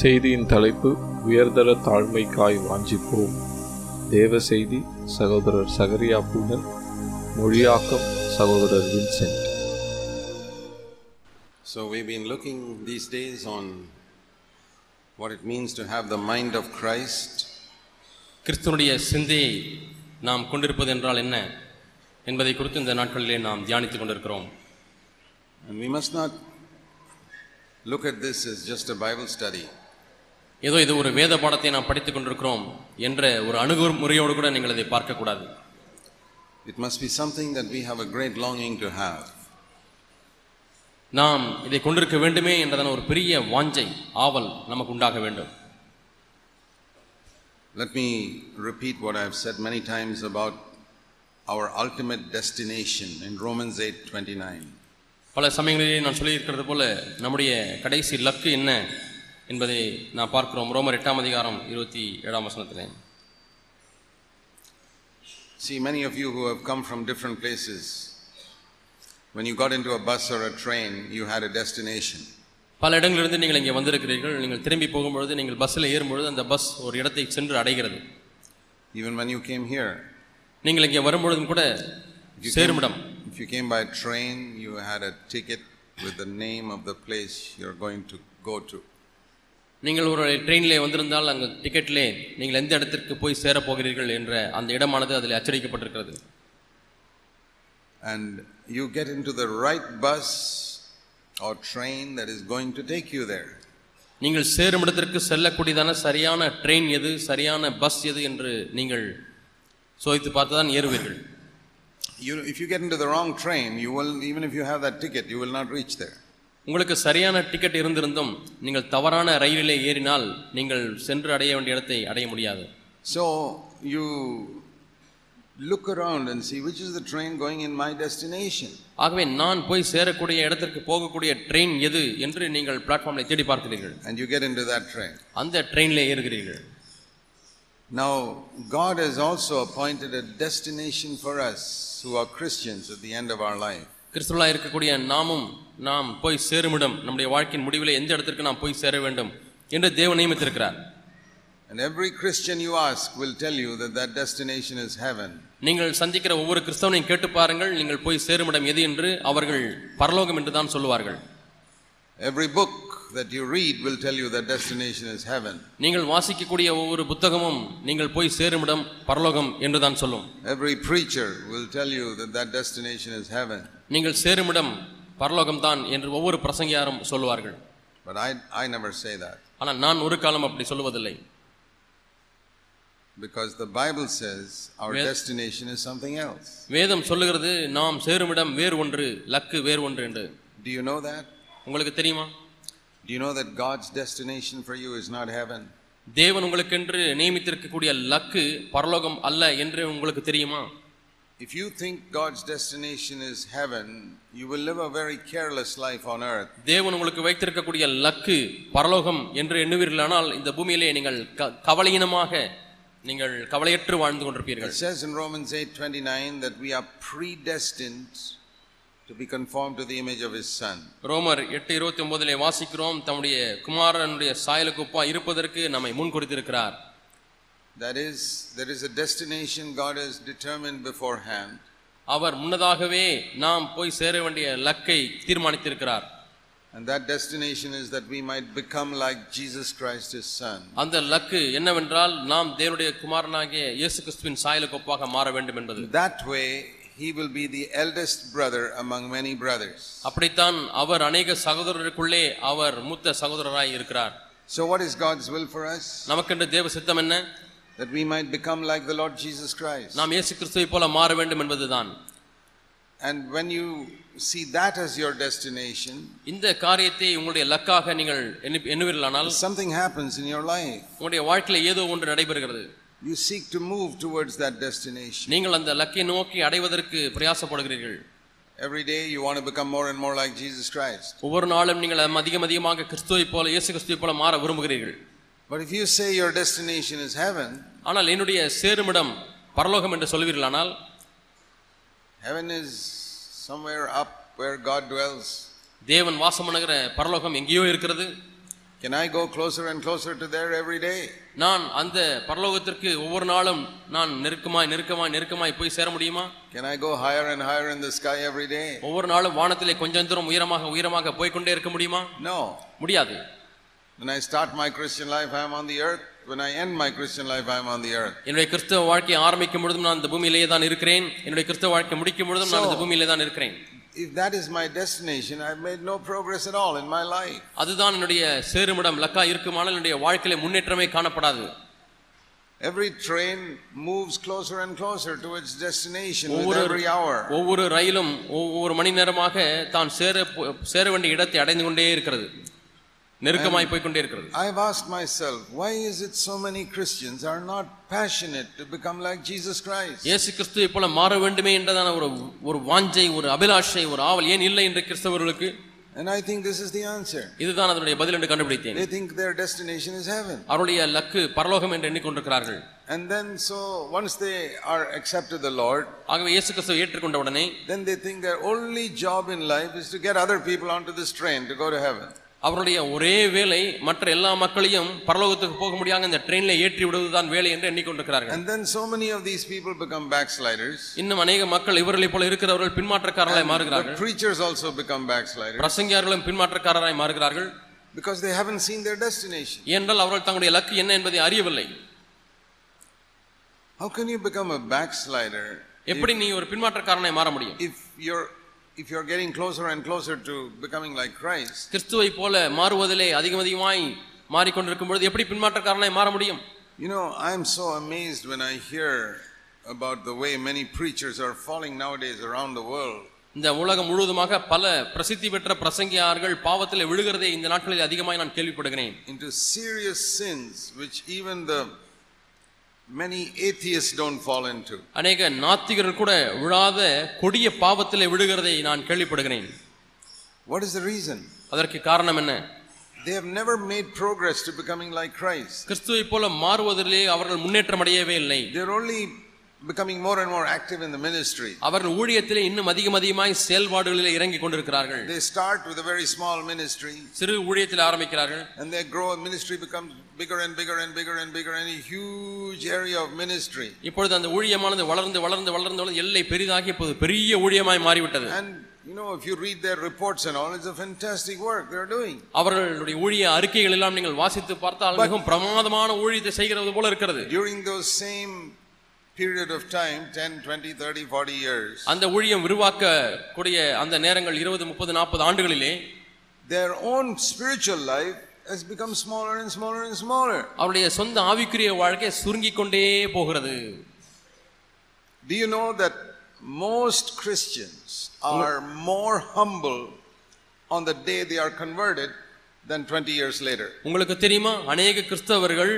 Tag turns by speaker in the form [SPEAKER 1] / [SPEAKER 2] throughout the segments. [SPEAKER 1] செய்தியின் தலைப்பு உயர்தர தாழ்மைக்காய் வாஞ்சிப்போம் தேவ செய்தி சகோதரர் சகரியா பூனல் மொழியாக்கம் சகோதரர் Vincent
[SPEAKER 2] So, we've been looking these days on what it means to have the mind of Christ.
[SPEAKER 3] கிறிஸ்துவனுடைய சிந்தையை நாம் கொண்டிருப்பது என்றால் என்ன என்பதை குறித்து இந்த நாட்களிலே நாம் தியானித்துக் கொண்டிருக்கிறோம்
[SPEAKER 2] And we must not look at this as just a Bible study.
[SPEAKER 3] ஏதோ இது ஒரு வேத பாடத்தை நாம் படித்துக் கொண்டிருக்கிறோம் என்ற ஒரு அணுகுமுறையோடு கூட நீங்கள் இதை பார்க்கக்கூடாது
[SPEAKER 2] It must be something that we have a great longing to have.
[SPEAKER 3] நாம் இதை கொண்டிருக்க வேண்டுமே என்றதான ஒரு பெரிய வாஞ்சை ஆவல் நமக்கு உண்டாக வேண்டும்
[SPEAKER 2] Let me repeat what I have said many times about our ultimate destination in Romans 8:29.
[SPEAKER 3] பல சமயங்களிலே நான் சொல்லியிருக்கிறது போல நம்முடைய கடைசி லக்கு என்ன என்பதை நான் பார்க்கிறோம் ரோமர் எட்டாம் அதிகாரம் இருபத்தி ஏழாம் வசனத்திலே
[SPEAKER 2] See, many of you who have come from different places, when you got into a bus or a train, you had a destination.
[SPEAKER 3] பல இடங்களிலிருந்து நீங்கள் இங்கே வந்திருக்கிறீர்கள் நீங்கள் திரும்பி போகும்பொழுது நீங்கள் பஸ்ஸில் ஏறும்பொழுது அந்த பஸ் ஒரு இடத்தை சென்று அடைகிறது
[SPEAKER 2] Even when you came here,
[SPEAKER 3] நீங்கள் இங்கே வரும்பொழுதும் கூட சேருமிடம்
[SPEAKER 2] If you came by train, you had a ticket with the name of the place you're going to go to.
[SPEAKER 3] நீங்கள் ஒரு ட்ரெயினிலே வந்திருந்தால் அங்கே டிக்கெட்டிலே நீங்கள் எந்த இடத்திற்கு போய் சேரப் போகிறீர்கள் என்ற அந்த இடமானது அதில் அச்சடிக்கப்பட்டிருக்கிறது
[SPEAKER 2] And you get into the right bus or train that is going to take you there.
[SPEAKER 3] நீங்கள் சேரும் இடத்திற்கு செல்லக்கூடியதான சரியான ட்ரெயின் எது சரியான பஸ் எது என்று நீங்கள் சோதித்து பார்த்து தான் ஏறுவீர்கள்
[SPEAKER 2] You, if you get into the wrong train, you will, even if you have that ticket, you will not reach there.
[SPEAKER 3] உங்களுக்கு சரியான டிக்கெட் இருந்திருந்தும் நீங்கள் தவறான ரயிலிலே ஏறினால் நீங்கள் சென்று அடைய வேண்டிய இடத்தை அடைய முடியாது
[SPEAKER 2] So you look around and see which is the train going in my destination.
[SPEAKER 3] ஆகவே நான் போய் சேரக்கூடிய இடத்திற்கு போகக்கூடிய ட்ரெயின் எது என்று நீங்கள் பிளாட்ஃபார்மில் தேடி பார்க்கிறீர்கள்
[SPEAKER 2] And you get into that train.
[SPEAKER 3] அந்த ட்ரெயினில் ஏறுகிறீர்கள்
[SPEAKER 2] Now, God has also appointed a destination for us who are Christians at the end of our life.
[SPEAKER 3] கிறிஸ்துவலாக இருக்கக்கூடிய நாமும் நாம் போய் சேருமிடம் நம்முடைய வாழ்க்கையின் முடிவில் எந்த இடத்திற்கு நாம் போய் சேர வேண்டும் என்று தேவன் நியமித்திருக்கிறார்
[SPEAKER 2] And every Christian you ask will tell you that that destination is heaven.
[SPEAKER 3] நீங்கள் சந்திக்கிற ஒவ்வொரு கிறிஸ்தவனையும் கேட்டு பாருங்கள் நீங்கள் போய் சேருமிடம் எது என்று அவர்கள் பரலோகம் என்று தான் சொல்லுவார்கள்
[SPEAKER 2] Every book that you read will tell you that destination is heaven.
[SPEAKER 3] நீங்கள் வாசிக்கக்கூடிய ஒவ்வொரு புத்தகமும் நீங்கள் போய் சேருமிடம் பரலோகம் என்று தான் சொல்லும்
[SPEAKER 2] Every preacher will tell you that that destination is heaven.
[SPEAKER 3] நீங்கள் சேருமிடம் பரலோகம் தான் என்று ஒவ்வொரு பிரசங்கியாரும் சொல்லுவார்கள்
[SPEAKER 2] But I, I never say that
[SPEAKER 3] ஆனால் நான் ஒரு காலம் அப்படி சொல்லுவதில்லை
[SPEAKER 2] because the Bible says our
[SPEAKER 3] Well-
[SPEAKER 2] destination is something else.
[SPEAKER 3] வேதம் சொல்லுகிறது நாம் சேருமிடம் வேறு ஒன்று லக்கு வேறு ஒன்று என்று
[SPEAKER 2] Do you know that?
[SPEAKER 3] உங்களுக்கு தெரியுமா
[SPEAKER 2] Do you know that God's destination for you is not heaven?
[SPEAKER 3] தேவன் உங்களுக்கென்று நியமித்திருக்கக்கூடிய லக்கு பரலோகம் அல்ல என்று உங்களுக்கு தெரியுமா
[SPEAKER 2] If you think God's destination is heaven, you will live a very careless life on earth.
[SPEAKER 3] தேவன் உங்களுக்கு வைத்திருக்கக்கூடிய லக்கு பரலோகம் என்று எண்ணுவீர்களானால் இந்த பூமியிலே நீங்கள் க- கவலையினமாக நீங்கள் கவலையற்று வாழ்ந்து
[SPEAKER 2] It
[SPEAKER 3] கொண்டிருப்பீர்கள்
[SPEAKER 2] says in Romans 8:29 that we are predestined to be conformed to the image of his son.
[SPEAKER 3] ரோமர் எட்டு இருபத்தி ஒன்பதிலே வாசிக்கிறோம் தம்முடைய குமாரனுடைய சாயலுக்குப்பா இருப்பதற்கு நம்மை முன் குறித்திருக்கிறார்
[SPEAKER 2] That is there is a destination God has determined beforehand
[SPEAKER 3] அவர் முன்னதாகவே நாம் போய் சேர வேண்டிய லக்கை தீர்மானித்திருக்கிறார்
[SPEAKER 2] and that destination is that we might become like Jesus Christ his son.
[SPEAKER 3] அந்த லக்கு என்னவென்றால் நாம் தேவனுடைய குமாரனாகிய இயேசு கிறிஸ்துவின் சாயலுக்கு ஒப்பாக மாற வேண்டும் என்பது
[SPEAKER 2] That way he will be the eldest brother among many brothers.
[SPEAKER 3] அப்படித்தான் அவர் அநேக சகோதரருக்குள்ளே அவர் மூத்த சகோதரராய் இருக்கிறார்
[SPEAKER 2] So what is God's will for us?
[SPEAKER 3] நமக்கென்று தேவ சித்தம் என்ன
[SPEAKER 2] That we might become like the Lord Jesus Christ.
[SPEAKER 3] நாம் இயேசு கிறிஸ்துவை போல மாற வேண்டும் என்பதுதான்
[SPEAKER 2] And when you see that as your destination,
[SPEAKER 3] இந்த காரியத்தை உங்களுடைய லக்காக நீங்கள் எண்ணி- எண்ணுவீர்களானால்
[SPEAKER 2] something happens in your life.
[SPEAKER 3] உங்களுடைய வாழ்க்கையில ஏதோ ஒன்று நடைபெறுகிறது
[SPEAKER 2] You seek to move towards that destination.
[SPEAKER 3] நீங்கள் அந்த லக்கை நோக்கி அடைவதற்கு பிரயாசப்படுகிறீர்கள்
[SPEAKER 2] Every day you want to become more and more like Jesus Christ.
[SPEAKER 3] ஒவ்வொரு நாளும் நீங்கள் அதிகம் அதிகமாக கிறிஸ்துவை போல இயேசு கிறிஸ்துவை போல மாற விரும்புகிறீர்கள்
[SPEAKER 2] But if you say your destination is heaven,
[SPEAKER 3] ஆனால் என்னுடைய சேருமிடம் பரலோகம் என்று சொல்வீர்களானால்
[SPEAKER 2] heaven is somewhere up where God dwells.
[SPEAKER 3] தேவன் வாசம் பண்ணுகிற பரலோகம் எங்கேயோ இருக்கிறது
[SPEAKER 2] Can I go closer and closer to there every day?
[SPEAKER 3] நான் அந்த பரலோகத்திற்கு ஒவ்வொரு நாளும் நான் நெருக்கமாய் நெருக்கமாய் நெருக்கமாய் போய் சேர முடியுமா
[SPEAKER 2] Can I go higher and higher in the sky every day?
[SPEAKER 3] ஒவ்வொரு நாளும் வானத்திலே கொஞ்சம் தூரம் உயரமாக உயரமாக போய்க்கொண்டே இருக்க முடியுமா
[SPEAKER 2] No.
[SPEAKER 3] முடியாது
[SPEAKER 2] When I start my Christian life, I am on the earth. When I end my Christian life, I am on the earth.
[SPEAKER 3] என்னுடைய கிறிஸ்தவ வாழ்க்கையை ஆரம்பிக்கும் பொழுதும் நான் இந்த பூமியிலேயே தான் இருக்கிறேன் என்னுடைய கிறிஸ்தவ வாழ்க்கை முடிக்கும் பொழுதும் நான் இந்த பூமியிலே தான் இருக்கிறேன்
[SPEAKER 2] If that is my destination, I've made no progress at all in my life.
[SPEAKER 3] அதுதான் என்னுடைய சேருமிடம் லக்கா இருக்குமானால் என்னுடைய வாழ்க்கையில முன்னேற்றமே காணப்படாது
[SPEAKER 2] Every train moves closer and closer to its destination with
[SPEAKER 3] ஒவ்வொரு
[SPEAKER 2] every hour.
[SPEAKER 3] ஒவ்வொரு ரயிலும் ஒவ்வொரு மணி நேரமாக தான் சேர போ- சேர வேண்டிய இடத்தை அடைந்து கொண்டே இருக்கிறது நெருக்கமாய் போய் கொண்டே இருக்கிறது
[SPEAKER 2] I've asked myself, why is it so many Christians are not passionate to become like Jesus Christ?
[SPEAKER 3] இயேசு கிறிஸ்துவை போல மாற வேண்டுமே என்றதான ஒரு ஒரு வாஞ்சை ஒரு அபிலாஷை ஒரு ஆவல் ஏன் இல்லை என்று கிறிஸ்தவர்களுக்கு
[SPEAKER 2] And I think this is the answer.
[SPEAKER 3] இதுதான் அதனுடைய பதில் என்று கண்டுபிடித்தேன்
[SPEAKER 2] They think their destination is heaven.
[SPEAKER 3] அவருடைய லக்கு பரலோகம் என்று எண்ணிக்கொண்டிருக்கிறார்கள்
[SPEAKER 2] And then, so once they are accepted the Lord,
[SPEAKER 3] ஆகவே இயேசு கிறிஸ்துவை ஏற்றுக்கொண்ட உடனே
[SPEAKER 2] then they think their only job in life is to get other people onto this train to go to heaven.
[SPEAKER 3] அவருடைய ஒரே வேலை மற்ற எல்லா மக்களையும் பரலோகத்துக்கு போக முடியாம இந்த ட்ரெயின்ல ஏற்றி விடுவதுதான் வேலை என்று எண்ணிக்கொண்டிருக்கிறார்கள்
[SPEAKER 2] And then, so many of these people become backsliders.
[SPEAKER 3] இன்னும் அநேக மக்கள் இவர்களைப் போல இருக்கிறவர்கள் பின்மாற்றக்காரர்களாய்
[SPEAKER 2] The
[SPEAKER 3] மாறுகிறார்கள்
[SPEAKER 2] preachers also become backsliders
[SPEAKER 3] பிரசங்கியார்களும் பின்மாற்றக்காரராய் மாறுகிறார்கள்
[SPEAKER 2] because they haven't seen their destination.
[SPEAKER 3] ஏனென்றால் அவர்கள் தங்களுடைய லக்கு என்ன என்பதை அறியவில்லை
[SPEAKER 2] How can you become a backslider
[SPEAKER 3] எப்படி நீ ஒரு பின்மாற்றக்காரனாய் மாற முடியும்
[SPEAKER 2] if you're if you're getting closer and closer to becoming like Christ?
[SPEAKER 3] கிறிஸ்துவை போல மாறுவதிலே அதிகம் அதிகமாய் மாறிக்கொண்டிருக்கும் பொழுது எப்படி பின்மாற்றக்காரனாய் மாற முடியும்
[SPEAKER 2] You know, I'm so amazed when I hear about the way many preachers are falling nowadays around the world.
[SPEAKER 3] இந்த உலகம் முழுவதுமாக பல பிரசித்தி பெற்ற பிரசங்கியார்கள் பாவத்தில் விழுகிறதை இந்த நாட்களில் அதிகமாய் நான் கேள்விப்படுகிறேன்
[SPEAKER 2] into serious sins which even the many atheists don't fall into.
[SPEAKER 3] அநேக நாத்திகர்கள் கூட விழாத கொடிய பாவத்திலே விழுகிறதை நான் கேள்விப்படுகிறேன்
[SPEAKER 2] What is the reason?
[SPEAKER 3] அதற்கு காரணம் என்ன
[SPEAKER 2] They have never made progress to becoming like Christ.
[SPEAKER 3] கிறிஸ்துவை போல மாறுவதிலே அவர்கள் முன்னேற்றம் அடையவே இல்லை
[SPEAKER 2] They're only becoming more and more active in the ministry.
[SPEAKER 3] அவர்கள் ஊழியத்திலே இன்னும் அதிகம் அதிகமாய் செயல்பாடுகளிலே இறங்கிக் கொண்டிருக்கிறார்கள்
[SPEAKER 2] They start with a very small ministry
[SPEAKER 3] சிறு ஊழியத்தில் ஆரம்பிக்கிறார்கள்
[SPEAKER 2] and they grow and ministry becomes bigger and bigger and bigger and bigger and a huge area of ministry.
[SPEAKER 3] இப்பொழுது அந்த ஊழியமானது வளர்ந்து வளர்ந்து வளர்ந்து வளர்ந்து எல்லை பெரிதாகி இப்போது பெரிய ஊழியமாய் மாறிவிட்டது
[SPEAKER 2] And you know, if you read their reports and all, it's a fantastic work they're doing.
[SPEAKER 3] அவர்களுடைய ஊழிய அறிக்கைகள் எல்லாம் நீங்கள் வாசித்து பார்த்தால் மிகவும் பிரமாதமான ஊழியத்தை செய்கிறது போல இருக்கிறது
[SPEAKER 2] During those same period of time 10, 20, 30, 40 years.
[SPEAKER 3] அந்த ஊழியம் விரிவாக்கக்கூடிய அந்த நேரங்கள் இருபது முப்பது நாற்பது ஆண்டுகளிலே
[SPEAKER 2] their own spiritual life has become smaller and smaller and smaller.
[SPEAKER 3] அவருடைய சொந்த ஆவிக்குரிய வாழ்க்கை சுருங்கிக் கொண்டே போகிறது
[SPEAKER 2] Do you know that most Christians are more humble on the day they are converted than 20 years later?
[SPEAKER 3] உங்களுக்கு தெரியுமா அநேக கிறிஸ்தவர்கள்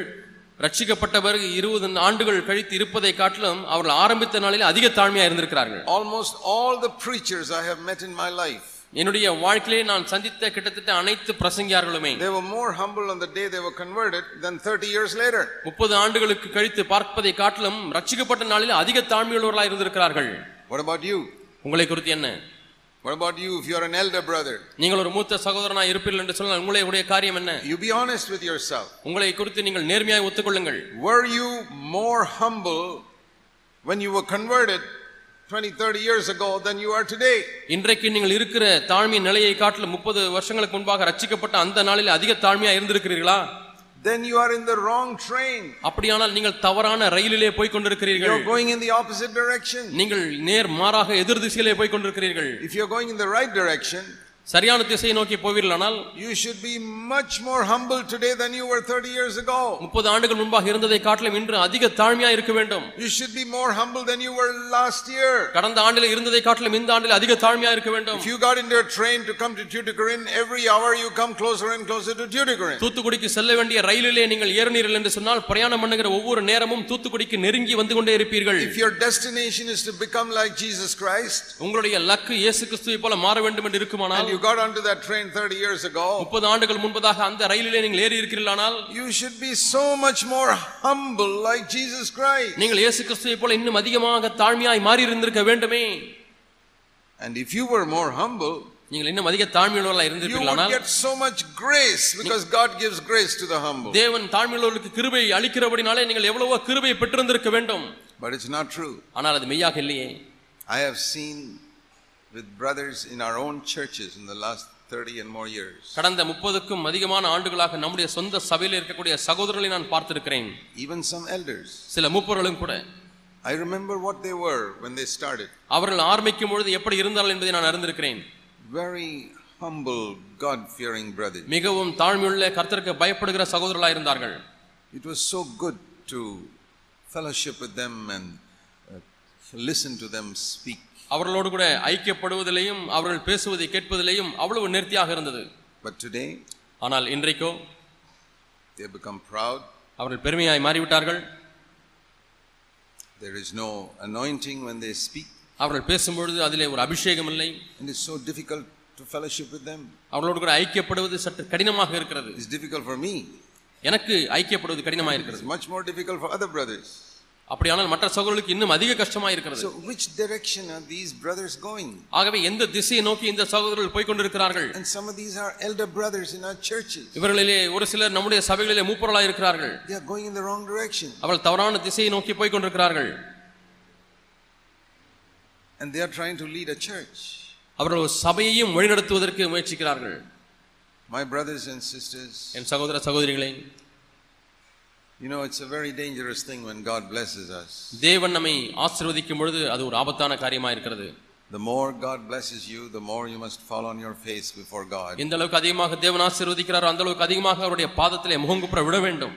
[SPEAKER 3] ரட்சிக்கப்பட்ட பிறகு இருபது ஆண்டுகள் கழித்து இருப்பதை காட்டிலும் அவர்கள் ஆரம்பித்த நாளில் அதிக தாழ்மையா இருந்திருக்கிறார்கள்
[SPEAKER 2] Almost all the preachers I have met in my life,
[SPEAKER 3] என்னுடைய வாழ்க்கையிலே நான் சந்தித்த கிட்டத்தட்ட அனைத்து பிரசங்கியார்களுமே
[SPEAKER 2] they were more humble on the day they were converted than 30 years later.
[SPEAKER 3] முப்பது ஆண்டுகளுக்கு கழித்து பார்ப்பதை காட்டிலும் ரட்சிக்கப்பட்ட நாளில் அதிக தாழ்மையுள்ளவர்களாக இருந்திருக்கிறார்கள்
[SPEAKER 2] What about you?
[SPEAKER 3] உங்களை குறித்து என்ன
[SPEAKER 2] What about you if you're an elder brother?
[SPEAKER 3] நீங்கள் ஒரு மூத்த சகோதரனாக இருப்பீர்கள் என்று சொன்னால் உங்களுடைய உடைய காரியம் என்ன
[SPEAKER 2] You be honest with yourself.
[SPEAKER 3] உங்களை குறித்து நீங்கள் நேர்மையாக ஒத்துக்கொள்ளுங்கள்
[SPEAKER 2] Were you more humble when you were converted 20, 30 years ago than you are today?
[SPEAKER 3] இன்றைக்கு நீங்கள் இருக்கிற தாழ்மையின் நிலையை காட்டிலும் முப்பது வருஷங்களுக்கு முன்பாக ரட்சிக்கப்பட்ட அந்த நாளில் அதிக தாழ்மையா இருந்திருக்கிறீர்களா
[SPEAKER 2] then you are in the wrong train.
[SPEAKER 3] அப்படியானால் நீங்கள் தவறான ரயிலிலே போய்
[SPEAKER 2] You're
[SPEAKER 3] கொண்டிருக்கிறீர்கள்
[SPEAKER 2] going in the opposite direction.
[SPEAKER 3] நீங்கள் நேர் மாறாக எதிர் திசையிலே போய் கொண்டிருக்கிறீர்கள்
[SPEAKER 2] If you're going in the right direction,
[SPEAKER 3] சரியான திசையை நோக்கி போவீர்களானால்
[SPEAKER 2] you should be much more humble today than you were 30 years ago.
[SPEAKER 3] முப்பது ஆண்டுகள் முன்பாக இருந்ததை காட்டிலும் இன்று அதிக தாழ்மையா இருக்க வேண்டும்
[SPEAKER 2] You should be more humble than you were last year.
[SPEAKER 3] கடந்த ஆண்டில் இருந்ததை காட்டிலும் இந்த ஆண்டில் அதிக தாழ்மையா இருக்க வேண்டும்
[SPEAKER 2] If you got into a train to come to Tuticorin, every hour you come closer and closer to Tuticorin.
[SPEAKER 3] தூத்துக்குடிக்கு செல்ல வேண்டிய ரயிலிலே நீங்கள் ஏறினீர்கள் என்று சொன்னால் பிரயாணம் பண்ணுகிற ஒவ்வொரு நேரமும் தூத்துக்குடிக்கு நெருங்கி வந்து கொண்டே இருப்பீர்கள்
[SPEAKER 2] If your destination is to become like Jesus Christ,
[SPEAKER 3] உங்களுடைய லக்கு இயேசு கிறிஸ்துவை போல மாற வேண்டும் என்று
[SPEAKER 2] and
[SPEAKER 3] இருக்குமானால்
[SPEAKER 2] you got onto that train 30 years ago,
[SPEAKER 3] முப்பது ஆண்டுகள் முன்பதாக அந்த ரயிலிலே நீங்கள் ஏறி இருக்கிறீர்களானால்
[SPEAKER 2] you should be so much more humble like Jesus Christ.
[SPEAKER 3] நீங்கள் இயேசு கிறிஸ்துவை போல இன்னும் அதிகமாக தாழ்மையாய் மாறி இருந்திருக்க வேண்டுமே
[SPEAKER 2] And if you were more humble,
[SPEAKER 3] நீங்கள் இன்னும் அதிக தாழ்மையுள்ளவர்களாக
[SPEAKER 2] You would
[SPEAKER 3] இருந்திருப்பீர்களானால்
[SPEAKER 2] get so much grace because God gives grace to the humble.
[SPEAKER 3] தேவன் தாழ்மையுள்ளவர்களுக்கு கிருபை அளிக்கிறபடினாலே நீங்கள் எவ்வளவோ கிருபையை பெற்றிருந்திருக்க வேண்டும்
[SPEAKER 2] But it's not true.
[SPEAKER 3] ஆனால் அது மெய்யாக இல்லையே
[SPEAKER 2] I have seen with brothers in our own churches in the last 30 and more years,
[SPEAKER 3] கடந்த முப்பதுக்கும் அதிகமான ஆண்டுகளாக நம்முடைய சொந்த சபையில் இருக்கக்கூடிய சகோதரர்களை நான் பார்த்திருக்கிறேன்
[SPEAKER 2] even some elders.
[SPEAKER 3] சில மூப்பர்களும் கூட
[SPEAKER 2] I remember what they were when they started.
[SPEAKER 3] அவர்கள் ஆரம்பிக்கும் பொழுது எப்படி இருந்தார்கள் என்பதை நான் அறிந்திருக்கிறேன்
[SPEAKER 2] Very humble, God fearing brothers.
[SPEAKER 3] மிகவும் தாழ்மையுள்ள கர்த்தருக்கு பயப்படுகிற சகோதரர்களாக இருந்தார்கள்
[SPEAKER 2] It was so good to fellowship with them and uh, listen to them speak.
[SPEAKER 3] அவர்களோடு கூட ஐக்கியப்படுவதிலேயும் அவர்கள் பேசுவதை கேட்பதிலேயும் அவ்வளவு நேர்த்தியாக இருந்தது
[SPEAKER 2] But today,
[SPEAKER 3] ஆனால் இன்றைக்கோ
[SPEAKER 2] they have become proud.
[SPEAKER 3] அவர்கள் பெருமையாய் மாறிவிட்டார்கள்
[SPEAKER 2] There is no anointing when they speak,
[SPEAKER 3] அவர்கள் பேசும்பொழுது அதிலே ஒரு அபிஷேகம் இல்லை
[SPEAKER 2] and it's so difficult to fellowship with them.
[SPEAKER 3] அவர்களோடு கூட ஐக்கியப்படுவது சற்று கடினமாக இருக்கிறது
[SPEAKER 2] It's difficult for me.
[SPEAKER 3] எனக்கு ஐக்கியப்படுவது கடினமாக இருக்கிறது
[SPEAKER 2] It's much more difficult for other brothers.
[SPEAKER 3] அப்படியானால் மற்ற சகோதரர்களுக்கு இன்னும் அதிக கஷ்டமாக இருக்கிறது
[SPEAKER 2] So, which direction are these brothers going?
[SPEAKER 3] ஆகவே எந்த திசையை நோக்கி இந்த சகோதரர்கள் போய் கொண்டிருக்கிறார்கள்
[SPEAKER 2] And some of these are elder brothers in our churches.
[SPEAKER 3] இவர்களிலே ஒரு சிலர் நம்முடைய சபைகளிலே மூப்பர்களாக இருக்கிறார்கள்
[SPEAKER 2] They are going in the wrong direction,
[SPEAKER 3] அவர்கள் தவறான திசையை நோக்கி போய் கொண்டிருக்கிறார்கள்
[SPEAKER 2] and they are trying to lead a church.
[SPEAKER 3] அவர்கள் ஒரு சபையையும் வழிநடத்துவதற்கு முயற்சிக்கிறார்கள்
[SPEAKER 2] My brothers and sisters,
[SPEAKER 3] என் சகோதர சகோதரிகளே
[SPEAKER 2] you know, it's a very dangerous thing when God blesses us.
[SPEAKER 3] தேவன் நம்மை ஆசீர்வதிக்கும் பொழுது அது ஒரு ஆபத்தான காரியமாக இருக்கிறது
[SPEAKER 2] The more God blesses you, the more you must fall on your face before God.
[SPEAKER 3] எந்த அளவுக்கு அதிகமாக தேவன் ஆசீர்வதிக்கிறாரோ அந்த அளவுக்கு அதிகமாக அவருடைய பாதத்திலே முகங்குப்புற விட வேண்டும்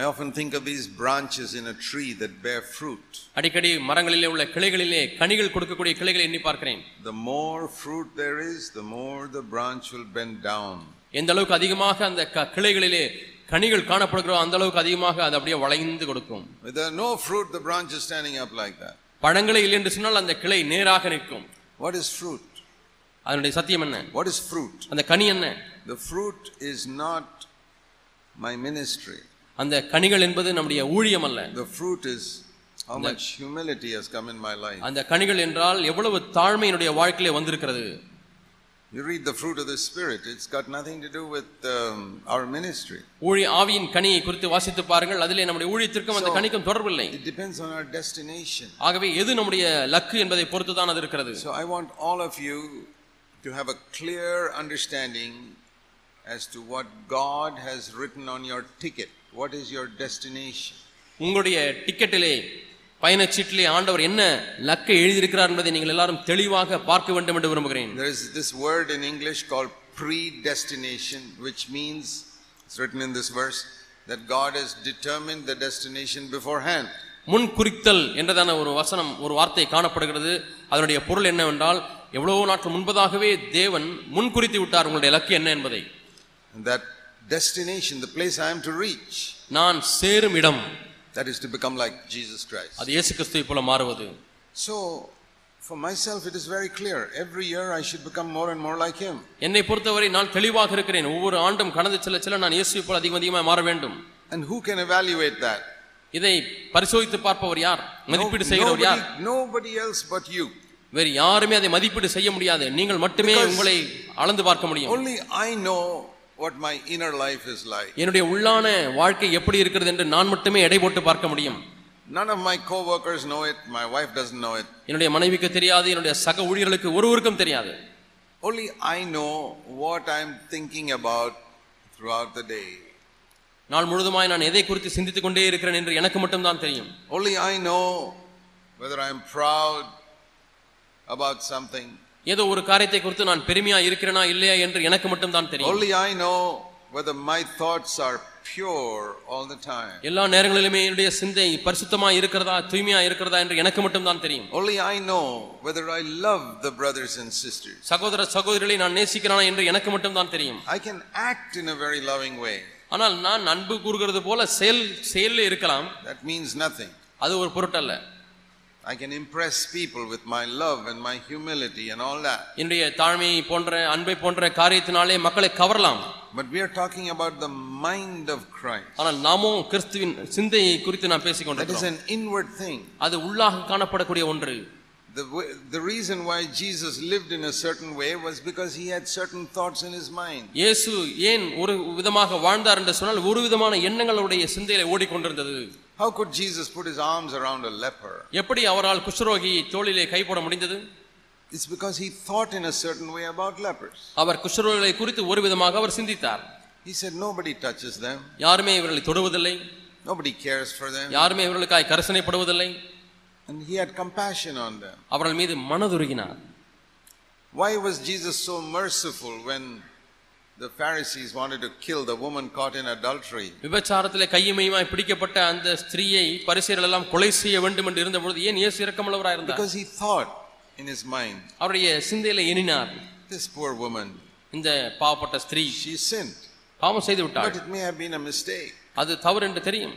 [SPEAKER 2] I often think of these branches in a tree that bear fruit.
[SPEAKER 3] அடிக்கடி மரங்களிலே உள்ள கிளைகளிலே கனிகள் கொடுக்கக்கூடிய கிளைகளை எண்ணி பார்க்கிறேன்
[SPEAKER 2] The more fruit there is, the more the branch will bend down.
[SPEAKER 3] எந்த அளவுக்கு அதிகமாக அந்த க- கிளைகளிலே கனிகள் காணப்படுகிறோ அந்த அளவுக்கு அதிகமாக அது அப்படியே வளைந்து கொடுக்கும்
[SPEAKER 2] If there are no fruit, the branch is standing up like that.
[SPEAKER 3] பழங்களே இல்லை என்று சொன்னால் அந்த கிளை நேராக நிற்கும்
[SPEAKER 2] What is fruit?
[SPEAKER 3] அதனுடைய சத்தியம் என்ன
[SPEAKER 2] What is fruit?
[SPEAKER 3] அந்த கனி என்ன
[SPEAKER 2] The fruit is not my ministry.
[SPEAKER 3] அந்த கனிகள் என்பது நம்முடைய ஊழியம் அல்ல
[SPEAKER 2] The fruit is how much humility has come in my life.
[SPEAKER 3] அந்த கனிகள் என்றால் எவ்வளவு தாழ்மை என்னுடைய வாழ்க்கையிலே வந்திருக்கிறது
[SPEAKER 2] You read the fruit of the Spirit, it's got nothing to do with um, our ministry.
[SPEAKER 3] ஊழி ஆவியின் கனியை குறித்து வாசித்து பாருங்கள் அதிலே நம்முடைய ஊழியத்திற்கும் அந்த
[SPEAKER 2] So-
[SPEAKER 3] கனிக்கும் தொடர்பில்லை
[SPEAKER 2] It depends on our destination.
[SPEAKER 3] ஆகவே எது நம்முடைய லக்கு என்பதை பொறுத்து தான் அது இருக்கிறது
[SPEAKER 2] So I want all of you to have a clear understanding as to what God has written on your ticket. What is your destination?
[SPEAKER 3] உங்களுடைய டிக்கெட்டிலே பயணச்சீட்டிலே ஆண்டவர் என்ன லக்கை எழுதியிருக்கிறார் என்பதை நீங்கள் எல்லாரும் தெளிவாக பார்க்க வேண்டும் என்று விரும்புகிறேன்
[SPEAKER 2] There is this word in English called predestination, which means, it's written in this verse, that God has determined the destination beforehand.
[SPEAKER 3] முன் குறித்தல் என்றதான ஒரு வசனம் ஒரு வார்த்தை காணப்படுகிறது அதனுடைய பொருள் என்னவென்றால் எவ்வளவோ நாட்கள் முன்பதாகவே தேவன் முன் குறித்து விட்டார் உங்களுடைய லக்கு என்ன என்பதை
[SPEAKER 2] And that destination, the place I am to reach,
[SPEAKER 3] நான் சேரும் இடம்
[SPEAKER 2] that is to become like Jesus Christ.
[SPEAKER 3] அது இயேசு கிறிஸ்துவை போல மாறுவது
[SPEAKER 2] So, for myself, it is very clear. Every year I should become more and more like Him.
[SPEAKER 3] என்னை பொறுத்தவரை நான் தெளிவாக இருக்கிறேன் ஒவ்வொரு ஆண்டும் கடந்து செல்ல செல்ல நான் இயேசுவை போல அதிகம் அதிகமாக மாற வேண்டும்
[SPEAKER 2] And who can evaluate that?
[SPEAKER 3] இதை பரிசோதித்து பார்ப்பவர் யார் மதிப்பீடு செய்கிறவர் யார்
[SPEAKER 2] Nobody, nobody else but you.
[SPEAKER 3] வேறு யாருமே அதை மதிப்பீடு செய்ய முடியாது நீங்கள் மட்டுமே
[SPEAKER 2] Because-
[SPEAKER 3] உங்களை அளந்து பார்க்க முடியும்
[SPEAKER 2] Only I know what my inner life is like.
[SPEAKER 3] என்னுடைய உள்ளான வாழ்க்கை எப்படி இருக்கிறது என்று நான் மட்டுமே எடை போட்டு பார்க்க முடியும்
[SPEAKER 2] None of my co-workers know it. My wife doesn't know it.
[SPEAKER 3] என்னுடைய மனைவிக்கு தெரியாது என்னுடைய சக ஊழியர்களுக்கு ஒருவருக்கும் தெரியாது
[SPEAKER 2] Only I know what I'm thinking about throughout the day.
[SPEAKER 3] நாள் முழுதுமாய் நான் எதை குறித்து சிந்தித்துக் கொண்டே இருக்கிறேன் என்று எனக்கு மட்டும்தான் தெரியும்
[SPEAKER 2] Only I know whether I'm proud about something.
[SPEAKER 3] ஏதோ ஒரு காரியத்தை குறித்து நான் பெருமையா இருக்கிறேனா இல்லையா என்று எனக்கு மட்டும்தான் தெரியும்
[SPEAKER 2] Only I know whether my thoughts are pure all the time.
[SPEAKER 3] எல்லா நேரங்களிலுமே என்னுடைய சிந்தை பரிசுத்தமா இருக்கிறதா தூய்மையா இருக்கிறதா என்று எனக்கு மட்டும்தான் தெரியும்
[SPEAKER 2] Only I know whether I love the brothers and sisters.
[SPEAKER 3] சகோதர சகோதரிகளை நான் நேசிக்கிறானா என்று எனக்கு மட்டும்தான் தெரியும்
[SPEAKER 2] I can act in a very loving way.
[SPEAKER 3] ஆனால் நான் அன்பு கூறுகிறது போல செயல் செயலில் இருக்கலாம்
[SPEAKER 2] That means nothing.
[SPEAKER 3] அது ஒரு பொருட்டல்ல
[SPEAKER 2] I can impress people with my love and my humility and all that.
[SPEAKER 3] என்னுடைய தாழ்மையை போன்ற அன்பை போன்ற காரியத்தினாலே மக்களை கவரலாம்
[SPEAKER 2] But we are talking about the mind of Christ.
[SPEAKER 3] ஆனால் நாமும் கிறிஸ்துவின் சிந்தையை குறித்து நான் பேசிக்
[SPEAKER 2] That is
[SPEAKER 3] கொண்டிருக்கிறோம்
[SPEAKER 2] an inward thing.
[SPEAKER 3] அது உள்ளாக காணப்படக்கூடிய ஒன்று
[SPEAKER 2] The, way, the reason why Jesus lived in a certain way was because he had certain thoughts in his mind.
[SPEAKER 3] இயேசு ஏன் ஒரு விதமாக வாழ்ந்தார் என்று சொன்னால் ஒரு விதமான எண்ணங்களுடைய சிந்தையில ஓடிக்கொண்டிருந்தது
[SPEAKER 2] How could Jesus put his arms around a leper?
[SPEAKER 3] எப்படி அவரால் குஷ்டரோகியை தோளிலே கை போட முடிந்தது
[SPEAKER 2] It's because he thought in a certain way about lepers.
[SPEAKER 3] அவர் குஷ்டரோகிகளை குறித்து ஒரு விதமாக அவர் சிந்தித்தார்
[SPEAKER 2] He said, Nobody touches them,
[SPEAKER 3] யாருமே இவர்களை தொடுவதில்லை
[SPEAKER 2] nobody cares for them.
[SPEAKER 3] யாருமே இவர்களுக்காய் கரிசனைப்படுவதில்லை
[SPEAKER 2] And he had compassion on them.
[SPEAKER 3] அவர்கள் மீது மனதுருகினார்
[SPEAKER 2] Why was Jesus so merciful when the Pharisees wanted to kill the woman caught in adultery?
[SPEAKER 3] விபச்சாரத்திலே கையுமையுமாய் பிடிக்கப்பட்ட அந்த ஸ்திரீயை பரிசீலர் எல்லாம் கொலை செய்ய வேண்டும் என்று இருந்தபொழுது ஏன் இயேசு இரக்கமுள்ளவராக இருந்தார்
[SPEAKER 2] Because he thought in his mind,
[SPEAKER 3] அவருடைய சிந்தையில எண்ணினார்
[SPEAKER 2] This poor woman,
[SPEAKER 3] இந்த பாவப்பட்ட ஸ்திரீ
[SPEAKER 2] she sinned,
[SPEAKER 3] பாவம் செய்து விட்டாள்
[SPEAKER 2] but it may have been a mistake.
[SPEAKER 3] அது தவறு என்று தெரியும்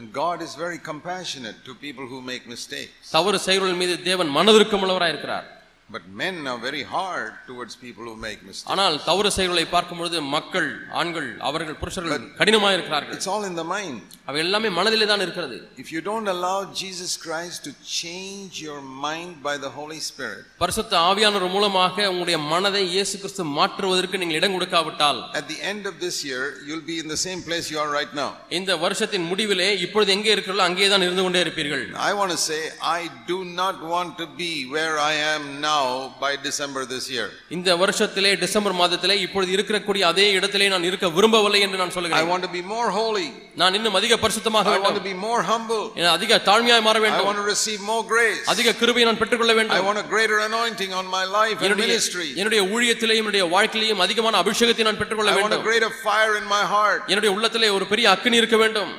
[SPEAKER 2] And God is very compassionate to people who make mistakes.
[SPEAKER 3] தவறு செயல்கள் மீது தேவன் மனதிருக்கமுள்ளவராக இருக்கிறார்
[SPEAKER 2] But men are very hard towards people who make mistakes.
[SPEAKER 3] ஆனால் தவறு செயல்களை பார்க்கும் பொழுது மக்கள் ஆண்கள் அவர்கள் புருஷர்கள் கடினமாக இருக்கிறார்கள்
[SPEAKER 2] It's all in the mind.
[SPEAKER 3] அவை எல்லாமே மனதிலே தான் இருக்கிறது
[SPEAKER 2] If you don't allow Jesus Christ to change your mind by the Holy Spirit,
[SPEAKER 3] பரிசுத்த ஆவியானவர் மூலமாக உங்களுடைய மனதை இயேசு கிறிஸ்து மாற்றுவதற்கு நீங்கள் இடம் கொடுக்காவிட்டால்
[SPEAKER 2] at the end of this year, you'll be in the same place you are right now.
[SPEAKER 3] இந்த வருஷத்தின் முடிவிலே இப்பொழுது எங்கே இருக்கிறீர்களோ அங்கே தான் இருந்து கொண்டே இருப்பீர்கள்
[SPEAKER 2] I want to say, I do not want to be where I am now by December this year.
[SPEAKER 3] இந்த வருஷத்திலே டிசம்பர் மாதத்திலே இப்பொழுது இருக்கக்கூடிய அதே இடத்திலே நான் இருக்க விரும்பவில்லை என்று நான்
[SPEAKER 2] I
[SPEAKER 3] சொல்லுகிறேன்
[SPEAKER 2] want to be more holy.
[SPEAKER 3] நான் இன்னும் அதிக பரிசுத்தமாக
[SPEAKER 2] I want to
[SPEAKER 3] வேண்டும்
[SPEAKER 2] be more humble.
[SPEAKER 3] என அதிக தாழ்மையாய் மாற
[SPEAKER 2] I
[SPEAKER 3] வேண்டும்
[SPEAKER 2] want to receive more grace.
[SPEAKER 3] அதிக கிருபையை நான் பெற்றுக்கொள்ள
[SPEAKER 2] I
[SPEAKER 3] வேண்டும்
[SPEAKER 2] want a greater anointing on my life and
[SPEAKER 3] என்னுடைய
[SPEAKER 2] ministry.
[SPEAKER 3] என்னுடைய ஊழியத்திலேயும் என்னுடைய வாழ்க்கையிலேயும் அதிகமான அபிஷேகத்தை நான் பெற்றுக்கொள்ள
[SPEAKER 2] I want a
[SPEAKER 3] வேண்டும்
[SPEAKER 2] greater fire in my heart.
[SPEAKER 3] என்னுடைய உள்ளத்திலே ஒரு பெரிய அக்கினி இருக்க வேண்டும்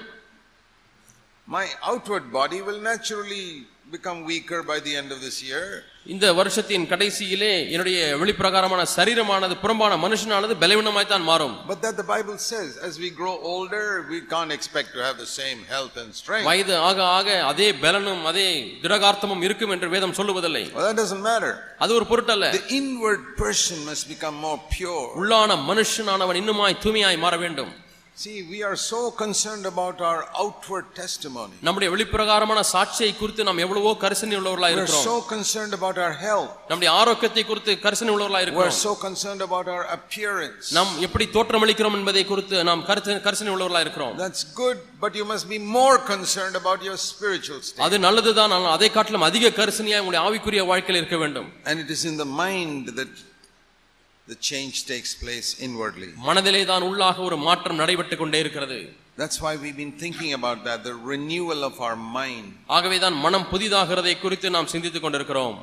[SPEAKER 2] My outward body will naturally become weaker by the end of this year.
[SPEAKER 3] இந்த வருஷத்தின் கடைசியிலே என்னுடைய வெளிப்பிரகாரமான சரீரமானது புறம்பான மனுஷனானது பலவீனமாய் தான் மாறும்
[SPEAKER 2] But that the Bible says, as we grow older, we can't expect to have the same health and strength.
[SPEAKER 3] வயது ஆக ஆக அதே பலனும் அதே திடகார்த்தமும் இருக்கும் என்று வேதம் சொல்லுவதில்லை
[SPEAKER 2] Well, that doesn't matter.
[SPEAKER 3] அது ஒரு பொருட்டல்ல
[SPEAKER 2] The inward person must become more pure.
[SPEAKER 3] உள்ளான மனுஷனானவன் இன்னுமாய் தூய்மையாய் மாற வேண்டும்
[SPEAKER 2] See, we are so concerned about our outward testimony.
[SPEAKER 3] நம்முடைய வெளிப்பிரகாரமான சாட்சியை குறித்து நாம் எவ்வளவோ கரிசனை உள்ளவர்களா
[SPEAKER 2] We're
[SPEAKER 3] இருக்கிறோம்
[SPEAKER 2] so concerned about our health.
[SPEAKER 3] நம்முடைய ஆரோக்கியத்தை குறித்து கரிசனை உள்ளவர்களா
[SPEAKER 2] We're
[SPEAKER 3] இருக்கிறோம்
[SPEAKER 2] so concerned about our appearance.
[SPEAKER 3] நாம் எப்படி தோற்றமளிக்கிறோம் என்பதை குறித்து நாம் கருத்து கரிசனை உள்ளவர்களா இருக்கிறோம்
[SPEAKER 2] That's good, but you must be more concerned about your spiritual state.
[SPEAKER 3] அது நல்லதுதான் ஆனால் அதை காட்டிலும் அதிக கரிசனையா உங்களுடைய ஆவிக்குரிய வாழ்க்கையில் இருக்க வேண்டும்
[SPEAKER 2] And it is in the mind that the change takes place inwardly.
[SPEAKER 3] மனதிலே தான் உள்ளாக ஒரு மாற்றம் நடைபெற்றுக் கொண்டே இருக்கிறது
[SPEAKER 2] That's why we've been thinking about that the renewal of our mind.
[SPEAKER 3] ஆகவே தான் மனம் புதிதாகிறதை குறித்து நாம் சிந்தித்துக் கொண்டிருக்கிறோம்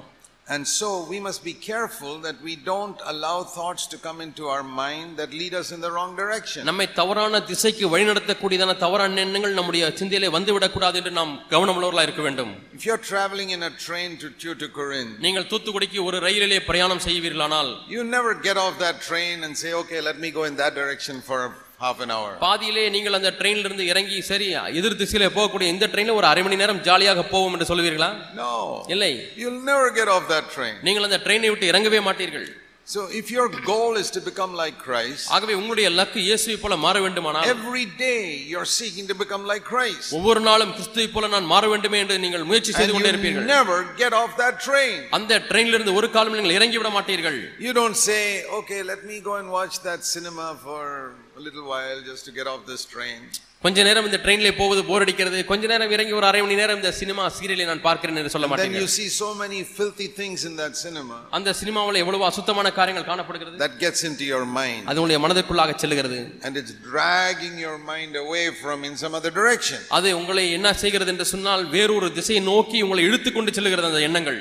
[SPEAKER 2] And so we must be careful that we don't allow thoughts to come into our mind that lead us in the wrong direction.
[SPEAKER 3] நம்மை தவறான திசைக்கு வழிநடத்தக்கூடியதான தவறான எண்ணங்கள் நம்முடைய சிந்தையிலே வந்துவிடக்கூடாது என்று நாம் கவனமுள்ளவர்களா இருக்க வேண்டும்
[SPEAKER 2] If you're traveling in a train to Tuticorin,
[SPEAKER 3] நீங்கள் தூத்துக்குடிக்கு ஒரு ரயிலிலே பிரயாணம் செய்வீர்களானால்
[SPEAKER 2] you never get off that train and say, okay, let me go in that direction for half an hour.
[SPEAKER 3] பாதியிலே நீங்கள் அந்த ட்ரெயின்ல இருந்து இறங்கி சரி எதிர் திசையிலே போகக்கூடிய இந்த ட்ரெயின்ல ஒரு அரை மணி நேரம் ஜாலியாக போவோம் என்று சொல்லுவீர்களா
[SPEAKER 2] No.
[SPEAKER 3] இல்லை
[SPEAKER 2] You'll never get off that train.
[SPEAKER 3] நீங்கள் அந்த ட்ரெயினை விட்டு இறங்கவே மாட்டீர்கள்
[SPEAKER 2] So if your goal is to become like Christ,
[SPEAKER 3] ஆகவே உங்களுடைய லக்கு இயேசுவை போல மாற வேண்டுமானால்
[SPEAKER 2] every day you're seeking to become like Christ.
[SPEAKER 3] ஒவ்வொரு நாளும் கிறிஸ்துவை போல நான் மாற வேண்டுமே என்று நீங்கள் முயற்சி
[SPEAKER 2] And
[SPEAKER 3] செய்து கொண்டே
[SPEAKER 2] you
[SPEAKER 3] இருப்பீர்கள்
[SPEAKER 2] never get off that train.
[SPEAKER 3] அந்த ட்ரெயின்ல இருந்து ஒரு காலம் நீங்கள் இறங்கி விட மாட்டீர்கள்
[SPEAKER 2] You don't say, okay, let me go and watch that cinema for a little while just to get off this train.
[SPEAKER 3] கொஞ்ச நேரம் இந்த ட்ரெயின்ல போவது போர் அடிக்கிறது கொஞ்ச நேரம் இறங்கி ஒரு அரை மணி நேரம் இந்த சினிமா சீரியலை நான் பார்க்கிறேன் என்று சொல்ல
[SPEAKER 2] Then
[SPEAKER 3] மாட்டீங்க
[SPEAKER 2] you see so many filthy things in that cinema
[SPEAKER 3] அந்த சினிமாவில் எவ்வளவு அசுத்தமான காரியங்கள் காணப்படுகிறது
[SPEAKER 2] that gets into your mind.
[SPEAKER 3] அது உங்களுடைய மனதிற்குள்ளாக செல்லுகிறது
[SPEAKER 2] and it's dragging your mind away from in some other direction.
[SPEAKER 3] அது உங்களை என்ன செய்கிறது என்று சொன்னால் வேறொரு திசையை நோக்கி உங்களை இழுத்து கொண்டு செல்லுகிறது அந்த எண்ணங்கள்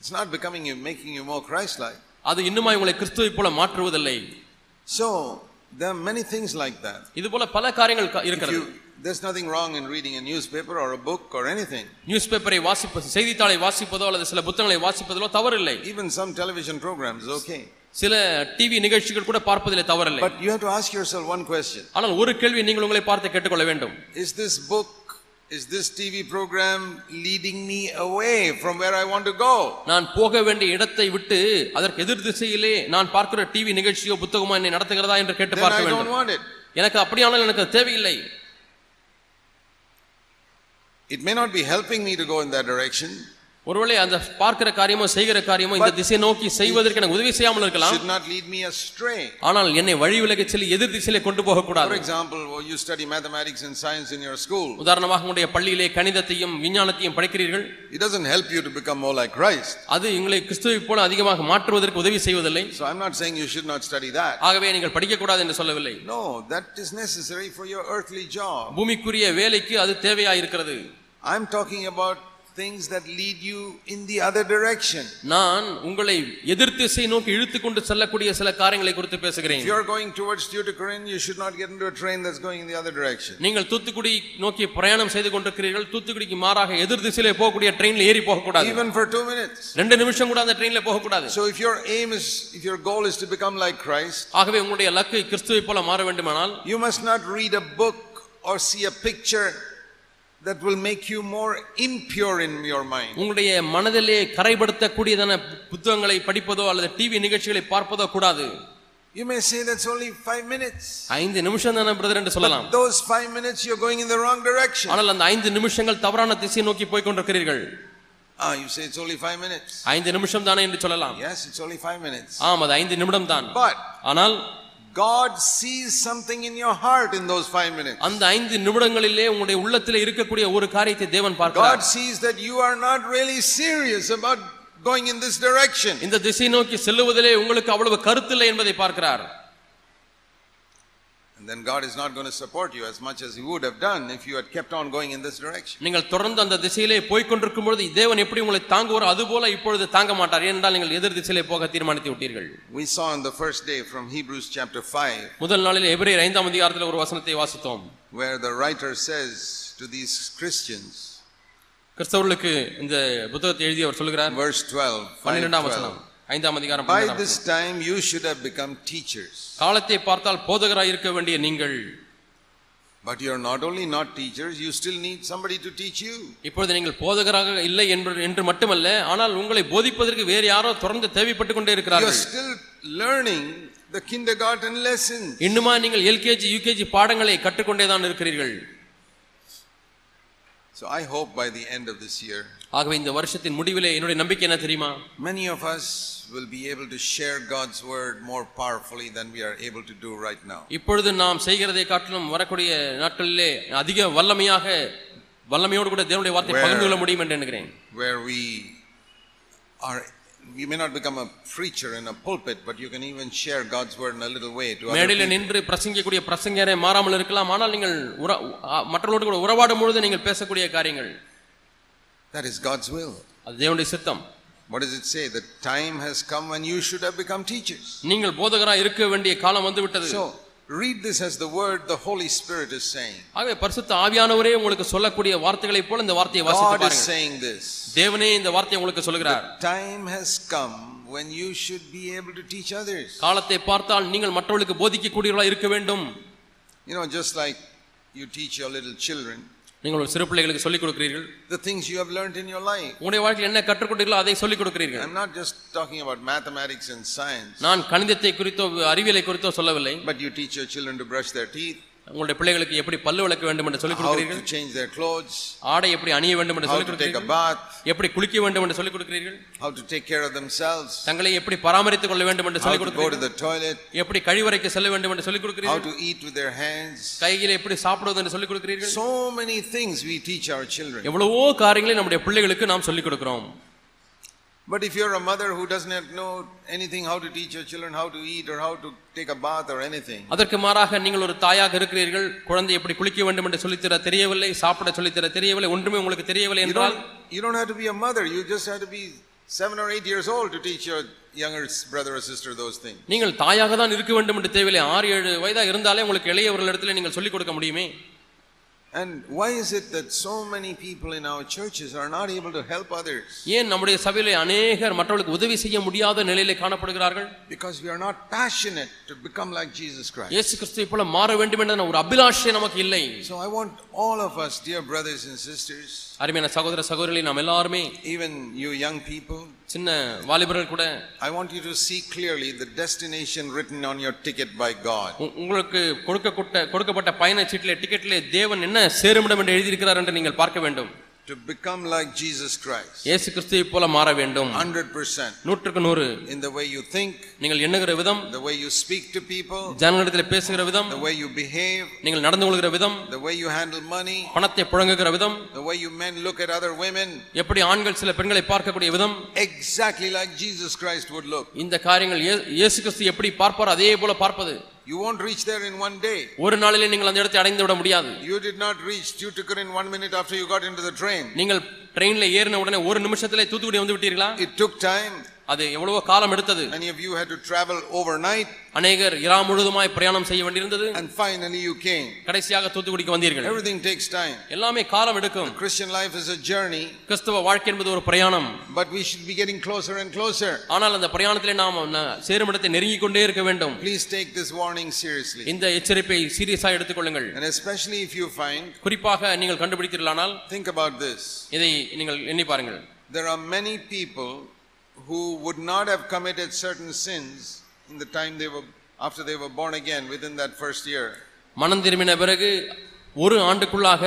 [SPEAKER 2] It's not becoming you, making you more Christ-like.
[SPEAKER 3] அது இன்னுமாய் உங்களை கிறிஸ்துவை போல மாற்றுவதில்லை
[SPEAKER 2] So there are many things like that.
[SPEAKER 3] இது போல பல காரியங்கள் க-
[SPEAKER 2] If
[SPEAKER 3] இருக்கிறது
[SPEAKER 2] you, there's nothing wrong in reading a newspaper or a book or anything.
[SPEAKER 3] News பேப்பரை வாசிப்ப செய்தித்தாளை வாசிப்பதோ அல்லது சில புத்தகங்களை வாசிப்பதிலோ தவறில்லை
[SPEAKER 2] Even some television programs, okay.
[SPEAKER 3] சில டிவி நிகழ்ச்சிகள் கூட பார்ப்பதிலே தவறில்லை
[SPEAKER 2] But you have to ask yourself one question:
[SPEAKER 3] ஆனால் ஒரு கேள்வி நீங்கள் உங்களை பார்த்து கேட்டுக்கொள்ள வேண்டும்
[SPEAKER 2] Is this book, is this TV program leading me away from where I want to go?
[SPEAKER 3] நான் போக வேண்டிய இடத்தை விட்டு அதற்கு எதிர் திசையிலே நான் பார்க்கிற டிவி நிகழ்ச்சியோ புத்தகமோ என்னை நடத்துகிறதா என்று கேட்டு
[SPEAKER 2] Then I
[SPEAKER 3] பார்க்க
[SPEAKER 2] don't
[SPEAKER 3] வேண்டும்
[SPEAKER 2] want it.
[SPEAKER 3] எனக்கு அப்படியானால் எனக்கு அது தேவையில்லை
[SPEAKER 2] It may not be helping me to go in that direction,
[SPEAKER 3] ஒருவேளை அந்த பார்க்கிற காரியமோ செய்கிற காரியமோ இந்த திசை நோக்கி செய்வதற்கு எனக்கு உதவி செய்யாமல் இருக்கலாம்
[SPEAKER 2] should not lead me astray.
[SPEAKER 3] ஆனால் என்னை வழி விலகச் சொல்லி எதிர் திசையிலே கொண்டு
[SPEAKER 2] For
[SPEAKER 3] போகக்கூடாது
[SPEAKER 2] example, oh, you study mathematics and science in your school.
[SPEAKER 3] உதாரணமாக உங்களுடைய பள்ளியிலே கணிதத்தையும் விஞ்ஞானத்தையும் படிக்கிறீர்கள்
[SPEAKER 2] It doesn't help you to become more like Christ.
[SPEAKER 3] அது உங்களை கிறிஸ்துவைப் போல அதிகமாக மாற்றுவதற்கு உதவி செய்வதில்லை
[SPEAKER 2] So I'm not saying you should not study that.
[SPEAKER 3] ஆகவே நீங்கள் படிக்கக்கூடாது என்று சொல்லவில்லை
[SPEAKER 2] No, that is necessary for your earthly job.
[SPEAKER 3] பூமிக்குரிய வேலைக்கு அது தேவையாயிருக்கிறது
[SPEAKER 2] I'm talking about things that lead you in the other direction.
[SPEAKER 3] நான் உங்களை எதிர்த்திசை நோக்கி இழுத்து கொண்டு செல்லக்கூடிய சில காரியங்களை குறித்து
[SPEAKER 2] If
[SPEAKER 3] பேசுகிறேன்
[SPEAKER 2] you're going towards Tuticorin, you should not get into a train that's going in the other direction.
[SPEAKER 3] நீங்கள் தூத்துக்குடி நோக்கி பிரயாணம் செய்து கொண்டிருக்கிறீர்கள் தூத்துக்குடிக்கு மாறாக எதிர் திசையிலே போகக்கூடிய ட்ரெயின்ல ஏறி போகக்கூடாது
[SPEAKER 2] Even for two minutes.
[SPEAKER 3] ரெண்டு நிமிஷம் கூட அந்த ட்ரெயின்ல போகக்கூடாது
[SPEAKER 2] So if your aim is, if your goal is to become like Christ,
[SPEAKER 3] ஆகவே உங்களுடைய லக்கு கிறிஸ்துவை போல மாற வேண்டுமானால்
[SPEAKER 2] you must not read a book or see a picture that will make you more impure in your mind.
[SPEAKER 3] உங்களுடைய மனதிலே கரைபடுத்தக்கூடியதான புத்தகங்களை படிப்பதோ அல்லது டிவி நிகழ்ச்சிகளை பார்ப்பதோ கூடாது
[SPEAKER 2] You may say that's only five minutes.
[SPEAKER 3] ஐந்து நிமிஷம் தானே பிரதர் என்று சொல்லலாம்
[SPEAKER 2] Those five minutes you're going in the wrong direction.
[SPEAKER 3] ஆனால் அந்த ஐந்து நிமிஷங்கள் தவறான திசை நோக்கி போய் கொண்டிருக்கிறீர்கள்
[SPEAKER 2] Ah, you say it's only five minutes.
[SPEAKER 3] ஐந்து நிமிஷம் தானே என்று சொல்லலாம்
[SPEAKER 2] Yes, it's only five minutes.
[SPEAKER 3] ஆம் அது ஐந்து நிமிடம் தான்
[SPEAKER 2] But
[SPEAKER 3] ஆனால்
[SPEAKER 2] God sees something in your heart in those five minutes.
[SPEAKER 3] அந்த ஐந்து நிமிடங்களிலே உங்களுடைய உள்ளத்திலே இருக்கக்கூடிய ஒரு காரியத்தை தேவன்
[SPEAKER 2] God
[SPEAKER 3] பார்க்கிறார்
[SPEAKER 2] sees that you are not really serious about going in this direction.
[SPEAKER 3] இந்த திசை நோக்கி செல்லுவதிலே உங்களுக்கு அவ்வளவு கருத்தில்லை என்பதை பார்க்கிறார்
[SPEAKER 2] And then God is not going to support you as much as He would have done if you had kept on going in this direction.
[SPEAKER 3] நீங்கள் தொடர்ந்து அந்த திசையிலே போய்க் கொண்டிருக்கும் பொழுது தேவன் எப்படி உங்களை தாங்குவாரோ அதுபோல இப்பொழுது தாங்க மாட்டார் ஏனென்றால் நீங்கள் எதிர் திசையிலே போக தீர்மானித்து விட்டீர்கள்
[SPEAKER 2] We saw on the first day from Hebrews chapter 5
[SPEAKER 3] முதல் நாளில் எபிரேயர் ஐந்தாம் அதிகாரத்தில் ஒரு வசனத்தை வாசித்தோம்
[SPEAKER 2] where the writer says to these Christians,
[SPEAKER 3] கிறிஸ்தவர்களுக்கு இந்த புத்தகத்தை எழுதி அவர் சொல்கிறார்
[SPEAKER 2] verse 12, 5,
[SPEAKER 3] பன்னிரெண்டாம்
[SPEAKER 2] 12
[SPEAKER 3] வசனம் ஐந்தாம் அதிகாரம்
[SPEAKER 2] By
[SPEAKER 3] பன்னிரெண்டாம்
[SPEAKER 2] this time you should have become teachers.
[SPEAKER 3] காலத்தை பார்த்தால் போதகராய் இருக்க வேண்டிய நீங்கள்
[SPEAKER 2] But you're not only not teachers, you still need somebody to teach you.
[SPEAKER 3] இப்பொழுது நீங்கள் போதகராக இல்லை என்று என்று மட்டுமல்ல ஆனால் உங்களை போதிப்பதற்கு வேறு யாரோ தொடர்ந்து தேவைப்பட்டு கொண்டே
[SPEAKER 2] You're
[SPEAKER 3] இருக்கிறார்கள்
[SPEAKER 2] still learning the kindergarten lesson.
[SPEAKER 3] இன்னுமா நீங்கள் எல்கேஜி யூகேஜி பாடங்களை கற்றுக்கொண்டே தான் இருக்கிறீர்கள்
[SPEAKER 2] So I hope by the end of this year,
[SPEAKER 3] ஆகவே இந்த வருஷத்தின் முடிவிலே என்னுடைய நம்பிக்கை என்ன தெரியுமா
[SPEAKER 2] Many of us will be able to share God's word more powerfully than we are able to do right now.
[SPEAKER 3] இப்பொழுது நாம் செய்கிறதை காட்டிலும் வரக்கூடிய நாட்களிலே அதிக வல்லமையாக வல்லமையோடு கூட தேவனுடைய வார்த்தை
[SPEAKER 2] Where-
[SPEAKER 3] பகிர்ந்து கொள்ள முடியும் என்று நினைக்கிறேன்
[SPEAKER 2] Where we are, we may not become a preacher in a pulpit, but you can even share God's word in a little way to other
[SPEAKER 3] மேடையில
[SPEAKER 2] people.
[SPEAKER 3] நின்று பிரசங்கிக்கக்கூடிய பிரசங்கரே மாறாமல் இருக்கலாம் ஆனால் நீங்கள் உற- ஆ, மற்றவர்களோடு கூட உறவாடும் பொழுது நீங்கள் பேசக்கூடிய காரியங்கள்
[SPEAKER 2] That is God's will.
[SPEAKER 3] அது தேவனுடைய சித்தம்
[SPEAKER 2] What does it say? The time has come when you should have become teachers.
[SPEAKER 3] நீங்கள் போதகரா இருக்க வேண்டிய காலம் வந்து விட்டது
[SPEAKER 2] So read this as the word the Holy Spirit is saying.
[SPEAKER 3] ஆகவே பரிசுத்த ஆவியானவரே உங்களுக்கு சொல்லக்கூடிய வார்த்தைகளைப் போல இந்த வார்த்தையை வாசித்து
[SPEAKER 2] God is
[SPEAKER 3] பாருங்க
[SPEAKER 2] saying this.
[SPEAKER 3] தேவனே இந்த வார்த்தையை உங்களுக்கு சொல்கிறார்
[SPEAKER 2] Time has come when you should be able to teach others.
[SPEAKER 3] காலத்தை பார்த்தால் நீங்கள் மற்றவர்களுக்கு போதிக்கக்கூடியவர்களாக இருக்க வேண்டும்
[SPEAKER 2] You know, just like you teach your little children,
[SPEAKER 3] நீங்கள் ஒரு சிறு பிள்ளைகளுக்கு சொல்லிக் கொடுக்கிறீர்கள்
[SPEAKER 2] the things you have learned in your life.
[SPEAKER 3] உங்களுடைய வாழ்க்கையில் என்ன கற்றுக்கொண்டீர்களோ அதை சொல்லிக் கொடுக்கிறீர்கள்
[SPEAKER 2] I'm not just talking about mathematics and science,
[SPEAKER 3] நான் கணிதத்தை குறித்தோ அறிவியலை குறித்தோ சொல்லவில்லை
[SPEAKER 2] but you teach your children to brush their teeth,
[SPEAKER 3] உங்களுடைய பிள்ளைகளுக்கு எப்படி பல்லு விளக்க வேண்டும் என்று சொல்லிக்
[SPEAKER 2] how to
[SPEAKER 3] கொடுக்கிறீர்கள்
[SPEAKER 2] change their clothes,
[SPEAKER 3] ஆடை எப்படி அணிய வேண்டும் என்று
[SPEAKER 2] how
[SPEAKER 3] சொல்லிக்
[SPEAKER 2] to take a
[SPEAKER 3] கொடுக்கிறீர்கள்
[SPEAKER 2] bath,
[SPEAKER 3] எப்படி குளிக்க வேண்டும் என்று சொல்லிக் கொடுக்கிறீர்கள்
[SPEAKER 2] how to take care of themselves,
[SPEAKER 3] தங்களை எப்படி பராமரித்துக் கொள்ள வேண்டும் என்று
[SPEAKER 2] how
[SPEAKER 3] சொல்லிக்
[SPEAKER 2] to go to
[SPEAKER 3] கொடுக்கிறீர்கள்
[SPEAKER 2] the toilet,
[SPEAKER 3] எப்படி கழிவறைக்கு செல்ல வேண்டும் என்று சொல்லிக் கொடுக்கிறீர்கள்
[SPEAKER 2] how to eat with their hands.
[SPEAKER 3] கையில் எப்படி சாப்பிடுவது என்று சொல்லிக் கொடுக்கிறீர்கள்
[SPEAKER 2] So many things we teach our children.
[SPEAKER 3] எவ்வளவோ காரியங்களை நம்முடைய பிள்ளைகளுக்கு நாம் சொல்லிக் கொடுக்கிறோம்
[SPEAKER 2] But if you're a mother who doesn't know anything how to teach your children how to eat or how to take a bath or anything,
[SPEAKER 3] அதற்கு மாறாக நீங்கள் ஒரு தாயாக இருக்கிறீர்கள் குழந்தை எப்படி குளிக்க வேண்டும் என்று சொல்லித்தர தெரியவில்லை சாப்பிட சொல்லித்தர தெரியவில்லை ஒன்றுமே உங்களுக்கு தெரியவில்லை
[SPEAKER 2] You
[SPEAKER 3] என்றால்
[SPEAKER 2] don't, you don't have to be a mother. You just have to be seven or eight years old to teach your younger s- brother or sister those things.
[SPEAKER 3] நீங்கள் தாயாக தான் இருக்க வேண்டும் என்று தேவையில்லை ஆறு ஏழு வயதாக இருந்தாலே உங்களுக்கு இளையவர்களிடத்தில் நீங்கள் சொல்லிக் கொடுக்க முடியுமே
[SPEAKER 2] And why is it that so many people in our churches are not able to help others?
[SPEAKER 3] ஏன் நம்முடைய சபையிலே அநேகர் மற்றவர்களுக்கு உதவி செய்ய முடியாத நிலையிலே காணப்படுகிறார்கள்
[SPEAKER 2] Because we are not passionate to become like Jesus Christ.
[SPEAKER 3] இயேசு கிறிஸ்துவை போல மாற வேண்டும் என்ற ஒரு அபிலாஷை நமக்கு இல்லை
[SPEAKER 2] So I want all of us, dear brothers and sisters,
[SPEAKER 3] அருமையான சகோதர சகோதரிகளை நாம் எல்லாருமே
[SPEAKER 2] even you young people,
[SPEAKER 3] சின்ன வாலிபர்கள் கூட
[SPEAKER 2] I want you to see clearly the destination written on your ticket by God.
[SPEAKER 3] உ- உங்களுக்கு கொடுக்கப்பட்ட கொடுக்கப்பட்ட பயணச் சீட்டிலே டிக்கெட்டிலே தேவன் என்ன சேருமிடம் என்று எழுதியிருக்கிறார் என்று நீங்கள் பார்க்க வேண்டும்
[SPEAKER 2] to become like Jesus Christ.
[SPEAKER 3] இயேசு கிறிஸ்துவை போல மாற வேண்டும்
[SPEAKER 2] 100%
[SPEAKER 3] நூற்றுக்கு நூறு
[SPEAKER 2] in the way you think,
[SPEAKER 3] நீங்கள் எண்ணுகிற விதம்
[SPEAKER 2] the way you speak to people,
[SPEAKER 3] ஜனங்களிடத்தில் பேசுகிற விதம்
[SPEAKER 2] the way you behave,
[SPEAKER 3] நீங்கள் நடந்து கொள்கிற விதம்
[SPEAKER 2] the way you handle money,
[SPEAKER 3] பணத்தை புழங்குகிற விதம்
[SPEAKER 2] the way you men look at other women,
[SPEAKER 3] எப்படி ஆண்கள் சில பெண்களை பார்க்கக்கூடிய விதம்
[SPEAKER 2] exactly like Jesus Christ would look.
[SPEAKER 3] இந்த காரியங்கள் இயே- இயேசு கிறிஸ்து எப்படி பார்ப்பாரோ அதே போல பார்ப்பது
[SPEAKER 2] You won't reach there in one day.
[SPEAKER 3] ஒரு நாளிலே நீங்கள் அந்த இடத்தை அடைந்து விட முடியாது
[SPEAKER 2] You did not reach Tuticorin in one minute after you got into the train.
[SPEAKER 3] நீங்கள் ட்ரெயின்ல ஏறின உடனே ஒரு நிமிஷத்திலே தூத்துக்குடி வந்து விட்டீர்களா
[SPEAKER 2] It took time.
[SPEAKER 3] அது எவ்வளவோ காலம் எடுத்தது
[SPEAKER 2] Many of you had to travel overnight,
[SPEAKER 3] அநேகர் இரா முழுதுமாய் பிரயாணம் செய்ய வேண்டியிருந்தது
[SPEAKER 2] and finally you came.
[SPEAKER 3] கடைசியாக தூத்துக்குடிக்கு வந்தீர்கள்
[SPEAKER 2] Everything takes time.
[SPEAKER 3] எல்லாமே காலம் எடுக்கும்
[SPEAKER 2] Christian life is a journey,
[SPEAKER 3] கிறிஸ்தவ வாழ்க்கை என்பது ஒரு பிரயாணம்
[SPEAKER 2] but we should be getting closer and closer.
[SPEAKER 3] ஆனால் அந்த பிரயாணத்திலே நாம் ந- சேரும் இடத்தை நெருங்கிக் கொண்டே இருக்க வேண்டும்
[SPEAKER 2] Please take this warning seriously.
[SPEAKER 3] இந்த எச்சரிப்பை சீரியஸாக எடுத்துக்கொள்ளுங்கள்
[SPEAKER 2] And especially if you find,
[SPEAKER 3] குறிப்பாக நீங்கள் கண்டுபிடித்தீர்களானால்
[SPEAKER 2] think about this.
[SPEAKER 3] இதை நீங்கள் எண்ணி பாருங்கள்
[SPEAKER 2] There are many people who would not have committed certain sins in the time they were, after they were born again, within that first year.
[SPEAKER 3] மனம் திரும்பின பிறகு ஒரு ஆண்டுக்குள்ளாக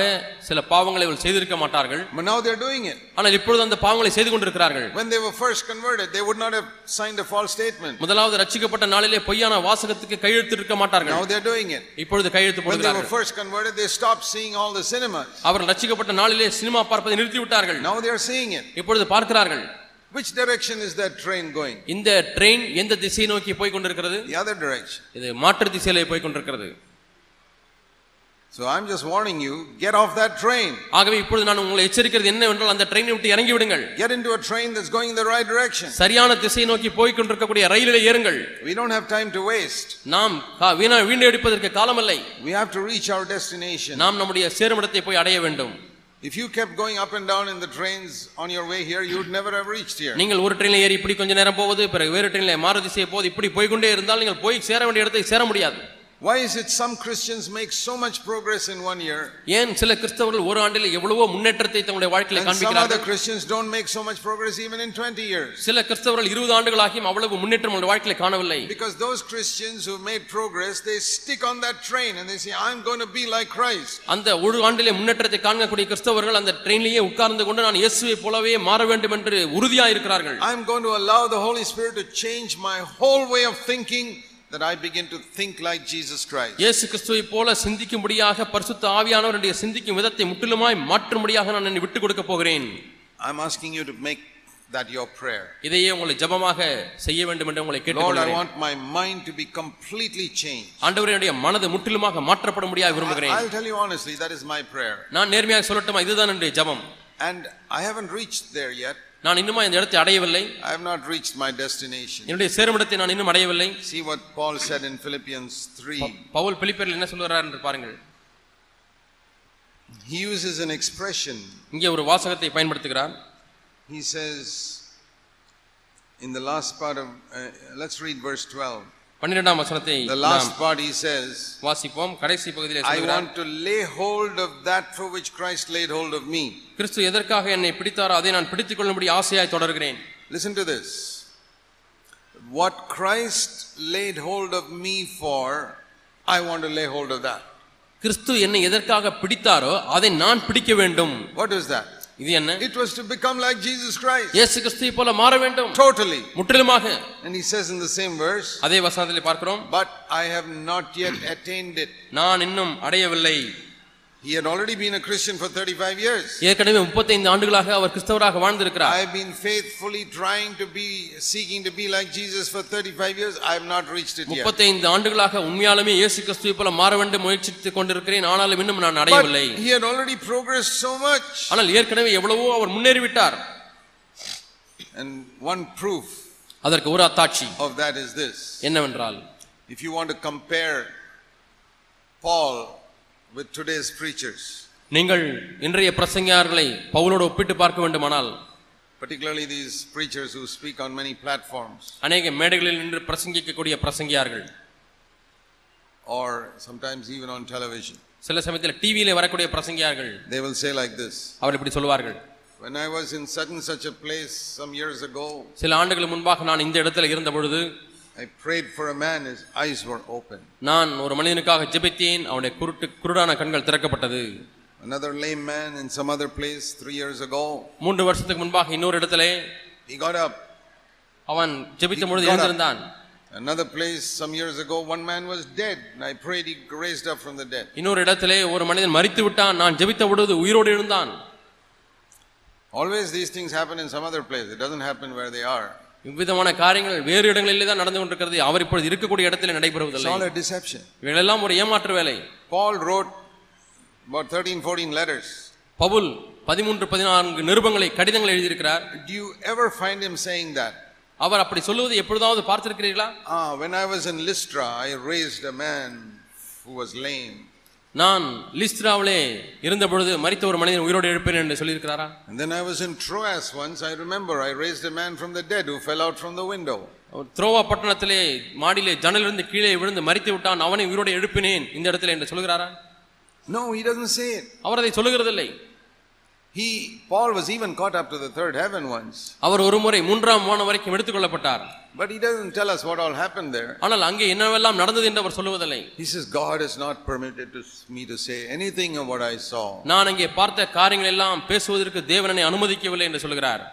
[SPEAKER 3] சில பாவங்களை இவர்கள் செய்திருக்க மாட்டார்கள்
[SPEAKER 2] But now they're doing it.
[SPEAKER 3] ஆனால் இப்பொழுது அந்த பாவங்களை செய்து கொண்டிருக்கிறார்கள்
[SPEAKER 2] When they were first converted, they would not have signed a false statement.
[SPEAKER 3] முதலாவது ரட்சிக்கப்பட்ட நாளிலே பொய்யான வாசகத்துக்கு கையெழுத்து இருக்க மாட்டார்கள்
[SPEAKER 2] Now they're doing it.
[SPEAKER 3] இப்பொழுது கையெழுத்து
[SPEAKER 2] When they were
[SPEAKER 3] போடுகிறார்கள்
[SPEAKER 2] first converted, they stopped seeing all the cinemas.
[SPEAKER 3] அவர் ரட்சிக்கப்பட்ட நாளிலே சினிமா பார்ப்பதை நிறுத்தி விட்டார்கள்
[SPEAKER 2] Now they are seeing it.
[SPEAKER 3] இப்பொழுது பார்க்கிறார்கள்
[SPEAKER 2] Which direction is that train going?
[SPEAKER 3] இந்த ட்ரெயின் எந்த திசையை நோக்கி போய் கொண்டிருக்கிறது
[SPEAKER 2] The other direction.
[SPEAKER 3] இது மாற்று திசையிலே போய் கொண்டிருக்கிறது
[SPEAKER 2] So I'm just warning you get off that train.
[SPEAKER 3] ஆகவே இப்பொழுது நான் உங்களை எச்சரிக்கிறது என்னவென்றால் அந்த ட்ரெயினை விட்டு இறங்கி விடுங்கள்
[SPEAKER 2] Get into a train that's going in the right direction.
[SPEAKER 3] சரியான திசையை நோக்கி போய் கொண்டிருக்கக்கூடிய ரயிலிலே ஏறுங்கள்
[SPEAKER 2] We don't have time to waste.
[SPEAKER 3] நாம் கா- வீணா வீணடிப்பதற்கு காலமில்லை
[SPEAKER 2] We have to reach our destination.
[SPEAKER 3] நாம் நம்முடைய சேருமிடத்தை போய் அடைய வேண்டும்
[SPEAKER 2] If you kept going up and down in the trains on your way here, you'd never have reached here.
[SPEAKER 3] நீங்கள் ஒரு ட்ரெயினில் ஏறி இப்படி கொஞ்ச நேரம் போவது பிறகு வேறு ட்ரெயினில் மாறு திசையை போவது இப்படி போய்க்கொண்டே இருந்தால் நீங்கள் போய் சேர வேண்டிய இடத்தை சேர முடியாது
[SPEAKER 2] Why is it some Christians make so much progress in one year
[SPEAKER 3] ஏன் சில கிறிஸ்தவர்கள் ஒரு ஆண்டில் எவ்வளவோ முன்னேற்றத்தை தங்களுடைய வாழ்க்கையில
[SPEAKER 2] and some other
[SPEAKER 3] காண்பிக்கிறார்கள்
[SPEAKER 2] Christians don't make so much progress even in 20 years?
[SPEAKER 3] சில கிறிஸ்தவர்கள் இருபது ஆண்டுகளாகியும் அவ்வளவு முன்னேற்றம் அவருடைய வாழ்க்கையில காணவில்லை
[SPEAKER 2] Because those Christians who made progress, they stick on that train and they say, I'm going to be like Christ.
[SPEAKER 3] அந்த ஒரு ஆண்டிலே முன்னேற்றத்தை காணக்கூடிய கிறிஸ்தவர்கள் அந்த ட்ரெயின்லேயே உட்கார்ந்து கொண்டு நான் இயேசுவை போலவே மாற வேண்டும் என்று உறுதியா இருக்கிறார்கள்
[SPEAKER 2] I'm going to allow the Holy Spirit to change my whole way of thinking that I begin to think like Jesus Christ.
[SPEAKER 3] இயேசு கிறிஸ்துவை போல சிந்திக்கும்படியாக பரிசுத்த ஆவியானவருடைய சிந்திக்கும் விதத்தை முற்றிலுமாய் மாற்றும்படியாக நான் என்னை விட்டுக் கொடுக்க போகிறேன்
[SPEAKER 2] I'm asking you to make that your prayer.
[SPEAKER 3] இதையே உங்களை ஜெபமாக செய்ய வேண்டும் என்று உங்களை
[SPEAKER 2] Lord, I
[SPEAKER 3] கேட்டுக்கொள்கிறேன்
[SPEAKER 2] want my mind to be completely changed.
[SPEAKER 3] ஆண்டவரே, என்னுடைய மனது முற்றிலுமாக மாற்றப்பட முடியாது விரும்புகிறேன்
[SPEAKER 2] I'll tell you honestly, that is my prayer.
[SPEAKER 3] நான் நேர்மையாக சொல்லட்டுமா இதுதான் என்னுடைய ஜெபம்
[SPEAKER 2] And I haven't reached there yet.
[SPEAKER 3] நான் இன்னுமா இந்த இடத்தை அடையவில்லை
[SPEAKER 2] I have not reached my destination.
[SPEAKER 3] என்னுடைய சேருமிடத்தை நான் இன்னும் அடையவில்லை
[SPEAKER 2] See what Paul said in Philippians 3.
[SPEAKER 3] Pavul பிலிப்பேரில் என்ன சொல்கிறார் என்று பாருங்கள்
[SPEAKER 2] He uses an expression.
[SPEAKER 3] இங்கே ஒரு வாசகத்தை பயன்படுத்துகிறார்
[SPEAKER 2] He says, in the last part of, uh, let's read verse 12.
[SPEAKER 3] பன்னிரெண்டாம் வசனத்தை
[SPEAKER 2] The
[SPEAKER 3] நாம்
[SPEAKER 2] last part, he says,
[SPEAKER 3] வாசிப்போம் கடைசி பகுதியிலே
[SPEAKER 2] I
[SPEAKER 3] சொல்கிறார்
[SPEAKER 2] want to lay hold of that for which Christ laid hold of me.
[SPEAKER 3] கிறிஸ்து எதற்காக என்னை பிடித்தாரோ அதை நான் பிடித்துக் கொள்ளும்படி ஆசையாய் தொடர்கிறேன்
[SPEAKER 2] Listen to this. What Christ laid hold of me for, I want to lay hold of that.
[SPEAKER 3] கிறிஸ்து என்னை எதற்காக பிடித்தாரோ அதை நான் பிடிக்க வேண்டும்
[SPEAKER 2] What is that?
[SPEAKER 3] இது என்ன
[SPEAKER 2] It was to become like Jesus Christ.
[SPEAKER 3] இயேசு கிறிஸ்துவை போல மாற வேண்டும்
[SPEAKER 2] Totally.
[SPEAKER 3] முற்றிலுமாக
[SPEAKER 2] And he says in the same verse,
[SPEAKER 3] அதே வசனத்திலே பார்க்கிறோம்
[SPEAKER 2] but I have not yet attained it.
[SPEAKER 3] நான் இன்னும் அடையவில்லை
[SPEAKER 2] He had already been a Christian for 35 years.
[SPEAKER 3] ஏற்கனவே முப்பத்தைந்து ஆண்டுகளாக அவர் கிறிஸ்தவராக
[SPEAKER 2] I
[SPEAKER 3] வாழ்ந்திருக்கிறார்
[SPEAKER 2] have been faithfully trying to be, seeking to be like Jesus for 35 years. I have not reached it yet.
[SPEAKER 3] முப்பத்தைந்து ஆண்டுகளாக உண்மையாலுமே இயேசு கிறிஸ்துவை போல மாற வேண்டும் முயற்சித்துக் கொண்டிருக்கிறேன் ஆனாலும் இன்னும் நான்
[SPEAKER 2] But
[SPEAKER 3] அடையவில்லை
[SPEAKER 2] he had already progressed so much.
[SPEAKER 3] ஆனால் ஏற்கனவே எவ்வளவோ அவர் முன்னேறிவிட்டார்
[SPEAKER 2] And one proof
[SPEAKER 3] அதற்கு ஒரு அத்தாட்சி
[SPEAKER 2] of that is this.
[SPEAKER 3] என்னவென்றால்
[SPEAKER 2] If you want to compare Paul with today's preachers,
[SPEAKER 3] நீங்கள் இன்றைய பிரசங்கியார்களை பவுலோடு ஒப்பிட்டு பார்க்க வேண்டுமானால்
[SPEAKER 2] particularly these preachers who speak on many platforms
[SPEAKER 3] அநேக மேடைகளில் நின்று பிரசங்கிக்கக்கூடிய பிரசங்கியார்கள்
[SPEAKER 2] or sometimes even on television,
[SPEAKER 3] சில சமயத்தில் டிவியில வரக்கூடிய பிரசங்கியார்கள்
[SPEAKER 2] they will say like this
[SPEAKER 3] அவர் இப்படி சொல்வார்கள்
[SPEAKER 2] When I was in such and such a place some years ago,
[SPEAKER 3] சில ஆண்டுகள் முன்பாக நான் இந்த இடத்துல இருந்த பொழுது
[SPEAKER 2] I prayed for a man, his eyes were open.
[SPEAKER 3] நான் ஒரு மனிதனுக்காக ஜெபித்தேன் அவனுடைய குருட்டு குருடான கண்கள் திறக்கப்பட்டது
[SPEAKER 2] Another lame man in some other place three years ago,
[SPEAKER 3] மூன்று வருஷத்துக்கு முன்பாக இன்னொரு இடத்திலே
[SPEAKER 2] he got up.
[SPEAKER 3] அவன் ஜெபித்த பொழுது எழுந்திருந்தான்
[SPEAKER 2] Another place some years ago, one man was dead, and I prayed he raised up from the dead.
[SPEAKER 3] இன்னொரு இடத்திலே ஒரு மனிதன் மரித்து விட்டான் நான் ஜெபித்த பொழுது உயிரோடு எழுந்தான்
[SPEAKER 2] Always these things happen in some other place. It doesn't happen where they are.
[SPEAKER 3] இவ்விதமான காரியங்கள் வேறு இடங்களிலே தான் நடந்து கொண்டிருக்கிறது அவர் இப்பொழுது இருக்கக்கூடிய இடத்திலே
[SPEAKER 2] It's
[SPEAKER 3] நடைபெறுவதில்லை
[SPEAKER 2] all a deception.
[SPEAKER 3] இவைகளெல்லாம் ஒரு ஏமாற்று வேலை
[SPEAKER 2] Paul wrote about 13, 14 letters.
[SPEAKER 3] Pavul பதிமூன்று பதினான்கு நிருபங்களை கடிதங்கள் எழுதியிருக்கிறார்
[SPEAKER 2] Do you ever find him saying that?
[SPEAKER 3] அவர் அப்படி சொல்லுவதை எப்பொழுதாவது பார்த்திருக்கிறீர்களா
[SPEAKER 2] Ah, when I was in Lystra, I raised a man who was lame.
[SPEAKER 3] நான் லிஸ்திராவிலே இருந்த பொழுது மரித்த ஒரு மனிதன் உயிரோடு எழுப்பேன் என்று சொல்லியிருக்கிறாரா
[SPEAKER 2] And then I was in Troas once, I remember, I raised a man from the dead who fell out from the window.
[SPEAKER 3] அவர் த்ரோவா பட்டணத்திலே மாடியிலே ஜன்னலிருந்து கீழே விழுந்து மரித்து விட்டான் அவனை உயிரோடு எழுப்பினேன் இந்த இடத்துல என்று சொல்கிறாரா
[SPEAKER 2] No, he doesn't say it.
[SPEAKER 3] அவர் அதை சொல்லுகிறதில்லை
[SPEAKER 2] He, Paul was even caught up to the third heaven once,
[SPEAKER 3] அவர் ஒரு முறை மூன்றாம் வானம் வரைக்கும் எடுத்துக் கொள்ளப்பட்டார்
[SPEAKER 2] but he doesn't tell us what all happened there.
[SPEAKER 3] ஆனால் அங்கே என்னவெல்லாம் நடந்தது என்று அவர் சொல்லுவதில்லை
[SPEAKER 2] He says, God has not permitted to, me to say anything of what I saw.
[SPEAKER 3] நான் அங்கே பார்த்த காரியங்கள் எல்லாம் பேசுவதற்கு தேவனை அனுமதிக்கவில்லை என்று சொல்கிறார்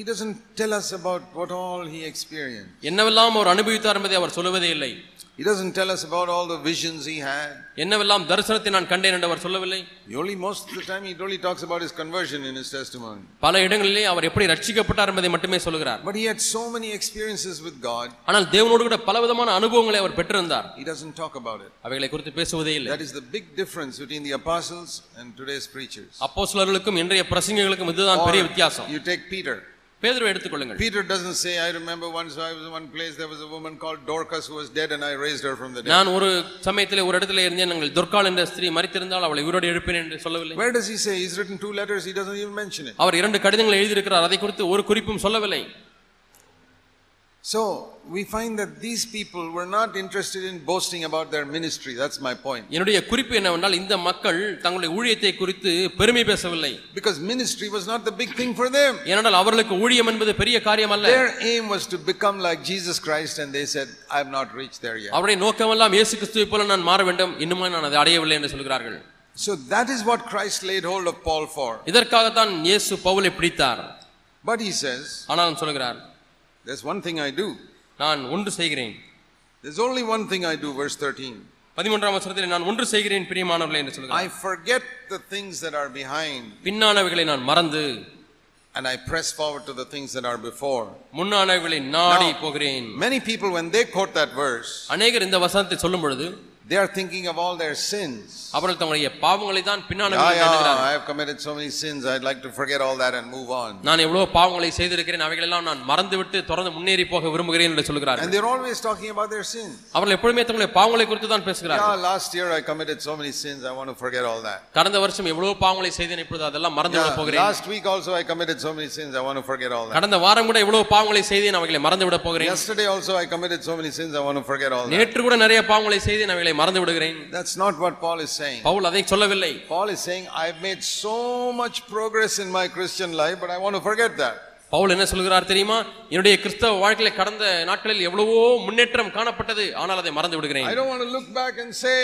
[SPEAKER 2] He doesn't tell us about what all he experienced.
[SPEAKER 3] என்னவெல்லாம் அவர் அனுபவித்தார் என்பதை அவர் சொல்லுவதே இல்லை
[SPEAKER 2] He doesn't tell us about all the visions he had.
[SPEAKER 3] என்னவெல்லாம் தரிசனத்தை நான் கண்டேன் என்று அவர் சொல்லவில்லை
[SPEAKER 2] He only, most of the time, he only talks about his conversion in his testimony.
[SPEAKER 3] பல இடங்களிலே அவர் எப்படி ரட்சிக்கப்பட்டார் என்பதை மட்டுமே சொல்கிறார்
[SPEAKER 2] But he had so many experiences with God,
[SPEAKER 3] ஆனால் தேவனோடு கூட பலவிதமான அனுபவங்களை அவர் பெற்றிருந்தார்
[SPEAKER 2] he doesn't talk about it.
[SPEAKER 3] அவைகளை குறித்து பேசுவதே இல்லை
[SPEAKER 2] That is the big difference between the apostles and today's preachers.
[SPEAKER 3] அப்போஸ்தலர்களுக்கும் இன்றைய பிரசங்கங்களுக்கும் இதுதான்
[SPEAKER 2] Or
[SPEAKER 3] பெரிய வித்தியாசம்
[SPEAKER 2] You take Peter.
[SPEAKER 3] பேதுருவை எடுத்துக்கொள்ளுங்கள்
[SPEAKER 2] Peter doesn't say, I remember once I was in one place, there was a woman called Dorcas who was dead and I raised her from the dead.
[SPEAKER 3] நான் ஒரு சமயத்திலே ஒரு இடத்துல இருந்தேன் நாங்கள் துர்கால் என்ற ஸ்திரீ மறித்திருந்தால் அவளை உயிரோடு எழுப்பேன் என்று சொல்லவில்லை
[SPEAKER 2] Where does he say? He's written two letters, he doesn't even mention it.
[SPEAKER 3] அவர் இரண்டு கடிதங்கள் எழுதியிருக்கிறார் அதை குறித்து ஒரு குறிப்பும் சொல்லவில்லை
[SPEAKER 2] So, we find that these people were not interested in boasting about their ministry. That's my point.
[SPEAKER 3] என்னுடைய குறிப்பு என்னவென்றால் இந்த மக்கள் தங்களுடைய ஊழியத்தை குறித்து பெருமை பேசவில்லை
[SPEAKER 2] Because ministry was not the big thing for them.
[SPEAKER 3] ஏனென்றால் அவர்களுக்கு ஊழியம் என்பது பெரிய காரியம் அல்ல
[SPEAKER 2] Their aim was to become like Jesus Christ, and they said, I have not reached there yet.
[SPEAKER 3] அவருடைய நோக்கமெல்லாம் இயேசு கிறிஸ்துவை போல நான் மாற வேண்டும் இன்னுமே நான் அதை அடையவில்லை என்று சொல்கிறார்கள்
[SPEAKER 2] So, that is what Christ laid hold of Paul for.
[SPEAKER 3] இதற்காகத்தான் இயேசு பவுலை பிடித்தார்
[SPEAKER 2] But he says,
[SPEAKER 3] ஆனாலும் சொல்கிறார்
[SPEAKER 2] There's one thing I do.
[SPEAKER 3] நான் ஒன்று செய்கிறேன்
[SPEAKER 2] There's only one thing I do, verse 13.
[SPEAKER 3] பதிமூன்றாம் வசனத்தில் நான் ஒன்று செய்கிறேன் பிரியமானவர்களே என்று சொல்கிறார்
[SPEAKER 2] I forget the things that are behind
[SPEAKER 3] பின்னானவைகளை நான் மறந்து
[SPEAKER 2] and I press forward to the things that are before.
[SPEAKER 3] முன்னானவைகளை நாடி
[SPEAKER 2] Now-
[SPEAKER 3] போகிறேன்
[SPEAKER 2] Many people, when they quote that verse,
[SPEAKER 3] அநேகர் இந்த வசனத்தை சொல்லும் பொழுது
[SPEAKER 2] they are thinking of all their sins.
[SPEAKER 3] அவர்கள் தங்களுடைய பாவங்களை தான்
[SPEAKER 2] Yeah,
[SPEAKER 3] பின்னானவைகளை
[SPEAKER 2] yeah,
[SPEAKER 3] எண்ணுகிறார்கள்.
[SPEAKER 2] I have committed so many sins, I'd like to forget all that and move on.
[SPEAKER 3] நான் எவ்வளவு பாவங்களை செய்திருக்கிறேன் அவைகளெல்லாம் நான் மறந்துவிட்டு தொடர்ந்து முன்னேறி போக விரும்புகிறேன் என்று சொல்கிறார்கள்
[SPEAKER 2] And they're always talking about their sin.
[SPEAKER 3] அவர்கள் எப்பொழுதுமே தங்களுடைய பாவங்களை குறித்து தான் பேசுகிறார்கள்
[SPEAKER 2] Yeah, last year I committed so many sins, I want to forget all that.
[SPEAKER 3] கடந்த வருஷம் எவ்வளவு பாவங்களை செய்தேன் இப்பொழுது அதெல்லாம் மறந்து
[SPEAKER 2] Yeah,
[SPEAKER 3] விட போகிறேன்
[SPEAKER 2] last week also I committed so many sins, I want to forget all that.
[SPEAKER 3] கடந்த வாரம் கூட எவ்வளவு பாவங்களை செய்தேன் அவைகளை மறந்து விட போகிறேன்
[SPEAKER 2] Yesterday also I committed so many sins, I want to forget all that.
[SPEAKER 3] நேற்று கூட நிறைய பாவங்களை செய்தேன் அவைகளை மறந்து விடுகிறேன்
[SPEAKER 2] That's not what Paul is saying.
[SPEAKER 3] Pavul அதை சொல்லவில்லை
[SPEAKER 2] Paul is saying, I've made so much progress in my Christian life, but I want to forget that.
[SPEAKER 3] Pavul என்ன சொல்கிறார் தெரியுமா என்னுடைய கிறிஸ்தவ வாழ்க்கையில கடந்த நாட்களில் எவ்வளவோ முன்னேற்றம் காணப்பட்டது ஆனால் அதை மறந்து விடுகிறேன்
[SPEAKER 2] I don't want to look back and say,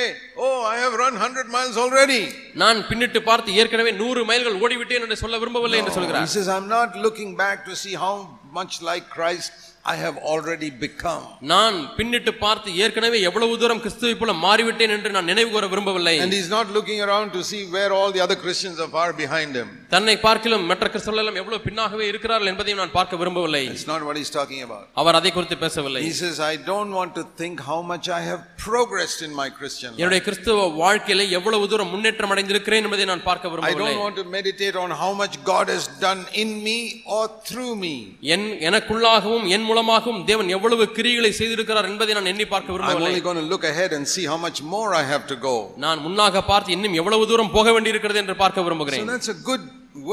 [SPEAKER 2] Oh, I have run 100 miles already.
[SPEAKER 3] நான் பின்னிட்டு பார்த்து ஏற்கனவே நூறு மைல்கள் ஓடிவிட்டேன் என்று சொல்ல விரும்பவில்லை என்று
[SPEAKER 2] He
[SPEAKER 3] சொல்கிறார்
[SPEAKER 2] says, I'm not looking back to see how much like Christ I have already become.
[SPEAKER 3] நான் பின்னிட்டு பார்த்து ஏற்கனவே எவ்வளவு தூரம் கிறிஸ்துவை போல மாறிவிட்டேன் என்று நான் நினைவு கூற விரும்பவில்லை
[SPEAKER 2] And he's not looking around to see where all the other Christians are far behind him.
[SPEAKER 3] தன்னை பார்க்கிலும் மற்ற கிறிஸ்தவர்கள் எல்லாம் எவ்வளவு பின்னாகவே இருக்கிறார்கள் என்பதையும் நான் பார்க்க விரும்பவில்லை
[SPEAKER 2] It's not what he's talking about.
[SPEAKER 3] அவர் அதை குறித்து பேசவில்லை
[SPEAKER 2] He says, I don't want to think how much I have progressed in my Christian life.
[SPEAKER 3] என்னுடைய கிறிஸ்துவ வாழ்க்கையில எவ்வளவு தூரம் முன்னேற்றம் அடைந்திருக்கிறேன் என்பதை நான் பார்க்க
[SPEAKER 2] I
[SPEAKER 3] விரும்பவில்லை
[SPEAKER 2] don't want to meditate on how much God has done in me or through me.
[SPEAKER 3] என் எனக்குள்ளாகவும் என் மூலமாகவும் தேவன் எவ்வளவு கிரியைகளை செய்திருக்கிறார் என்பதை நான் எண்ணி பார்க்க
[SPEAKER 2] I'm only
[SPEAKER 3] விரும்பவில்லை
[SPEAKER 2] going to look ahead and see how much more I have to go.
[SPEAKER 3] நான் முன்னாக பார்த்து இன்னும் எவ்வளவு தூரம் போக வேண்டியிருக்கிறது என்று பார்க்க
[SPEAKER 2] So
[SPEAKER 3] விரும்புகிறேன்
[SPEAKER 2] that's a good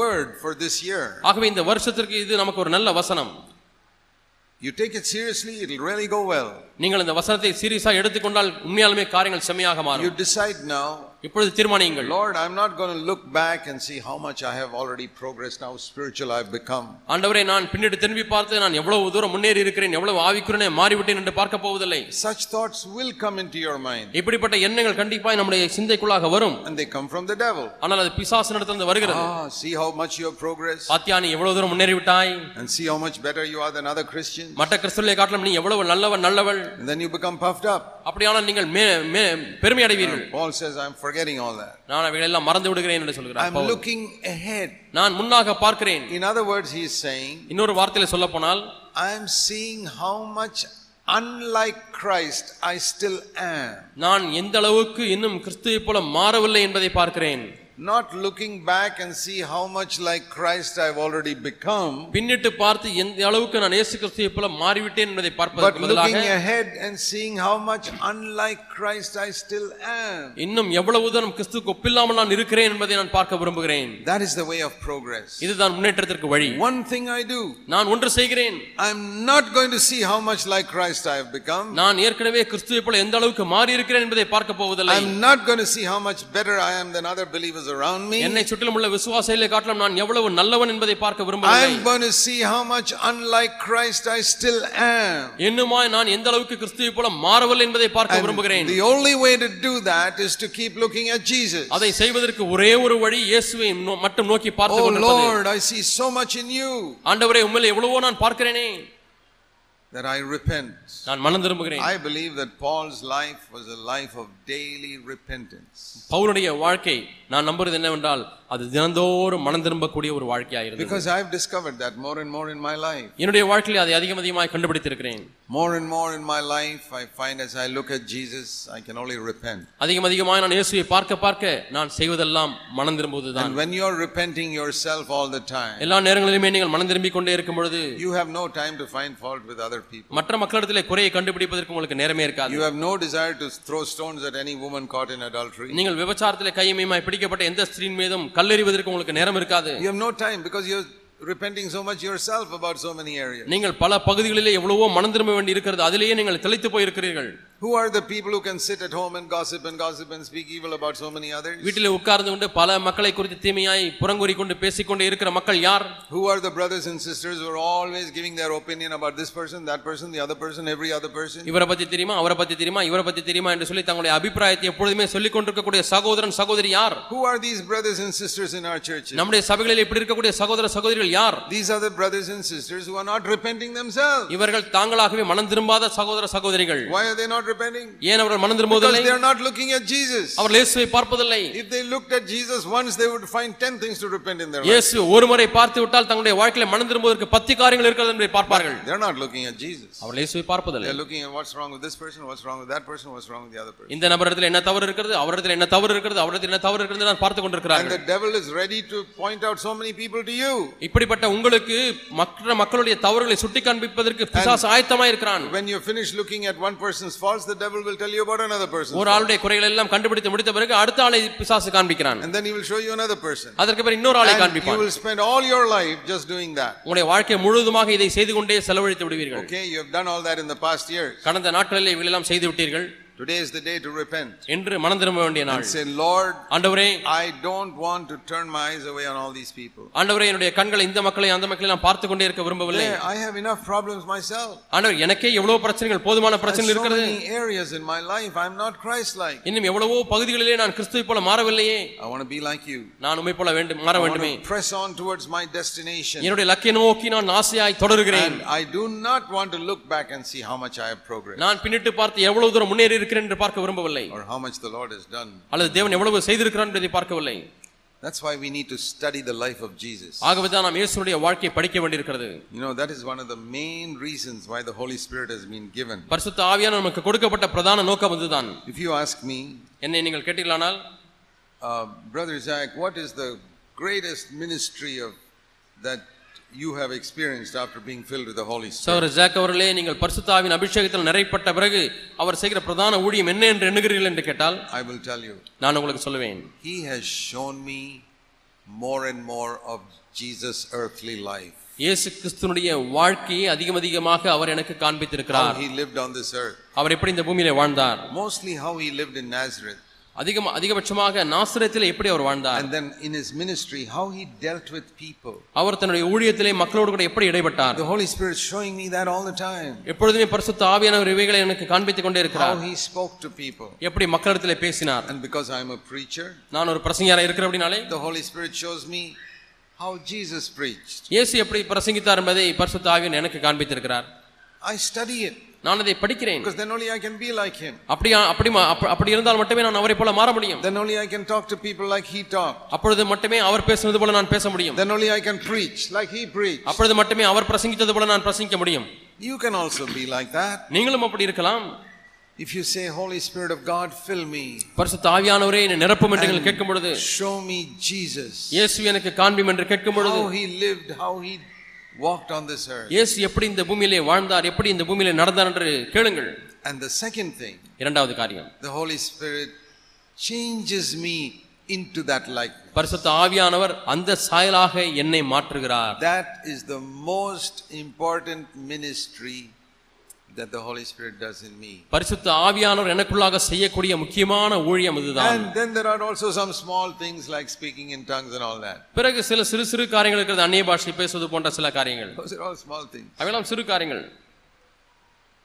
[SPEAKER 2] word for this year.
[SPEAKER 3] ஆகவே இந்த வருஷத்திற்கு இது நமக்கு ஒரு நல்ல வசனம்
[SPEAKER 2] You take it seriously, it'll really go well.
[SPEAKER 3] நீங்கள் இந்த வசனத்தை சீரியஸா எடுத்துக்கொண்டால் உண்மையாலுமே காரியங்கள் செம்மையாக
[SPEAKER 2] You
[SPEAKER 3] மாறும்
[SPEAKER 2] decide now
[SPEAKER 3] இப்பொழுது தீர்மானியுங்கள்
[SPEAKER 2] Lord, I'm not going to look back and see how much I have already progressed, how spiritual I've become.
[SPEAKER 3] ஆண்டவரே நான் பின்னிட்டு திரும்பி பார்த்து நான் எவ்வளவு தூரம் முன்னேறி இருக்கிறேன் எவ்வளவு ஆவிக்குறனே மாறிவிட்டேன் என்று பார்க்க போவதில்லை
[SPEAKER 2] Such thoughts will come into your mind,
[SPEAKER 3] இப்படிப்பட்ட எண்ணங்கள் கண்டிப்பாய் நம்முடைய சிந்தைக்குள்ளாக வரும்
[SPEAKER 2] and they come from the devil.
[SPEAKER 3] ஆனால் அது பிசாசினிடத்திலிருந்து வருகிறது
[SPEAKER 2] Ah, see how much you have progressed,
[SPEAKER 3] பாத்தியா நீ எவ்வளவு தூரம் முன்னேறி விட்டாய்
[SPEAKER 2] and see how much better you are than other Christians.
[SPEAKER 3] மற்ற கிறிஸ்துவை காட்டிலும் நீ எவ்வளவு நல்லவன் நல்லவள்
[SPEAKER 2] And then you become puffed up.
[SPEAKER 3] அப்படியானால் நீங்கள் மே மே பெருமை அடைவீர்கள்
[SPEAKER 2] Paul says, I'm forgetting all that.
[SPEAKER 3] நான் அவைகளெல்லாம் மறந்து விடுகிறேன் என்று சொல்கிறார்
[SPEAKER 2] I'm
[SPEAKER 3] பவுல்.
[SPEAKER 2] looking ahead.
[SPEAKER 3] நான் முன்னாக பார்க்கிறேன்
[SPEAKER 2] In other words, he's saying,
[SPEAKER 3] இன்னொரு வார்த்தையில சொல்ல போனால்
[SPEAKER 2] I'm seeing how much unlike Christ I still am.
[SPEAKER 3] நான் எந்த அளவுக்கு இன்னும் கிறிஸ்துவை போல மாறவில்லை என்பதை பார்க்கிறேன்
[SPEAKER 2] Not looking back and see how much like Christ I've already become,
[SPEAKER 3] பின்னிட்டு பார்த்து எந்த அளவுக்கு நான் இயேசு கிறிஸ்துவை போல மாறிவிட்டேன் என்பதை
[SPEAKER 2] but
[SPEAKER 3] பார்ப்பதற்கு
[SPEAKER 2] looking
[SPEAKER 3] பதிலாக
[SPEAKER 2] ahead and seeing how much unlike Christ I still am.
[SPEAKER 3] இன்னும் எவ்வளவு தூரம் கிறிஸ்துக்கு ஒப்பில்லாமல் நான் இருக்கிறேன் என்பதை நான் பார்க்க விரும்புகிறேன்
[SPEAKER 2] That is the way of progress.
[SPEAKER 3] இதுதான் முன்னேற்றத்திற்கு வழி
[SPEAKER 2] One thing I do,
[SPEAKER 3] நான் ஒன்று செய்கிறேன்
[SPEAKER 2] I'm not going to see how much like Christ I have become.
[SPEAKER 3] நான் ஏற்கனவே கிறிஸ்துவை போல எந்த அளவுக்கு மாறி இருக்கிறேன் என்பதை பார்க்க போவதில்லை
[SPEAKER 2] I'm not going to see how much better I am than other believers around me.
[SPEAKER 3] என்னை சுற்றிலும் உள்ள விசுவாசிகளை காட்டிலும் நான் எவ்வளவு நல்லவன் என்பதை பார்க்க விரும்பவில்லை
[SPEAKER 2] I'm going to see how much unlike Christ I still am.
[SPEAKER 3] இன்னுமாய் நான் எந்த அளவுக்கு கிறிஸ்துவை போல மாறவில்லை என்பதை பார்க்க விரும்புகிறேன்
[SPEAKER 2] The only way to do that is to keep looking at Jesus.
[SPEAKER 3] அதை செய்வதற்கு ஒரே ஒரு வழி இயேசுவை நோ- மட்டும் நோக்கி பார்த்து
[SPEAKER 2] Oh
[SPEAKER 3] கொண்டிருப்பது
[SPEAKER 2] Lord, I see so much in you
[SPEAKER 3] ஆண்டவரே உண்மையில எவ்வளவோ நான் பார்க்கிறேனே
[SPEAKER 2] that I repent.
[SPEAKER 3] நான் மனம் திரும்புகிறேன்
[SPEAKER 2] I believe that Paul's life was a life of daily repentance.
[SPEAKER 3] பவுலுடைய வாழ்க்கை நான் நம்புறது என்னவென்றால் அது தினந்தோறும் மனம் திரும்பக்கூடிய ஒரு வாழ்க்கையாயிருந்தது
[SPEAKER 2] Because I've discovered that more and more in my life.
[SPEAKER 3] என்னுடைய வாழ்க்கையில அதை அதிகம் அதிகமாக கண்டுபிடித்திருக்கிறேன்
[SPEAKER 2] More and more in my life, I find as I look at Jesus, I can only repent.
[SPEAKER 3] அதிகம் அதிகமாக நான் இயேசுவை பார்க்க பார்க்க நான் செய்வதெல்லாம் மனம் திரும்புவதுதான்
[SPEAKER 2] And when you're repenting yourself all the time,
[SPEAKER 3] எல்லா நேரங்களிலுமே நீங்கள் மனம் திரும்பிக் கொண்டே இருக்கும் பொழுது
[SPEAKER 2] you have no time to find fault with other people.
[SPEAKER 3] மற்ற மக்களிடத்திலே குறையை கண்டுபிடிப்பதற்கு உங்களுக்கு நேரமே இருக்காது
[SPEAKER 2] You have no desire to throw stones at any woman caught in adultery.
[SPEAKER 3] நீங்கள் விபச்சாரத்திலே கையமையமாய் பிடிக்கப்பட்ட எந்த ஸ்திரீன் மீதும் கல்லெறிவதற்கு உங்களுக்கு நேரம் இருக்காது
[SPEAKER 2] You have no time because you're repenting so much yourself about so many areas.
[SPEAKER 3] நீங்கள் பல பகுதிகளிலே எவ்வளவோ மனம் திரும்ப வேண்டி இருக்கிறது அதிலேயே நீங்கள் தெளித்து போயிருக்கிறீர்கள்
[SPEAKER 2] Who are the people who can sit at home and gossip and gossip and speak evil about so many others?
[SPEAKER 3] வீட்டிலே உட்கார்ந்து கொண்டு பல மக்களை குறித்து தீமையாய் புறங்கூறி கொண்டு பேசிக்கொண்டு இருக்கிற மக்கள் யார்
[SPEAKER 2] Who are the brothers and sisters who are always giving their opinion about this person, that person, the other person, every other person?
[SPEAKER 3] இவரை பத்தி தெரியுமா அவரை பத்தி தெரியுமா இவரை பத்தி தெரியுமா என்று சொல்லி தங்களுடைய அபிப்பிராயத்தை எப்பொழுதுமே சொல்லிக் கொண்டிருக்கக்கூடிய சகோதரன் சகோதரி யார்
[SPEAKER 2] Who are these brothers and sisters in our churches?
[SPEAKER 3] நம்முடைய சபைகளில் இப்படி இருக்கக்கூடிய சகோதர சகோதரிகள் யார்
[SPEAKER 2] These are the brothers and sisters who are not repenting themselves.
[SPEAKER 3] இவர்கள் தாங்களாகவே மனம் திரும்பாத சகோதர சகோதரிகள்
[SPEAKER 2] Why are they not repenting?
[SPEAKER 3] ஏன் அவர்கள் மனம்
[SPEAKER 2] Because
[SPEAKER 3] திரும்புவதில்லை
[SPEAKER 2] they are not looking at Jesus.
[SPEAKER 3] அவர்கள் இயேசுவை பார்ப்பதில்லை
[SPEAKER 2] If they looked at Jesus once, they would find 10 things to repent in their life.
[SPEAKER 3] இயேசு ஒரு முறை பார்த்து விட்டால் தங்களுடைய வாழ்க்கையில மனம் திரும்புவதற்கு பத்து காரியங்கள் இருக்கிறது என்பதை பார்ப்பார்கள்
[SPEAKER 2] They're not looking at Jesus.
[SPEAKER 3] அவர்கள் இயேசுவை பார்ப்பதில்லை
[SPEAKER 2] They're looking at what's wrong with this person, what's wrong with that person, what's wrong with the other person.
[SPEAKER 3] இந்த நபரிடத்தில் என்ன தவறு இருக்கிறது அவரிடத்தில் என்ன தவறு இருக்கிறது அவரிடத்தில் என்ன தவறு இருக்கிறது நான் பார்த்து
[SPEAKER 2] And
[SPEAKER 3] கொண்டிருக்கிறார்கள்
[SPEAKER 2] the devil is ready to point out so many people to you.
[SPEAKER 3] இப்படிப்பட்ட உங்களுக்கு மற்ற மக்களுடைய தவறுகளை சுட்டி காண்பிப்பதற்கு பிசாசு ஆயத்தமாய் இருக்கிறான்
[SPEAKER 2] When you finish looking at one person's faults, the devil will tell you about another person.
[SPEAKER 3] ஒரு ஆளுடைய குறைகள் எல்லாம் கண்டுபிடித்து முடித்த பிறகு அடுத்த ஆளை பிசாசு காண்பிக்கிறான்
[SPEAKER 2] And then he will show you another person.
[SPEAKER 3] அதற்கு பிறகு இன்னொரு ஆளை
[SPEAKER 2] And you
[SPEAKER 3] காண்பிப்பான்
[SPEAKER 2] will spend all your life just doing that.
[SPEAKER 3] உங்களுடைய வாழ்க்கை முழுவதுமாக இதை செய்து கொண்டே செலவழித்து விடுவீர்கள்
[SPEAKER 2] Okay, you have done all that in the past years.
[SPEAKER 3] கடந்த நாட்களில் இவையெல்லாம் செய்து விட்டீர்கள்
[SPEAKER 2] Today is the day to repent.
[SPEAKER 3] என்று மனம் திரும்ப வேண்டிய
[SPEAKER 2] And
[SPEAKER 3] நாள்
[SPEAKER 2] say, Lord,
[SPEAKER 3] ஆண்டவரே
[SPEAKER 2] I don't want to turn my eyes away on all these people.
[SPEAKER 3] ஆண்டவரே என்னுடைய கண்களை இந்த மக்களையும் அந்த மக்களையும் நான் பார்த்து கொண்டே இருக்க விரும்பவில்லை
[SPEAKER 2] Yeah, I have enough problems myself.
[SPEAKER 3] ஆண்டவர் எனக்கே எவ்வளவு பிரச்சனைகள் போதுமான
[SPEAKER 2] There's
[SPEAKER 3] பிரச்சனைகள்
[SPEAKER 2] so
[SPEAKER 3] இருக்கிறது
[SPEAKER 2] many areas in my life I'm not Christ-like.
[SPEAKER 3] இன்னும் எவ்வளவோ பகுதிகளிலே நான் கிறிஸ்துவை போல மாறவில்லையே
[SPEAKER 2] I want to be like you.
[SPEAKER 3] நான் உண்மை போல வேண்டும் மாற
[SPEAKER 2] I want
[SPEAKER 3] வேண்டுமே
[SPEAKER 2] to press on towards my destination.
[SPEAKER 3] என்னுடைய லக்கை நோக்கி நான் ஆசையாய் தொடருகிறேன்
[SPEAKER 2] And I do not want to look back and see how much I have progressed
[SPEAKER 3] நான் பின்னிட்டு பார்த்து எவ்வளவு தூரம் முன்னேறி இருக்கிறேன் என்று பார்க்க விரும்பவில்லை
[SPEAKER 2] or how much the Lord has done.
[SPEAKER 3] அல்லது தேவன் எவ்வளவு செய்திருக்கிறான் என்பதை பார்க்கவில்லை
[SPEAKER 2] That's why we need to study the life of Jesus.
[SPEAKER 3] ஆகவே தான் நாம் இயேசுனுடைய வாழ்க்கையை படிக்க வேண்டியிருக்கிறது
[SPEAKER 2] You know, that is one of the main reasons why the Holy Spirit has been given.
[SPEAKER 3] பரிசுத்த ஆவியான நமக்கு கொடுக்கப்பட்ட பிரதான நோக்கம் அதுதான்
[SPEAKER 2] If you ask me,
[SPEAKER 3] என்னை நீங்கள் கேட்டீர்களானால்
[SPEAKER 2] uh, Brother Zach, what is the greatest ministry of that you have experienced after being filled with the Holy Spirit?
[SPEAKER 3] சகோதர ஜாக் அவர்களே நீங்கள் பரிசுத்தாவின் அபிஷேகத்தில் நிறைப்பட்ட பிறகு அவர் செய்கிற பிரதான ஊழியம் என்ன என்று எண்ணுகிறீர்கள் என்று கேட்டால்
[SPEAKER 2] I will tell you.
[SPEAKER 3] நான் உங்களுக்கு சொல்லுவேன்
[SPEAKER 2] He has shown me more and more of Jesus' earthly life,
[SPEAKER 3] இயேசு கிறிஸ்துனுடைய வாழ்க்கையை அதிகம் அதிகமாக அவர் எனக்கு
[SPEAKER 2] how
[SPEAKER 3] காண்பித்திருக்கிறார்
[SPEAKER 2] he lived on this earth,
[SPEAKER 3] அவர் எப்படி இந்த பூமியிலே வாழ்ந்தார்
[SPEAKER 2] mostly how he lived in Nazareth.
[SPEAKER 3] அதிகம் அதிகபட்சமாக நாசிரியத்தில் எப்படி அவர் வாழ்ந்தார்
[SPEAKER 2] and then in his ministry, how he dealt with people.
[SPEAKER 3] அவர் தன்னுடைய ஊழியத்திலே மக்களோடு கூட எப்படி இடைப்பட்டார்
[SPEAKER 2] The Holy Spirit is showing me that all the time.
[SPEAKER 3] எப்பொழுதுமே பரிசுத்த ஆவியானவர் இவைகளை எனக்கு காண்பித்துக் கொண்டே
[SPEAKER 2] How
[SPEAKER 3] இருக்கிறார்
[SPEAKER 2] he spoke to people.
[SPEAKER 3] எப்படி மக்களிடத்திலே பேசினார்
[SPEAKER 2] And because I'm a preacher,
[SPEAKER 3] நான் ஒரு பிரசங்கியாரா இருக்கிறேன் அப்படின்னாலே
[SPEAKER 2] the Holy Spirit shows me how Jesus preached.
[SPEAKER 3] இயேசு எப்படி பிரசங்கித்தார் என்பதை பரிசுத்த ஆவியான் எனக்கு காண்பித்திருக்கிறார்
[SPEAKER 2] I study it
[SPEAKER 3] நான் அதை படிக்கிறேன்
[SPEAKER 2] because then only I can be like him.
[SPEAKER 3] அப்படி அப்படி ம- அப்ப- அப்படி இருந்தால் மட்டுமே நான் அவரை போல மாற முடியும்
[SPEAKER 2] Then only I can talk to people like he talked.
[SPEAKER 3] அப்பொழுது மட்டுமே அவர் பேசுனது போல நான் பேச முடியும்
[SPEAKER 2] Then only I can preach like he preached.
[SPEAKER 3] அப்பொழுது மட்டுமே அவர் பிரசங்கித்தது போல நான் பிரசங்கிக்க முடியும்
[SPEAKER 2] You can also be like that.
[SPEAKER 3] நீங்களும் அப்படி இருக்கலாம்
[SPEAKER 2] If you say, Holy Spirit of God, fill me,
[SPEAKER 3] பரிசுத்த ஆவியானவரே என்னை நிரப்பும் என்று நீங்கள் கேட்கும் பொழுது
[SPEAKER 2] show me Jesus,
[SPEAKER 3] இயேசு எனக்கு காண்பிம் என்று கேட்கும் பொழுது
[SPEAKER 2] how he lived, how he walked on this earth.
[SPEAKER 3] இயேசு எப்படி இந்த பூமியிலே வாழ்ந்தார் எப்படி இந்த பூமியிலே நடந்தார் என்று கேளுங்கள்
[SPEAKER 2] And the second thing,
[SPEAKER 3] இரண்டாவது காரியம்
[SPEAKER 2] the Holy Spirit changes me into that likeness.
[SPEAKER 3] பரிசுத்த ஆவியானவர் அந்த சாயலாக என்னை மாற்றுகிறார்
[SPEAKER 2] That is the most important ministry that the Holy Spirit does in me.
[SPEAKER 3] பரிசுத்த ஆவியானவர் எனக்குள்ளாக செய்யக்கூடிய முக்கியமான ஊழியம் இதுதான்
[SPEAKER 2] And then there are also some small things like speaking in tongues and all that.
[SPEAKER 3] பிறகு சில சிறு சிறு காரியங்கள் இருக்கிறது அந்நிய பாஷை பேசுவது போன்ற சில காரியங்கள்
[SPEAKER 2] Those are all small things.
[SPEAKER 3] அவையெல்லாம் சிறு காரியங்கள்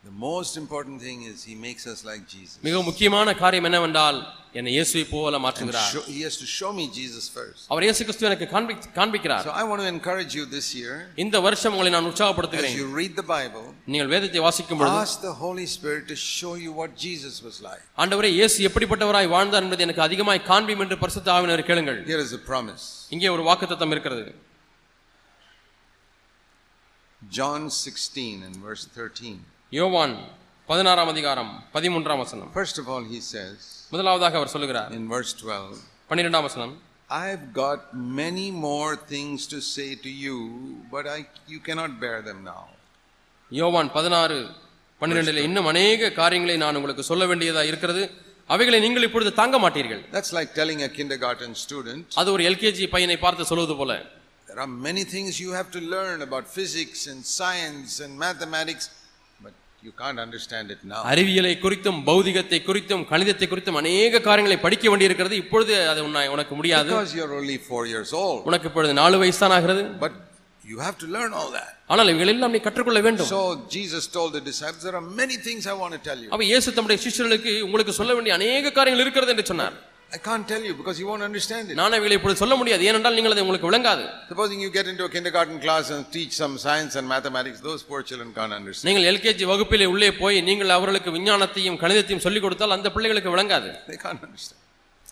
[SPEAKER 2] The most important thing is He makes us like Jesus.
[SPEAKER 3] மிக முக்கியமான காரியம் என்னவென்றால் என்னை இயேசுவை போல
[SPEAKER 2] And
[SPEAKER 3] மாற்றுகிறார்
[SPEAKER 2] show, He has to show me Jesus first.
[SPEAKER 3] அவர் இயேசு கிறிஸ்து எனக்கு காண்பி- காண்பிக்கிறார்
[SPEAKER 2] So I want to encourage you this year
[SPEAKER 3] இந்த வருஷம் உங்களை நான்
[SPEAKER 2] as
[SPEAKER 3] உற்சாகப்படுத்துகிறேன்
[SPEAKER 2] you read the Bible,
[SPEAKER 3] நீங்கள் வேதத்தை வாசிக்கும் பொழுது
[SPEAKER 2] ask the Holy Spirit to show you what Jesus was like.
[SPEAKER 3] ஆண்டவரே இயேசு எப்படிப்பட்டவராய் வாழ்ந்தார் என்பதை எனக்கு அதிகமாய் காண்பியும் என்று பரிசுத்த ஆவியினர் கேளுங்கள்
[SPEAKER 2] Here is a promise
[SPEAKER 3] இங்கே ஒரு வாக்குத்தத்தம் இருக்கிறது
[SPEAKER 2] John 16 and verse 13.
[SPEAKER 3] யோவான் பதினாறாம் அதிகாரம் பதிமூன்றாம் வசனம்
[SPEAKER 2] First of all, He says
[SPEAKER 3] முதலாவதாக அவர் சொல்லுகிறார்
[SPEAKER 2] in verse 12,
[SPEAKER 3] பன்னிரெண்டாம் வசனம்
[SPEAKER 2] I've got many more things to say to you, but I, you cannot bear them now.
[SPEAKER 3] யோவான் பதினாறு பன்னிரெண்டில் இன்னும் அநேக காரியங்களை நான் உங்களுக்கு சொல்ல வேண்டியதா இருக்கிறது அவைகளை நீங்கள் இப்பொழுது தாங்க மாட்டீர்கள்
[SPEAKER 2] That's like telling a kindergarten student,
[SPEAKER 3] அது ஒரு எல்கேஜி பையனை பார்த்து சொல்வது போல
[SPEAKER 2] There are many things you have to learn about physics and science and mathematics, but you can't understand it now.
[SPEAKER 3] அறிவியலை குறித்தும் பௌதிகத்தை குறித்தும் கணிதத்தை குறித்தும் அநேக காரியங்களை படிக்க வேண்டியிருக்கிறது இப்பொழுது அது உன்னை- உனக்கு முடியாது
[SPEAKER 2] Because you're only four years old.
[SPEAKER 3] உனக்கு இப்பொழுது நாலு வயசு தான் ஆகிறது
[SPEAKER 2] But you have to learn all that.
[SPEAKER 3] ஆனால் இவைகளெல்லாம் நீ கற்றுக்கொள்ள வேண்டும்
[SPEAKER 2] So Jesus told the disciples, There are many things I want to tell you.
[SPEAKER 3] அப்ப இயேசு தம்முடைய சிஷ்யர்களுக்கு உங்களுக்கு சொல்ல வேண்டிய அநேக காரியங்கள் இருக்கிறது என்று சொன்னார்
[SPEAKER 2] I can't tell you because you won't understand it.
[SPEAKER 3] நான் இவைகளை இப்பொழுது சொல்ல முடியாது ஏனென்றால் நீங்கள் அது உங்களுக்கு விளங்காது
[SPEAKER 2] Supposing you get into a kindergarten class and teach some science and mathematics, those poor children can't understand.
[SPEAKER 3] நீங்கள் எல்கேஜி வகுப்பிலே உள்ளே போய் நீங்கள் அவர்களுக்கு விஞ்ஞானத்தையும் கணிதத்தையும் சொல்லிக் கொடுத்தால் அந்த பிள்ளைகளுக்கு விளங்காது
[SPEAKER 2] They can't understand.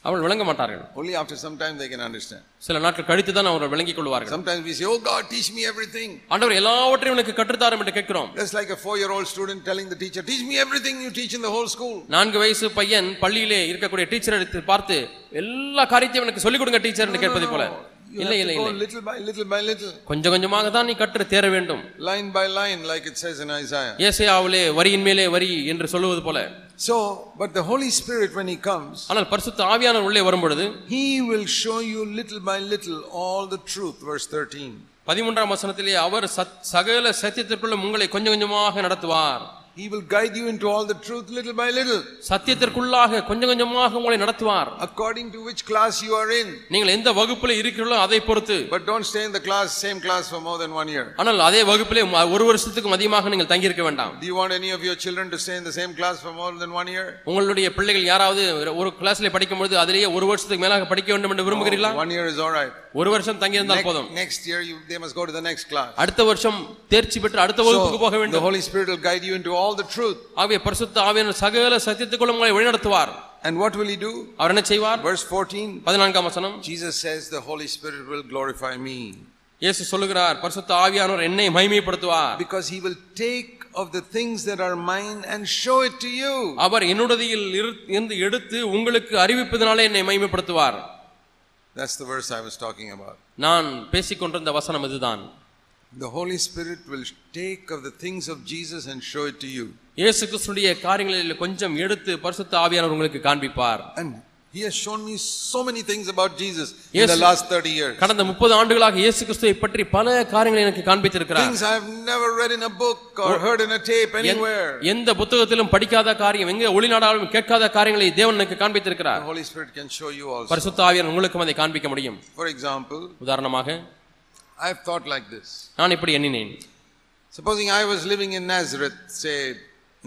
[SPEAKER 3] அவர்கள் விளங்க மாட்டார்கள்
[SPEAKER 2] Only after some time they can understand.
[SPEAKER 3] சில நாட்கள் கழித்து தான் அவர்கள் விளங்கிக் கொள்வார்கள்
[SPEAKER 2] Sometimes we say, Oh God, teach me everything.
[SPEAKER 3] ஆண்டவர் எல்லாவற்றையும் எனக்கு கற்றுத்தாரும் என்று கேட்கிறோம்
[SPEAKER 2] That's like a four year old student telling the teacher, Teach me everything you teach in the whole school.
[SPEAKER 3] நான்கு வயசு பையன் பள்ளியிலே இருக்கக்கூடிய டீச்சர் எடுத்து பார்த்து எல்லா காரியத்தையும் எனக்கு சொல்லிக் கொடுங்க டீச்சர் என்று கேட்பதை போல
[SPEAKER 2] Oh, You
[SPEAKER 3] இல்லை
[SPEAKER 2] have to
[SPEAKER 3] இல்லை
[SPEAKER 2] go
[SPEAKER 3] இல்லை
[SPEAKER 2] little by little by little,
[SPEAKER 3] கொஞ்சம் கொஞ்சமாக தான் நீ கற்று தேர வேண்டும்
[SPEAKER 2] line by line, like it says in Isaiah.
[SPEAKER 3] ஏசையாவிலே வரியின் மேலே வரி என்று சொல்லுவது போல
[SPEAKER 2] So, but the Holy Spirit, when He comes,
[SPEAKER 3] ஆனால் பரிசுத்த ஆவியானவர் உள்ளே வரும் பொழுது
[SPEAKER 2] He will show you little by little all the truth. Verse 13.
[SPEAKER 3] பதிமூன்றாம் வசனத்திலே அவர் சத்- சகல சத்தியத்திற்குள்ளும் உங்களை கொஞ்சம் கொஞ்சமாக நடத்துவார்
[SPEAKER 2] He will guide you into all the truth little by little,
[SPEAKER 3] சத்தியத்திற்குள்ளாக கொஞ்சம் கொஞ்சமாக உங்களை நடத்துவார்
[SPEAKER 2] according to which class you are in.
[SPEAKER 3] நீங்கள் எந்த வகுப்பில் இருக்கிறீர்களோ அதை பொறுத்து
[SPEAKER 2] But don't stay in the class, same class for more than one year.
[SPEAKER 3] ஆனால் அதே வகுப்பிலே ம- ஒரு வருஷத்துக்கும் அதிகமாக நீங்கள் தங்கியிருக்க வேண்டாம்
[SPEAKER 2] Do you want any of your children to stay in the same class for more than one year?
[SPEAKER 3] உங்களுடைய பிள்ளைகள் யாராவது ஒரு- ஒரு கிளாஸ்ல படிக்கும்போது அதிலேயே ஒரு வருஷத்துக்கு மேலாக படிக்க வேண்டும் என்று விரும்புகிறீர்களா
[SPEAKER 2] One year is all right.
[SPEAKER 3] ஒரு வருஷம் தங்கியிருந்தால் போதும்
[SPEAKER 2] Next, next year, you, they must go to the next class.
[SPEAKER 3] அடுத்த வருஷம் தேர்ச்சி பெற்று அடுத்த வகுப்புக்கு போக
[SPEAKER 2] So, the
[SPEAKER 3] வேண்டும்
[SPEAKER 2] Holy Spirit will guide you into all the truth.
[SPEAKER 3] ஆகிய பரிசுத்த ஆவியானவர் சகல சத்தியத்துக்குள்ள உங்களை வழிநடத்துவார்
[SPEAKER 2] And what will he do?
[SPEAKER 3] அவர் என்ன செய்வார்
[SPEAKER 2] Verse 14
[SPEAKER 3] பதினான்காம் வசனம்
[SPEAKER 2] Jesus says, The Holy Spirit will glorify me
[SPEAKER 3] இயேசு சொல்லுகிறார் பரிசுத்த ஆவியானவர் என்னை மகிமைப்படுத்துவார்
[SPEAKER 2] because he will take of the things that are mine and show it to you.
[SPEAKER 3] அவர் என்னுடையில் இரு- இருந்து எடுத்து உங்களுக்கு அறிவிப்பதனாலே என்னை மகிமைப்படுத்துவார்
[SPEAKER 2] That's the verse I was talking about.
[SPEAKER 3] நான் பேசிக்கொண்டிருந்த வசனம் இதுதான்
[SPEAKER 2] The Holy Spirit will take of the things of Jesus and show it to you.
[SPEAKER 3] இயேசு கிறிஸ்துடைய காரியங்களில் கொஞ்சம் எடுத்து பரிசுத்த ஆவியானவர் உங்களுக்கு காண்பிப்பார்
[SPEAKER 2] And He has shown me so many things about Jesus in the
[SPEAKER 3] Yes.
[SPEAKER 2] last 30 years.
[SPEAKER 3] கடந்த முப்பது ஆண்டுகளாக இயேசு கிறிஸ்துவை பற்றி பல காரியங்களை எனக்கு காண்பித்திருக்கிறார்
[SPEAKER 2] Things I have never read in a book or heard in a tape anywhere.
[SPEAKER 3] எந்த- எந்த புத்தகத்திலும் படிக்காத காரியம் எங்க ஒளிநாடாலும் கேட்காத காரியங்களை தேவன் எனக்கு
[SPEAKER 2] The
[SPEAKER 3] காண்பித்திருக்கிறார்
[SPEAKER 2] Holy Spirit can show you also.
[SPEAKER 3] பரிசுத்த ஆவியார் உங்களுக்கும் அதை காண்பிக்க முடியும்
[SPEAKER 2] For example,
[SPEAKER 3] உதாரணமாக
[SPEAKER 2] I have thought like this.
[SPEAKER 3] நான் இப்படி எண்ணினேன்
[SPEAKER 2] Supposing I was living in Nazareth, say,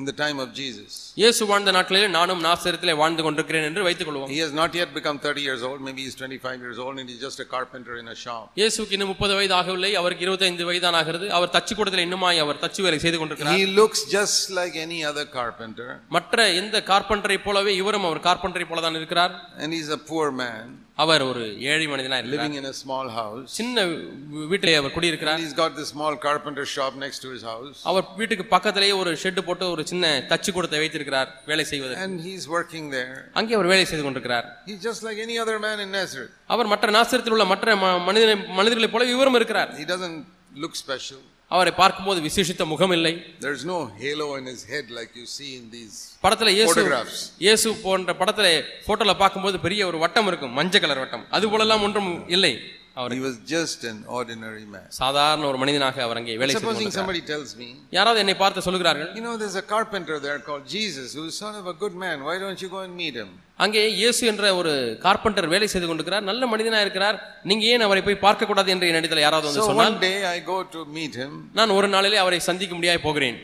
[SPEAKER 2] in the time of Jesus.
[SPEAKER 3] இயேசு வாழ்ந்த நாட்களிலே நானும் நாசரத்திலே வாழ்ந்து கொண்டிருக்கிறேன் என்று வைத்துக் கொள்வோம்
[SPEAKER 2] He has not yet become 30 years old, maybe he's 25 years old, and he's just a carpenter in a shop.
[SPEAKER 3] இயேசுக்கு இன்னும் முப்பது வயது ஆகவில்லை அவருக்கு இருபத்தைந்து வயதான் ஆகிறது அவர் தச்சு கூடத்தில் இன்னுமாய் அவர் தச்சு வேலை செய்து கொண்டிருக்கிறார்
[SPEAKER 2] He looks just like any other carpenter,
[SPEAKER 3] மற்ற எந்த கார்பெண்டரை போலவே இவரும் அவர் கார்பெண்டரை போல தான் இருக்கிறார்
[SPEAKER 2] and he's a poor man
[SPEAKER 3] அவர் ஒரு ஏழை மனிதனா இருக்கிறார்
[SPEAKER 2] living in a small house.
[SPEAKER 3] சின்ன வீ- வீட்டிலே அவர்
[SPEAKER 2] And
[SPEAKER 3] குடியிருக்கிறார்
[SPEAKER 2] he's got this small carpenter shop next to his house,
[SPEAKER 3] அவர் வீட்டுக்கு பக்கத்திலேயே ஒரு ஷெட் போட்டு ஒரு சின்ன தச்சு கூடத்தை வைத்திருக்கிறார் வேலை செய்வதற்கு
[SPEAKER 2] and he's working there.
[SPEAKER 3] அங்கே அவர் வேலை செய்து கொண்டிருக்கிறார்
[SPEAKER 2] He's just like any other man in Nazareth.
[SPEAKER 3] அவர் மற்ற நாசரத்தில் உள்ள மற்ற ம- மனிதனை மனிதர்களைப் போல இவரும் இருக்கிறார்
[SPEAKER 2] He doesn't look special.
[SPEAKER 3] அவரை பார்க்கும்போது விசேஷித்த முகம் இல்லை
[SPEAKER 2] There's no halo in his head like you see in these.
[SPEAKER 3] படத்துல இயேசு
[SPEAKER 2] Photographs.
[SPEAKER 3] இயேசு போன்ற படத்துல போட்டோல பார்க்கும்போது பெரிய ஒரு வட்டம் இருக்கும் மஞ்சள் கலர் வட்டம் அது போலலாம் ஒன்றும் இல்லை அவர்
[SPEAKER 2] He was just an ordinary man.
[SPEAKER 3] சாதாரண ஒரு மனிதனாக அவர் அங்கே வேலை செய்து
[SPEAKER 2] Supposing
[SPEAKER 3] கொண்டிருக்கிறார்.
[SPEAKER 2] somebody tells me,
[SPEAKER 3] யாராவது என்னை பார்த்து சொல்கிறார்கள்
[SPEAKER 2] You know, there's a carpenter there called Jesus who's sort of a good man. Why don't you go and meet him?
[SPEAKER 3] அங்கே இயேசு என்ற ஒரு கார்பெண்டர் வேலை செய்து கொண்டிருக்கிறார் நல்ல மனிதனா இருக்கிறார் நீங்க ஏன் அவரை போய் பார்க்க கூடாது என்று என்னிடத்தில் யாராவது வந்து
[SPEAKER 2] So
[SPEAKER 3] சொன்னால்
[SPEAKER 2] one day I go to meet him
[SPEAKER 3] நான் ஒரு நாளிலே அவரை சந்திக்க முடியாது போகிறேன்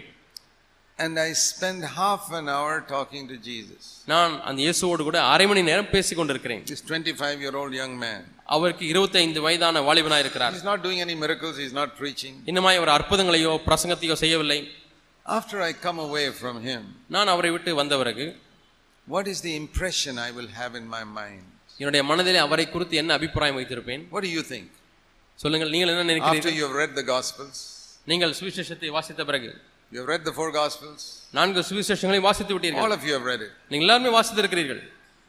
[SPEAKER 2] and I spend half an hour talking to Jesus.
[SPEAKER 3] நான் அந்த இயேசுவோடு கூட அரை மணி நேரம் பேசிக் கொண்டிருக்கிறேன்
[SPEAKER 2] This 25 year old young man.
[SPEAKER 3] அவருக்கு இருபத்தைந்து வயதான வாலிபனாய் இருக்கிறார்
[SPEAKER 2] He's not doing any miracles, he's not preaching.
[SPEAKER 3] இன்னுமாய் அவர் அற்புதங்களையோ பிரசங்கத்தையோ செய்யவில்லை
[SPEAKER 2] After I come away from him,
[SPEAKER 3] நான் அவரை விட்டு வந்த பிறகு
[SPEAKER 2] what is the impression I will have in my mind?
[SPEAKER 3] என்னுடைய மனதிலே அவரை குறித்து என்ன அபிப்பிராயம் வைத்திருப்பேன்
[SPEAKER 2] What do you think?
[SPEAKER 3] சொல்லுங்கள் நீங்கள் என்ன
[SPEAKER 2] After
[SPEAKER 3] நினைக்கிறீர்கள்
[SPEAKER 2] you have read the Gospels,
[SPEAKER 3] நீங்கள் சுவிசேஷத்தை வாசித்த பிறகு
[SPEAKER 2] you have read the four Gospels,
[SPEAKER 3] நான்கு சுவிசேஷங்களையும் வாசித்து
[SPEAKER 2] all
[SPEAKER 3] விட்டீர்கள்
[SPEAKER 2] of you have read it.
[SPEAKER 3] நீங்கள் எல்லாருமே வாசித்திருக்கிறீர்கள்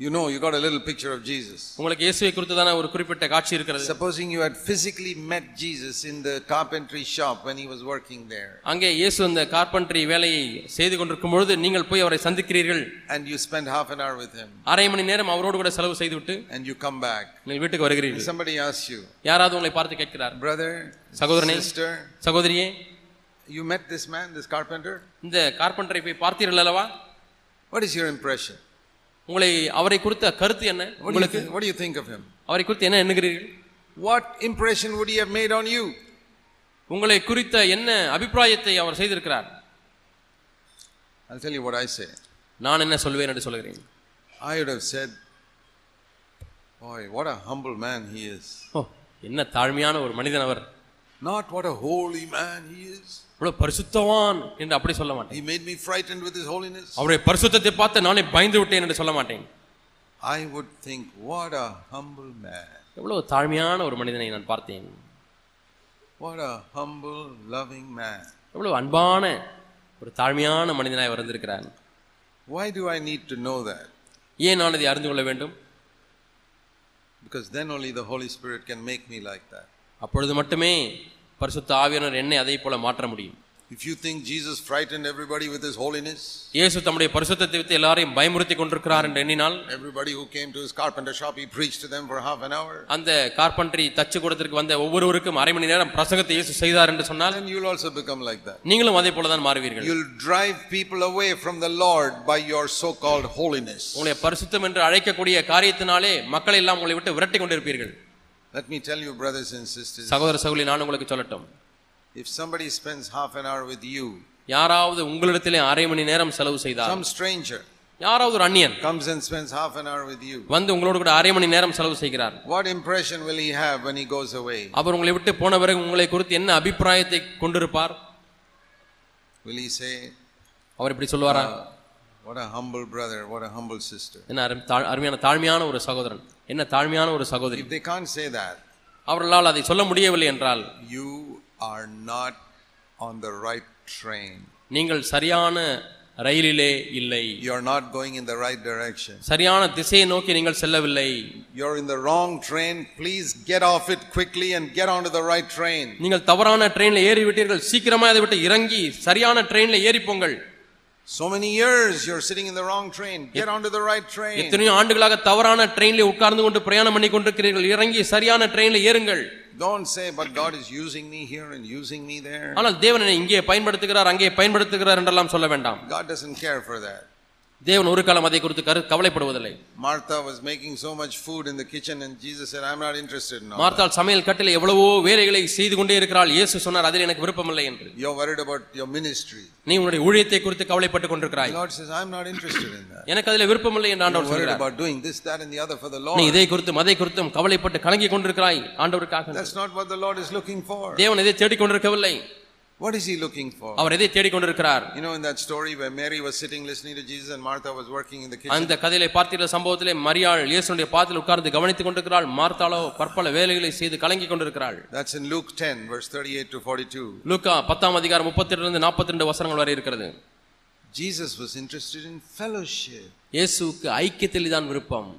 [SPEAKER 2] You know, you got a little picture of Jesus.
[SPEAKER 3] உங்களுக்கு இயேசுவை குறித்ததான ஒரு குறிப்பிட்ட காட்சி இருக்கிறது
[SPEAKER 2] Supposing you had physically met Jesus in the carpentry shop when he was working there,
[SPEAKER 3] அங்கே இயேசு அந்த கார்பெண்டரி வேலையை செய்து கொண்டிருக்கும் பொழுது நீங்கள் போய் அவரை சந்திக்கிறீர்கள்
[SPEAKER 2] and you spend half an hour with him,
[SPEAKER 3] அரை மணி நேரம் அவரோடு கூட செலவு செய்துவிட்டு
[SPEAKER 2] and you come back,
[SPEAKER 3] நீங்கள் வீட்டுக்கு வருகிறீர்கள்
[SPEAKER 2] somebody asks you,
[SPEAKER 3] யாராவது உங்களை பார்த்து கேட்கிறார்
[SPEAKER 2] Brother,
[SPEAKER 3] சகோதரனே.
[SPEAKER 2] sister,
[SPEAKER 3] சகோதரியே
[SPEAKER 2] you met this man, this carpenter?
[SPEAKER 3] இந்த கார்பெண்டரை போய் பார்த்தீர்கள் அல்லவா
[SPEAKER 2] What is your impression?
[SPEAKER 3] உங்களை அவரை குறித்த கருத்து என்ன
[SPEAKER 2] What do, you
[SPEAKER 3] உங்களுக்கு
[SPEAKER 2] think, what do you think of him?
[SPEAKER 3] அவரை குறித்து என்ன எண்ணுகிறீர்கள்
[SPEAKER 2] What impression would he have made on you?
[SPEAKER 3] உங்களை குறித்த என்ன அபிப்பிராயத்தை அவர் செய்திருக்கிறார்
[SPEAKER 2] I'll tell you what I say.
[SPEAKER 3] நான் என்ன சொல்வேன் என்று சொல்கிறேன்
[SPEAKER 2] I would have said, Boy, what a humble man he is.
[SPEAKER 3] ஓ என்ன தாழ்மையான ஒரு மனிதன் அவர்
[SPEAKER 2] Not what a holy man he is.
[SPEAKER 3] இவ்வளவு பரிசுத்தவான் என்று அப்படி சொல்ல மாட்டேன்
[SPEAKER 2] He made me frightened with his holiness.
[SPEAKER 3] அவருடைய பரிசுத்தத்தை பார்த்து நானே பயந்து விட்டேன் என்று சொல்ல மாட்டேன்
[SPEAKER 2] I would think, what a humble man.
[SPEAKER 3] எவ்வளவு தாழ்மையான ஒரு மனிதனை நான் பார்த்தேன்
[SPEAKER 2] What a humble, loving man.
[SPEAKER 3] எவ்வளவு அன்பான ஒரு தாழ்மையான மனிதனாய் அவர் இருந்திருக்கிறார்
[SPEAKER 2] Why do I need to know that?
[SPEAKER 3] ஏன் நான் இதை அறிந்து கொள்ள வேண்டும்
[SPEAKER 2] Because then only the Holy Spirit can make me like that.
[SPEAKER 3] அப்பொழுது மட்டுமே பரிசுத்த ஆவியானவர் என்னை அதே போல மாற்ற முடியும்
[SPEAKER 2] If you think Jesus frightened everybody with his holiness,
[SPEAKER 3] இயேசு தம்முடைய பரிசுத்தத்தை வைத்து எல்லாரையும் பயமுறுத்தி கொண்டிருக்கிறார் என்று எண்ணினால்
[SPEAKER 2] everybody who came to his carpenter shop, he preached to them for half an hour,
[SPEAKER 3] அந்த கார்பன்ட்ரி தச்சு கூடத்திற்கு வந்த ஒவ்வொருவருக்கும் அரை மணி நேரம் பிரசங்கத்தை இயேசு செய்தார் என்று சொன்னால்
[SPEAKER 2] then you'll also become like that.
[SPEAKER 3] நீங்களும் அதே போல தான் மாறுவீர்கள்
[SPEAKER 2] You'll drive people away from the Lord by your so called holiness.
[SPEAKER 3] உங்களுடைய பரிசுத்தம் என்று அழைக்கக்கூடிய காரியத்தினாலே மக்களை எல்லாம் உங்களை விட்டு விரட்டி கொண்டிருப்பீர்கள்
[SPEAKER 2] Let me tell you, brothers and sisters,
[SPEAKER 3] சகோதர சகோதரி நான் உங்களுக்கு சொல்லட்டும்
[SPEAKER 2] if somebody spends half an hour with you,
[SPEAKER 3] யாராவது உங்களிடத்திலே அரை மணி நேரம் செலவு செய்தார்
[SPEAKER 2] some stranger
[SPEAKER 3] யாராவது ஒரு அந்நியன்
[SPEAKER 2] comes and spends half an hour with you,
[SPEAKER 3] வந்து உங்களோடு கூட அரை மணி நேரம் செலவு செய்கிறார்
[SPEAKER 2] What impression will he have when he goes away?
[SPEAKER 3] அவர் உங்களை விட்டு போன பிறகு உங்களை குறித்து என்ன அபிப்பிராயத்தை கொண்டிருப்பார்
[SPEAKER 2] Will he say,
[SPEAKER 3] அவர் இப்படி சொல்வாரா
[SPEAKER 2] What a humble brother, what a humble sister?
[SPEAKER 3] என்ன அரும்- தா- அருமையான தாழ்மையான ஒரு சகோதரன் என்ன தாழ்மையான ஒரு சகோதரி
[SPEAKER 2] If they can't say that,
[SPEAKER 3] அவர்களால் அதை சொல்ல முடியவில்லை என்றால்
[SPEAKER 2] you are not on the right train.
[SPEAKER 3] நீங்கள் சரியான ரயிலிலே இல்லை
[SPEAKER 2] You're not going in the right direction.
[SPEAKER 3] சரியான திசையை நோக்கி நீங்கள் செல்லவில்லை
[SPEAKER 2] You're in the wrong train. Please get off it quickly and get onto the right train.
[SPEAKER 3] நீங்கள் தவறான ட்ரெயினில் ஏறி விட்டீர்கள் சீக்கிரமா அதை விட்டு இறங்கி சரியான ட்ரெயினில் ஏறி போங்கள்
[SPEAKER 2] So many years you're sitting in the wrong train. Get onto the right train.
[SPEAKER 3] எத்தனையோ ஆண்டுகளாக தவறான ட்ரெயின்ல உட்கார்ந்து கொண்டு பிரயாணம் பண்ணி கொண்டிருக்கிறீர்கள் இறங்கி சரியான ட்ரெயின்ல ஏறுங்கள்
[SPEAKER 2] Don't say, but God is using me here and using me there.
[SPEAKER 3] ஆனால் தேவன் என்னை இங்கே பயன்படுத்துகிறார் அங்கே பயன்படுத்துகிறார் என்றெல்லாம் சொல்ல வேண்டாம்
[SPEAKER 2] God doesn't care for that.
[SPEAKER 3] தேவன் ஒரு காலம் அதை குறித்து கரு கவலைப்படுவதில்லை
[SPEAKER 2] Martha was making so much food in the kitchen, and Jesus said, I'm not interested in all that.
[SPEAKER 3] மார்த்தாள் சமையல் கட்டில் எவ்வளவோ வேலைகளை செய்து கொண்டே இருக்கிறாள் இயேசு சொன்னார் அதில் எனக்கு விருப்பமில்லை என்று
[SPEAKER 2] You're worried about your ministry.
[SPEAKER 3] நீ உன்னுடைய ஊழியத்தை குறித்து கவலைப்பட்டுக்
[SPEAKER 2] The
[SPEAKER 3] கொண்டிருக்கிறாய்
[SPEAKER 2] Lord says, I'm not interested in that.
[SPEAKER 3] எனக்கு அதில் விருப்பமில்லை என்று
[SPEAKER 2] You're
[SPEAKER 3] ஆண்டவர்
[SPEAKER 2] worried
[SPEAKER 3] சொல்கிறார்
[SPEAKER 2] about doing this, that, and the other for the
[SPEAKER 3] நீ
[SPEAKER 2] Lord.
[SPEAKER 3] இதை குறித்தும் அதை குறித்தும் கவலைப்பட்டு கலங்கி கொண்டிருக்கிறாய் ஆண்டவருக்காக
[SPEAKER 2] That's not what the Lord is looking for.
[SPEAKER 3] தேவன் எதை தேடிக்கொண்டிருக்கவில்லை
[SPEAKER 2] What is He looking for?
[SPEAKER 3] அவர் எதை தேடிக்கொண்டிருக்கிறார்
[SPEAKER 2] You know, in that story where Mary was sitting listening to Jesus and Martha was working in the kitchen,
[SPEAKER 3] அந்த கதையிலே பார்த்திருக்கிற சம்பவத்திலே மரியாள் இயேசுடைய பாத்தில் உட்கார்ந்து கவனித்துக் கொண்டிருக்கிறாள் மார்த்தாளோ பற்பல வேலைகளை செய்து கலங்கி கொண்டிருக்கிறாள்
[SPEAKER 2] that's in Luke 10, verse 38 to 42.
[SPEAKER 3] லூக்கா பத்தாம் அதிகாரம் முப்பத்தி இருந்து நாற்பத்தி ரெண்டு வசனங்கள் வரை இருக்கிறது
[SPEAKER 2] Jesus was interested in fellowship.
[SPEAKER 3] இயேசுவுக்கு ஐக்கியத்தில் தான் விருப்பம்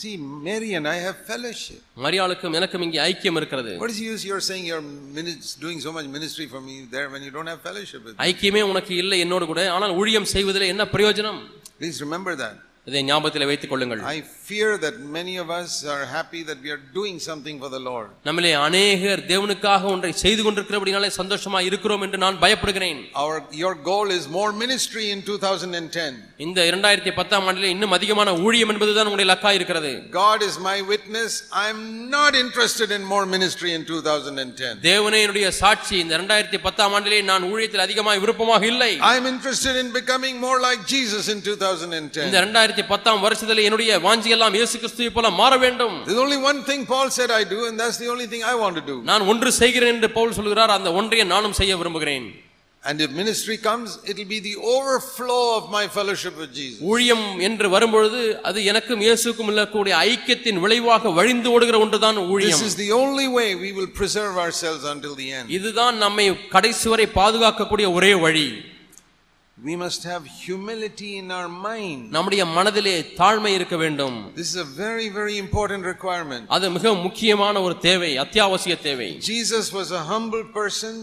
[SPEAKER 2] See, Mary and I have fellowship.
[SPEAKER 3] மரியாளுக்கும் எனக்கும் இங்கே ஐக்கியம் இருக்கிறது
[SPEAKER 2] What is the use you're saying you're minis- doing so much ministry for me there when you don't have fellowship with me?
[SPEAKER 3] ஐக்கியமே உனக்கு இல்லை என்னோடு கூட ஆனால் ஊழியம் செய்வதில் என்ன பிரயோஜனம்
[SPEAKER 2] Please remember that.
[SPEAKER 3] இதை ஞாபகத்தில் வைத்துக் கொள்ளுங்கள்
[SPEAKER 2] I fear that many of us are happy that we are doing something for the Lord.
[SPEAKER 3] நம்மிலே அநேகர் தேவனுக்காக ஒன்றை செய்து கொண்டிருக்கிறபடினாலே சந்தோஷமா இருக்கிறோம் என்று நான் பயப்படுகிறேன்
[SPEAKER 2] Our, your goal is more ministry in 2010.
[SPEAKER 3] இந்த இரண்டாயிரத்தி பத்தாம் ஆண்டிலே இன்னும் அதிகமான ஊழியம் என்பதுதான் உங்களுடைய லக்கா இருக்கிறது
[SPEAKER 2] God is my witness. I'm not interested in more ministry in 2010.
[SPEAKER 3] தேவனே என்னுடைய சாட்சி இந்த இரண்டாயிரத்தி பத்தாம் ஆண்டிலே நான் ஊழியத்தில் அதிகமாக விருப்பமாக இல்லை
[SPEAKER 2] I'm interested in becoming more like Jesus in
[SPEAKER 3] இந்த
[SPEAKER 2] 2010.
[SPEAKER 3] இரண்டாயிரத்தி பத்தாம் வருஷத்திலே என்னுடைய வாஞ்சியெல்லாம் இயேசு கிறிஸ்துவை போல மாற வேண்டும்
[SPEAKER 2] There's only one thing Paul said I do, and that's the only thing I want to do.
[SPEAKER 3] நான் ஒன்று செய்கிறேன் என்று பவுல் சொல்கிறார் அந்த ஒன்றையை நானும் செய்ய விரும்புகிறேன்
[SPEAKER 2] And if ministry comes, it'll be the overflow of my fellowship with Jesus.
[SPEAKER 3] ஊழியம் என்று வரும்பொழுது அது எனக்கும் இயேசுக்கும் இருக்கக்கூடிய ஐக்கியத்தின் விளைவாக வழிந்து ஓடுகிற ஒன்றுதான்
[SPEAKER 2] This
[SPEAKER 3] ஊழியம்
[SPEAKER 2] is the only way we will preserve ourselves until the end.
[SPEAKER 3] இதுதான் நம்மை கடைசி வரை பாதுகாக்கக்கூடிய ஒரே வழி
[SPEAKER 2] We must have humility in our mind.
[SPEAKER 3] நம்முடைய மனதிலே தாழ்மை இருக்க வேண்டும்
[SPEAKER 2] This is a very, very important requirement.
[SPEAKER 3] அது மிக முக்கியமான ஒரு தேவை அத்தியாவசிய தேவை
[SPEAKER 2] Jesus was a humble person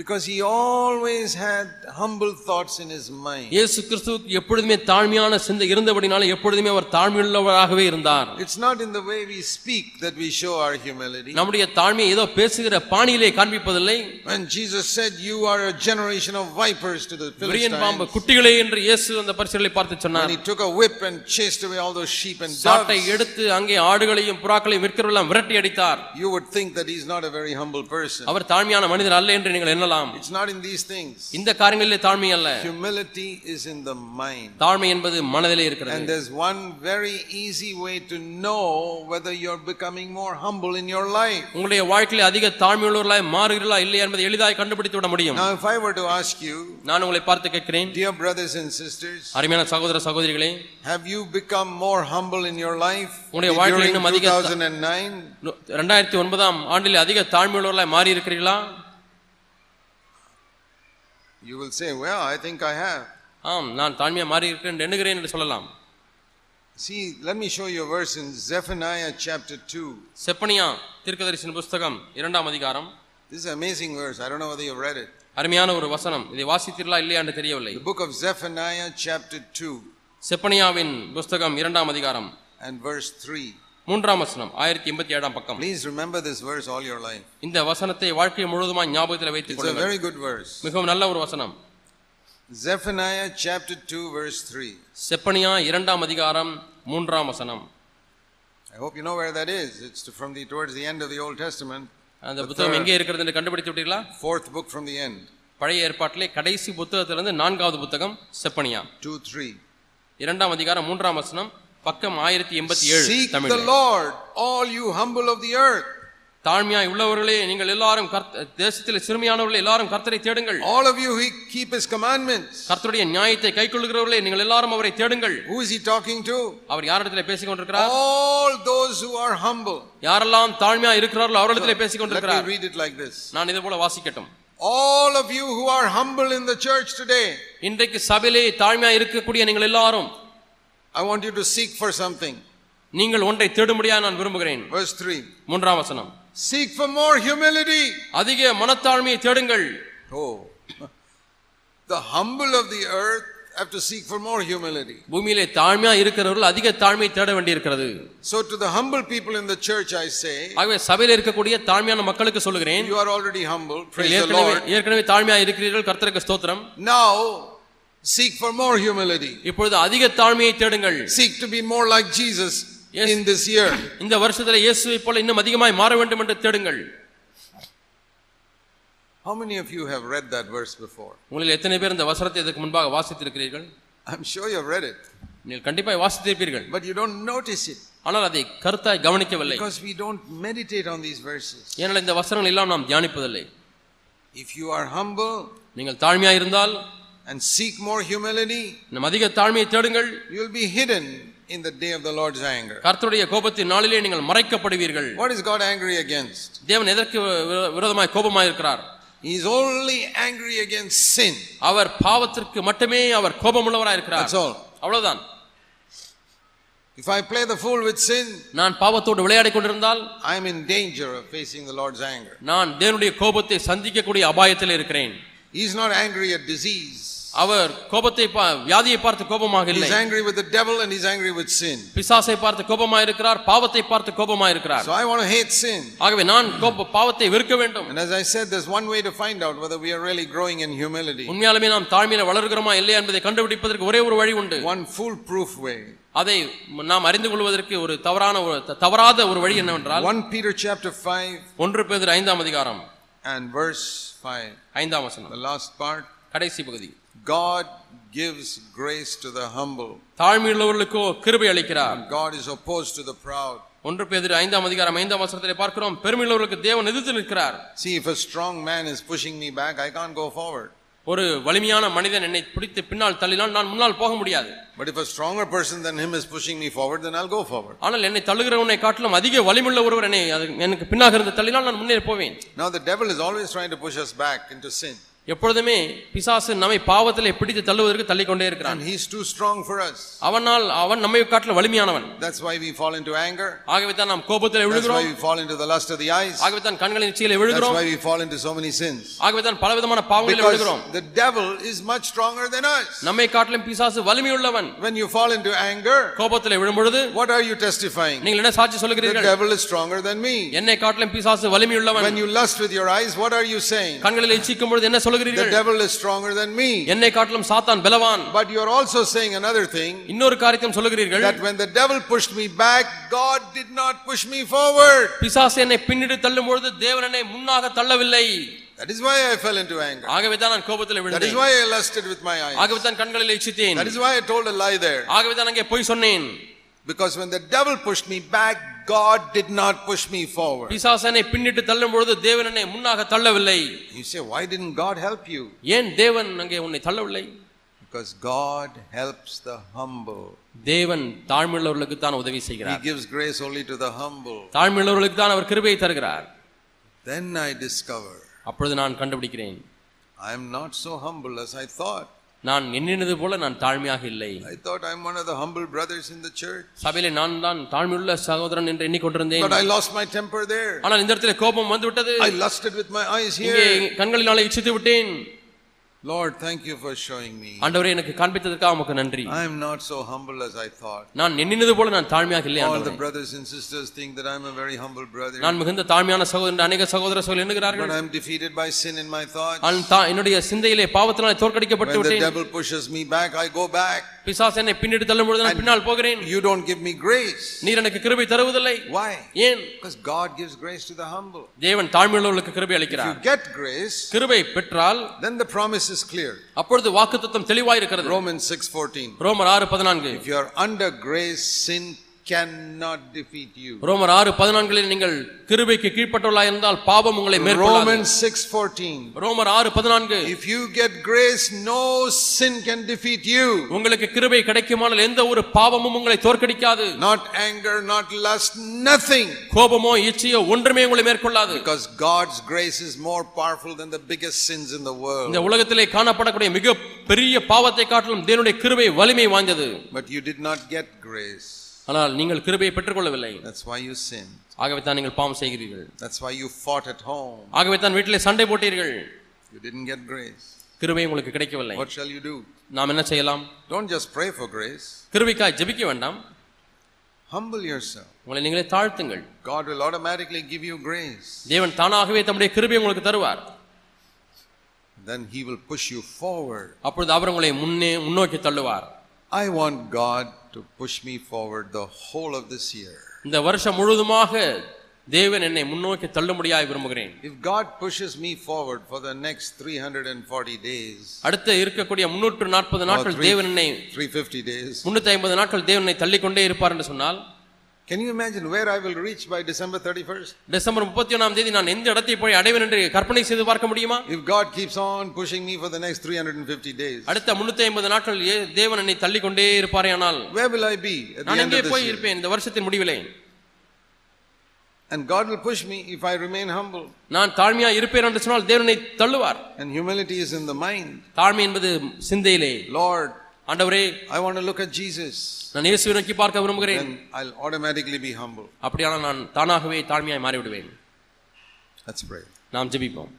[SPEAKER 2] because he always had humble thoughts in his mind.
[SPEAKER 3] இயேசு கிறிஸ்துவுக்கு எப்பொழுதுமே தாழ்மையான சிந்தை இருந்தபடினால எப்பொழுதுமே அவர் தாழ்மையுள்ளவராகவே இருந்தார்
[SPEAKER 2] It's not in the way we speak that we show our humility.
[SPEAKER 3] நம்முடைய தாழ்மையை ஏதோ பேசுகிற பாணியிலே காண்பிப்பதில்லை
[SPEAKER 2] When Jesus said, You are a generation of vipers to the
[SPEAKER 3] விரியன் பாம்பு
[SPEAKER 2] Philistines,
[SPEAKER 3] குட்டிகளே என்று இயேசு அந்த பரிசுகளை பார்த்து
[SPEAKER 2] when
[SPEAKER 3] சொன்னார்
[SPEAKER 2] he took a whip and chased away all those sheep and
[SPEAKER 3] சாட்டை
[SPEAKER 2] doves,
[SPEAKER 3] எடுத்து அங்கே ஆடுகளையும் புறாக்களையும் விற்கிறவெல்லாம் விரட்டி அடித்தார்
[SPEAKER 2] you would think that he's not a very humble person.
[SPEAKER 3] அவர் தாழ்மையான மனிதர் அல்ல என்று நீங்கள் எண்ணலாம்
[SPEAKER 2] It's not in these things.
[SPEAKER 3] இந்த காரியங்களிலே தாழ்மை அல்ல
[SPEAKER 2] Humility is in the mind.
[SPEAKER 3] தாழ்மை என்பது மனதிலே இருக்கிறது
[SPEAKER 2] And there's one very easy way to know whether you're becoming more humble in your life.
[SPEAKER 3] உங்களுடைய வாழ்க்கையில அதிக தாழ்மையுள்ளவர்களாய் மாறுகிறீர்களா இல்லையா என்பதை எளிதாக கண்டுபிடித்து விட முடியும்
[SPEAKER 2] Now, if I were to ask you,
[SPEAKER 3] நான் உங்களை பார்த்து கேட்கிறேன்
[SPEAKER 2] dear brothers and sisters,
[SPEAKER 3] அருமையான சகோதர சகோதரிகளே
[SPEAKER 2] have you become more humble in your life
[SPEAKER 3] உங்களுடைய வாழ்க்கையில்
[SPEAKER 2] during
[SPEAKER 3] இன்னும் அதிக தா-
[SPEAKER 2] 2009?
[SPEAKER 3] நு- ரெண்டாயிரத்தி ஒன்பதாம் ஆண்டில் அதிக தாழ்மையுள்ளவர்களாய் மாறி இருக்கிறீர்களா
[SPEAKER 2] You will say, Well, I think I have.
[SPEAKER 3] ஆம் நான் தாழ்மையா மாறி இருக்கிறேன் என்று எண்ணுகிறேன் என்று சொல்லலாம்
[SPEAKER 2] See, let me show you a verse in Zephaniah chapter 2.
[SPEAKER 3] Zephaniah தீர்க்கதரிசன புஸ்தகம் இரண்டாம் அதிகாரம்
[SPEAKER 2] This is an amazing verse. I don't know whether you've read it.
[SPEAKER 3] அருமையான ஒரு வசனம் இதை வாசித்தீர்களா இல்லையா என்று தெரியவில்லை
[SPEAKER 2] The book of Zephaniah chapter 2
[SPEAKER 3] செப்பனியாவின் புஸ்தகம் இரண்டாம் அதிகாரம்
[SPEAKER 2] and verse 3.
[SPEAKER 3] மூன்றாம் வசனம் ஆயிரத்தி எண்பத்தி ஏழாம் பக்கம்
[SPEAKER 2] Please remember this verse all your life.
[SPEAKER 3] இந்த வசனத்தை வாழ்க்கை முழுவதுமாய் ஞாபகத்தில் வைத்துக்
[SPEAKER 2] It's a
[SPEAKER 3] கொள்ளுங்கள்
[SPEAKER 2] very good verse.
[SPEAKER 3] மிகவும் நல்ல ஒரு வசனம்
[SPEAKER 2] Zephaniah chapter 2, verse 3.
[SPEAKER 3] செப்பனியா இரண்டாம் அதிகாரம் மூன்றாம் வசனம்
[SPEAKER 2] I hope you know where that is. It's to- from the towards the end of the Old Testament,
[SPEAKER 3] அந்த புத்தகம் எங்கே இருக்கிறது என்று கண்டுபிடித்து விட்டீர்களா
[SPEAKER 2] fourth book from the end,
[SPEAKER 3] பழைய ஏற்பாட்டிலே கடைசி புத்தகத்திலிருந்து நான்காவது புத்தகம் செப்பனியா
[SPEAKER 2] 2 3.
[SPEAKER 3] இரண்டாம் அதிகாரம் மூன்றாம் வசனம் பக்கம் ஆயிரத்தி எண்பத்தி ஏழு
[SPEAKER 2] Seek the
[SPEAKER 3] Tamil
[SPEAKER 2] Lord, all you humble of the earth,
[SPEAKER 3] தாழ்மையாய் உள்ளவர்களே நீங்கள் எல்லாரும் கர்த்த- தேசத்தில் சிறுமியானவர்களே எல்லாரும் கர்த்தரை தேடுங்கள்
[SPEAKER 2] all of you who keep his commandments.
[SPEAKER 3] கர்த்தருடைய நியாயத்தை கைக்கொள்ளுகிறவர்களே நீங்கள் எல்லாரும் அவரை தேடுங்கள்
[SPEAKER 2] Who is he talking to?
[SPEAKER 3] அவர் யாரிடத்திலே பேசிக் கொண்டிருக்கிறார்
[SPEAKER 2] All those who are humble.
[SPEAKER 3] யாரெல்லாம் தாழ்மையா இருக்கிறார்களோ அவரிடத்திலே பேசிக்
[SPEAKER 2] Let
[SPEAKER 3] கொண்டிருக்கிறார்
[SPEAKER 2] me read it like this.
[SPEAKER 3] நான் இது போல வாசிக்கட்டும்
[SPEAKER 2] All of you who are humble in the church today,
[SPEAKER 3] இன்றைக்கு சபையிலே தாழ்மையா இருக்கக்கூடிய நீங்கள் எல்லாரும்
[SPEAKER 2] I want you to seek for something.
[SPEAKER 3] நீங்கள் ஒன்றை தேடும்படியா நான் விரும்புகிறேன்
[SPEAKER 2] Verse 3.
[SPEAKER 3] மூன்றாம் வசனம்
[SPEAKER 2] Seek for more humility.
[SPEAKER 3] அதிக மனத்தாழ்மையை தேடுங்கள்
[SPEAKER 2] Oh. The humble of the earth have to seek for more humility.
[SPEAKER 3] பூமியிலே தாழ்மையா இருக்கிறவர்கள் அதிக தாழ்மை தேட வேண்டியிருக்கிறது
[SPEAKER 2] So, to the humble people in the church, I say,
[SPEAKER 3] ஆகவே சபையில இருக்கக்கூடிய தாழ்மையான மக்களுக்கு சொல்லுகிறேன்
[SPEAKER 2] You are already humble, praise the
[SPEAKER 3] ஏற்கனவே
[SPEAKER 2] Lord.
[SPEAKER 3] ஏற்கனவே தாழ்மையா இருக்கிறீர்கள் கர்த்தருக்கு ஸ்தோத்திரம்
[SPEAKER 2] Now, seek for more humility.
[SPEAKER 3] இப்பொழுது அதிக தாழ்மையை தேடுங்கள்
[SPEAKER 2] Seek to be more like Jesus
[SPEAKER 3] Yes.
[SPEAKER 2] in this year.
[SPEAKER 3] இந்த வருஷத்துல இயேசுவை போல இன்னும் அதிகமாய் மாற வேண்டும் என்று தேடுங்கள்
[SPEAKER 2] How many of you have read that verse before?
[SPEAKER 3] உங்களில் எத்தனை பேர் இந்த வசனத்தை இதற்கு முன்பாக வாசித்திருக்கிறீர்கள்
[SPEAKER 2] I'm sure you have read it,
[SPEAKER 3] நீங்கள் கண்டிப்பாய் வாசித்திருப்பீர்கள்
[SPEAKER 2] but you don't notice it
[SPEAKER 3] ஆனால் அதை கருத்தாய் கவனிக்கவில்லை
[SPEAKER 2] because we don't meditate on these verses.
[SPEAKER 3] ஏனால் இந்த வசனங்கள் எல்லாம் நாம் தியானிப்பதில்லை
[SPEAKER 2] If you are humble
[SPEAKER 3] நீங்கள் தாழ்மையா இருந்தால்
[SPEAKER 2] and seek more humility,
[SPEAKER 3] நம் அதிக தாழ்மையை தேடுங்கள்
[SPEAKER 2] you'll be hidden in the day of the Lord's anger.
[SPEAKER 3] கர்த்தருடைய கோபத்தின் நாளிலே நீங்கள் மறைக்கப்படுவீர்கள்
[SPEAKER 2] What is God angry against?
[SPEAKER 3] தேவன் எதற்கு விரோ- விரோதமாய் கோபமாய் இருக்கிறார்
[SPEAKER 2] He's only angry against sin.
[SPEAKER 3] அவர் பாவத்திற்கு மட்டுமே அவர் கோபமுள்ளவராய் இருக்கிறார்
[SPEAKER 2] That's all.
[SPEAKER 3] அவ்வளவுதான்
[SPEAKER 2] If I play the fool with sin,
[SPEAKER 3] நான் பாவத்தோடு விளையாடிக் கொண்டிருந்தால்
[SPEAKER 2] I'm in danger of facing the Lord's anger.
[SPEAKER 3] நான் தேவனுடைய கோபத்தை சந்திக்கக்கூடிய அபாயத்தில் இருக்கிறேன்
[SPEAKER 2] He's not angry at disease.
[SPEAKER 3] அவர் கோபத்தை பா- வியாதியை பார்த்து கோபமாக இல்லை
[SPEAKER 2] He's angry with the devil and he's angry with sin.
[SPEAKER 3] பிசாசை பார்த்து கோபமாக இருக்கிறார் பாவத்தை பார்த்து கோபமாக இருக்கிறார்
[SPEAKER 2] So I want to hate sin.
[SPEAKER 3] ஆகவே நான் கோப பாவத்தை வெறுக்க வேண்டும்
[SPEAKER 2] And as I said, there's one way to find out whether we are really growing in humility.
[SPEAKER 3] உண்மையாலுமே நாம் தாழ்மையில வளர்கிறோமா இல்லையா என்பதை கண்டுபிடிப்பதற்கு ஒரே ஒரு வழி உண்டு
[SPEAKER 2] One foolproof way.
[SPEAKER 3] அதை நாம் அறிந்து கொள்வதற்கு ஒரு தவறான ஒரு த- தவறாத ஒரு வழி என்னவென்றால்
[SPEAKER 2] 1 Peter chapter 5
[SPEAKER 3] ஒன்று பேர் ஐந்தாம் அதிகாரம்
[SPEAKER 2] and verse 5.
[SPEAKER 3] ஐந்தாம்
[SPEAKER 2] The
[SPEAKER 3] வசனம்
[SPEAKER 2] last part.
[SPEAKER 3] கடைசி பகுதி
[SPEAKER 2] God gives grace to the humble.
[SPEAKER 3] தாழ்மையுள்ளவர்களுக்கோ கிருபை அளிக்கிறார்
[SPEAKER 2] God is opposed to the proud.
[SPEAKER 3] ஒன்று பேர் ஐந்தாம் அதிகாரம் ஐந்தாம் வசனத்திலே பார்க்கிறோம் பெருமையுள்ளவர்களுக்கு தேவன் எதிர்த்து நிற்கிறார்
[SPEAKER 2] See, if a strong man is pushing me back, I can't go forward.
[SPEAKER 3] ஒரு வலிமையான மனிதன் என்னை பிடித்து பின்னால் தள்ளினால் நான் முன்னால் போக முடியாது
[SPEAKER 2] But if a stronger person than him is pushing me forward, then I'll go forward.
[SPEAKER 3] ஆனால் என்னை தள்ளுகிறவனை காட்டிலும் அதிக வலிமுள்ள ஒருவர் என்னை அது- எனக்கு பின்னாக இருந்து தள்ளினால் நான் முன்னேறி போவேன்
[SPEAKER 2] Now, the devil is always trying to push us back into sin,
[SPEAKER 3] எப்பொழுதுமே பிசாசு நம்மை பாவத்திலே பிடித்து தள்ளுவதற்கு தள்ளிக்கொண்டே இருக்கிறான்
[SPEAKER 2] and he's too strong for us.
[SPEAKER 3] அவனால் அவன் நம்மை காட்டிலும் வலிமையானவன்
[SPEAKER 2] That's why we fall into anger.
[SPEAKER 3] ஆகவே தான் நாம் கோபத்தில்
[SPEAKER 2] That's why
[SPEAKER 3] விழுகிறோம்
[SPEAKER 2] we fall into the lust of the eyes.
[SPEAKER 3] ஆகவே தான் கண்களின் சீலை
[SPEAKER 2] That's
[SPEAKER 3] விழுகிறோம்
[SPEAKER 2] why we fall into so many sins.
[SPEAKER 3] ஆகவே தான் பலவிதமான பாவங்களில்
[SPEAKER 2] Because
[SPEAKER 3] விழுகிறோம்
[SPEAKER 2] the devil is much stronger than us.
[SPEAKER 3] நம்மை காட்டிலும் பிசாசு வலிமையுள்ளவன்
[SPEAKER 2] When you fall into anger,
[SPEAKER 3] கோபத்தில் விழும்பொழுது
[SPEAKER 2] what are you testifying?
[SPEAKER 3] நீங்கள் என்ன சாட்சி
[SPEAKER 2] The
[SPEAKER 3] சொல்லுகிறீர்கள்
[SPEAKER 2] devil is stronger than me.
[SPEAKER 3] என்னை காட்டிலும் பிசாசு வலிமையுள்ளவன்
[SPEAKER 2] When you lust with your eyes, what are you saying?
[SPEAKER 3] கண்களில் இச்சிக்கும் பொழுது என்ன
[SPEAKER 2] The
[SPEAKER 3] சொல்லுகிறீர்கள்
[SPEAKER 2] devil is stronger than me.
[SPEAKER 3] என்னை காட்டிலும் சாத்தான் பலவான்
[SPEAKER 2] But you're also saying another thing
[SPEAKER 3] இன்னொரு காரியத்தையும் சொல்லுகிறீர்கள்
[SPEAKER 2] that when the devil pushed me back, God did not push me forward.
[SPEAKER 3] பிசாசு என்னை பின்னிட்டு தள்ளும் பொழுது தேவன் என்னை முன்னாக தள்ளவில்லை
[SPEAKER 2] That is why I fell into anger.
[SPEAKER 3] ஆகவே தான் நான் கோபத்தில்
[SPEAKER 2] That is
[SPEAKER 3] விழுந்தேன்
[SPEAKER 2] why I lusted with my eyes.
[SPEAKER 3] ஆகவே தான் கண்களில் இச்சித்தேன்
[SPEAKER 2] That is why I told a lie there.
[SPEAKER 3] ஆகவே தான் அங்கே போய் சொன்னேன்
[SPEAKER 2] Because when the devil pushed me back, God did not push me forward.
[SPEAKER 3] பிசாசனை பின்னிட்டு தள்ளும் பொழுது தேவன் என்னை முன்னாக தள்ளவில்லை
[SPEAKER 2] You say, why didn't God help you?
[SPEAKER 3] ஏன் தேவன் அங்கே உன்னை தள்ளவில்லை
[SPEAKER 2] Because God helps the humble.
[SPEAKER 3] தேவன் தாழ்மையுள்ளவர்களுக்கு தான் உதவி
[SPEAKER 2] He
[SPEAKER 3] செய்கிறார்
[SPEAKER 2] gives grace only to the humble.
[SPEAKER 3] தாழ்மையுள்ளவர்களுக்கு தான் அவர் கிருபையை தருகிறார்
[SPEAKER 2] Then I discover
[SPEAKER 3] அப்பொழுது நான் கண்டுபிடிக்கிறேன்
[SPEAKER 2] I am not so humble as I thought.
[SPEAKER 3] நான் எண்ணினது போல நான் தாழ்மையாக இல்லை
[SPEAKER 2] I thought I'm one of the humble brothers in the church.
[SPEAKER 3] சபையிலே நான் தான் தாழ்மையுள்ள சகோதரன் என்று எண்ணிக்கொண்டிருந்தேன்
[SPEAKER 2] But I lost my temper there.
[SPEAKER 3] ஆனால் இந்த இடத்துல கோபம் வந்து விட்டது
[SPEAKER 2] I lusted with my eyes
[SPEAKER 3] இங்கே
[SPEAKER 2] here.
[SPEAKER 3] கண்களினாலே இச்சித்து விட்டேன்
[SPEAKER 2] Lord, thank you for showing me.
[SPEAKER 3] ஆண்டவரே எனக்கு காண்பித்ததற்காக உமக்கு நன்றி
[SPEAKER 2] I am not so humble as I thought.
[SPEAKER 3] நான் எண்ணினது போல நான் தாழ்மையாக இல்லை
[SPEAKER 2] All the
[SPEAKER 3] ஆண்டவரே.
[SPEAKER 2] brothers and sisters think that I'm a very humble brother.
[SPEAKER 3] நான் மிகுந்த தாழ்மையான சகோதரன் என்று அநேக சகோதர சகோதரி
[SPEAKER 2] But
[SPEAKER 3] எண்ணுகிறார்கள்
[SPEAKER 2] I'm defeated by sin in my thoughts.
[SPEAKER 3] நான் தா- என்னுடைய சிந்தையிலே பாவத்தினாலே தோற்கடிக்கப்பட்டு
[SPEAKER 2] When the
[SPEAKER 3] விட்டேன்
[SPEAKER 2] devil pushes me back, I go back.
[SPEAKER 3] பிசாசு என்னை பின்னிட்டு தள்ளும் பொழுது நான் பின்னால் போகிறேன்
[SPEAKER 2] You don't give me grace.
[SPEAKER 3] நீர் எனக்கு கிருபை தருவதில்லை
[SPEAKER 2] Why?
[SPEAKER 3] ஏன்
[SPEAKER 2] Because God gives grace to the humble.
[SPEAKER 3] தேவன் தாழ்மையுள்ளவர்களுக்கு கிருபை
[SPEAKER 2] If you
[SPEAKER 3] அளிக்கிறார்
[SPEAKER 2] get grace,
[SPEAKER 3] கிருபை பெற்றால்
[SPEAKER 2] then the promise is clear.
[SPEAKER 3] அப்பொழுது வாக்குத்தத்தம் தெளிவாய் இருக்கிறது
[SPEAKER 2] Romans 6:14.
[SPEAKER 3] ரோமர் ஆறு பதினான்கு
[SPEAKER 2] If you are under grace, sin cannot defeat you.
[SPEAKER 3] ரோமர் ஆறு பதினான்கில் நீங்கள் கிருபைக்கு கீழ்ப்பட்டவர்களாக இருந்தால் பாவம் உங்களை மேற்கொள்ளாது
[SPEAKER 2] Romans 6:14.
[SPEAKER 3] ரோமர் ஆறு பதினான்கு
[SPEAKER 2] If you get grace, no sin can defeat you.
[SPEAKER 3] உங்களுக்கு கிருபை கிடைக்குமானால் எந்த ஒரு பாவமும் உங்களை தோற்கடிக்காது
[SPEAKER 2] Not anger, not lust, nothing.
[SPEAKER 3] கோபமோ இச்சையோ ஒன்றுமே உங்களை மேற்கொள்ளாது
[SPEAKER 2] Because God's grace is more powerful than the biggest sins in the world.
[SPEAKER 3] இந்த உலகத்திலே காணப்படக்கூடிய மிக பெரிய பாவத்தை காட்டிலும் தேவனுடைய கிருபை வலிமை வாய்ந்தது
[SPEAKER 2] But you did not get grace.
[SPEAKER 3] ஆனால் நீங்கள் கிருபையை பெற்றுக்கொள்ளவில்லை
[SPEAKER 2] That's why you sinned.
[SPEAKER 3] ஆகவே தான் நீங்கள் பாவம் செய்கிறீர்கள்
[SPEAKER 2] That's why you fought at home.
[SPEAKER 3] ஆகவே தான் வீட்டிலே சண்டை போட்டீர்கள்
[SPEAKER 2] You didn't get grace.
[SPEAKER 3] கிருபை உங்களுக்கு கிடைக்கவில்லை
[SPEAKER 2] What shall you do?
[SPEAKER 3] நாம் என்ன செய்யலாம்
[SPEAKER 2] Don't just pray for grace,
[SPEAKER 3] கிருபிக்காய் ஜெபிக்க வேண்டாம்
[SPEAKER 2] humble yourself.
[SPEAKER 3] உங்களை நீங்களே தாழ்த்துங்கள்
[SPEAKER 2] God will automatically give you grace.
[SPEAKER 3] தேவன் தானாகவே தம்முடைய கிருபையை உங்களுக்கு தருவார்
[SPEAKER 2] Then He will push you forward.
[SPEAKER 3] அப்பொழுது அவர் உங்களை முன்னே முன்னோக்கி தள்ளுவார்
[SPEAKER 2] I want God to push me forward the whole of this year.
[SPEAKER 3] இந்த வருஷம் முழுவதுமாக தேவன் என்னை முன்னோக்கி தள்ளும்படியாய் விரும்புகிறேன்
[SPEAKER 2] If God pushes me forward for the next 340 days,
[SPEAKER 3] அடுத்து இருக்கக்கூடிய முன்னூற்று நாற்பது
[SPEAKER 2] or
[SPEAKER 3] நாட்கள்
[SPEAKER 2] three-
[SPEAKER 3] தேவன் என்னை
[SPEAKER 2] 350 days,
[SPEAKER 3] முன்னூத்தி ஐம்பது நாட்கள் தேவனை தள்ளிக்கொண்டே இருப்பார் என்று சொன்னால்
[SPEAKER 2] can you imagine where I will reach by December 31st?
[SPEAKER 3] December முப்பத்தி ஒன்றாம் தேதி நான் எந்த இடத்தை போய் அடைவேன் என்று கற்பனை செய்து பார்க்க முடியுமா
[SPEAKER 2] If God keeps on pushing me for the next 350 days,
[SPEAKER 3] அடுத்த முன்னூத்தி ஐம்பது நாட்கள் ஏ- தேவன் என்னை தள்ளிக்கொண்டே இருப்பாரே ஆனால்
[SPEAKER 2] where will I be at the
[SPEAKER 3] நான்
[SPEAKER 2] end
[SPEAKER 3] எங்கே
[SPEAKER 2] of this
[SPEAKER 3] போய்
[SPEAKER 2] year?
[SPEAKER 3] இருப்பேன் இந்த வருஷத்தின் முடிவிலே
[SPEAKER 2] And God will push me if I remain humble.
[SPEAKER 3] நான் தாழ்மையா இருப்பேன் என்று சொன்னால் தேவனை தள்ளுவார்
[SPEAKER 2] And humility is in the mind.
[SPEAKER 3] தாழ்மை என்பது சிந்தையிலே
[SPEAKER 2] Lord,
[SPEAKER 3] ஆண்டவரே
[SPEAKER 2] I want to look at Jesus.
[SPEAKER 3] நான் இயேசுவை நோக்கி பார்க்க விரும்புகிறேன்
[SPEAKER 2] Then I'll automatically be humble.
[SPEAKER 3] அப்படியானால் நான் தானாகவே தாழ்மையாய் மாறிவிடுவேன்
[SPEAKER 2] Let's pray.
[SPEAKER 3] நாம் ஜெபிப்போம்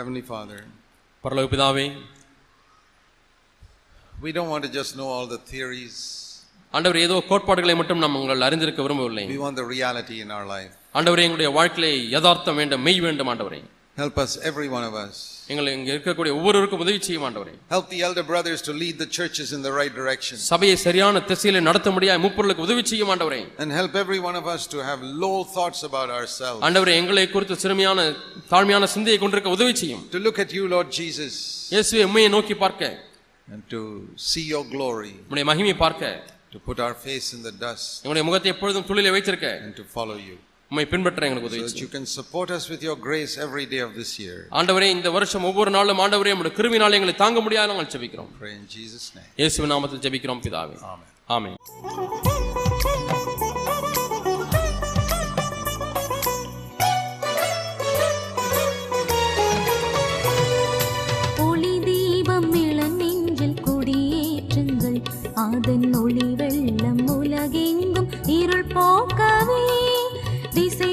[SPEAKER 2] Heavenly Father,
[SPEAKER 3] பரலோக பிதாவே
[SPEAKER 2] we don't want to just know all the theories.
[SPEAKER 3] ஆண்டவர் ஏதோ கோட்பாடுகளை மட்டும் நாம் உங்கள் அறிந்திருக்க விரும்பவில்லை
[SPEAKER 2] We want the reality in our life.
[SPEAKER 3] ஆண்டவரே எங்களுடைய வாழ்க்கையிலே யதார்த்தம் வேண்டும் மெய் வேண்டும் ஆண்டவரே
[SPEAKER 2] Help us, every one of us.
[SPEAKER 3] எங்களை இங்கே இருக்கக்கூடிய ஒவ்வொருவருக்கும் உதவி செய்யும் ஆண்டவரே
[SPEAKER 2] Help the elder brothers to lead the churches in the right direction.
[SPEAKER 3] சபையை சரியான திசையிலே நடத்த முடியாத மூப்பொருளுக்கு உதவி செய்யும் ஆண்டவரே
[SPEAKER 2] And help every one of us to have low thoughts about ourselves.
[SPEAKER 3] ஆண்டவரே எங்களை குறித்து சிறுமையான தாழ்மையான சிந்தையை கொண்டிருக்க உதவி செய்யும்
[SPEAKER 2] To look at you, Lord Jesus,
[SPEAKER 3] இயேசுவை உண்மையை நோக்கி பார்க்க
[SPEAKER 2] and to see your glory,
[SPEAKER 3] நம்முடைய மகிமையை பார்க்க
[SPEAKER 2] to put our face in the dust,
[SPEAKER 3] எங்களுடைய முகத்தை எப்பொழுதும் துளிலே வைத்திருக்க
[SPEAKER 2] and to follow you.
[SPEAKER 3] உண்மை பின்பற்ற எங்களுக்கு உதவி
[SPEAKER 2] So that
[SPEAKER 3] செய்யும்
[SPEAKER 2] you can support us with your grace every day of this year.
[SPEAKER 3] ஆண்டவரே இந்த வருஷம் ஒவ்வொரு நாளும் ஆண்டவரே நம்முடைய கிருமினால் எங்களை தாங்க முடியாத நாங்கள் ஜெபிக்கிறோம்
[SPEAKER 2] Pray in Jesus' name.
[SPEAKER 3] இயேசுவின் நாமத்தில் ஜெபிக்கிறோம் பிதாவே
[SPEAKER 2] Amen.
[SPEAKER 3] ஆமென்
[SPEAKER 4] ஒளி தீபம் இளநெஞ்சில் குடியேற்றுங்கள் அதன் ஒளி வெள்ளம் உலகெங்கும் இருள் போக்கவே திசை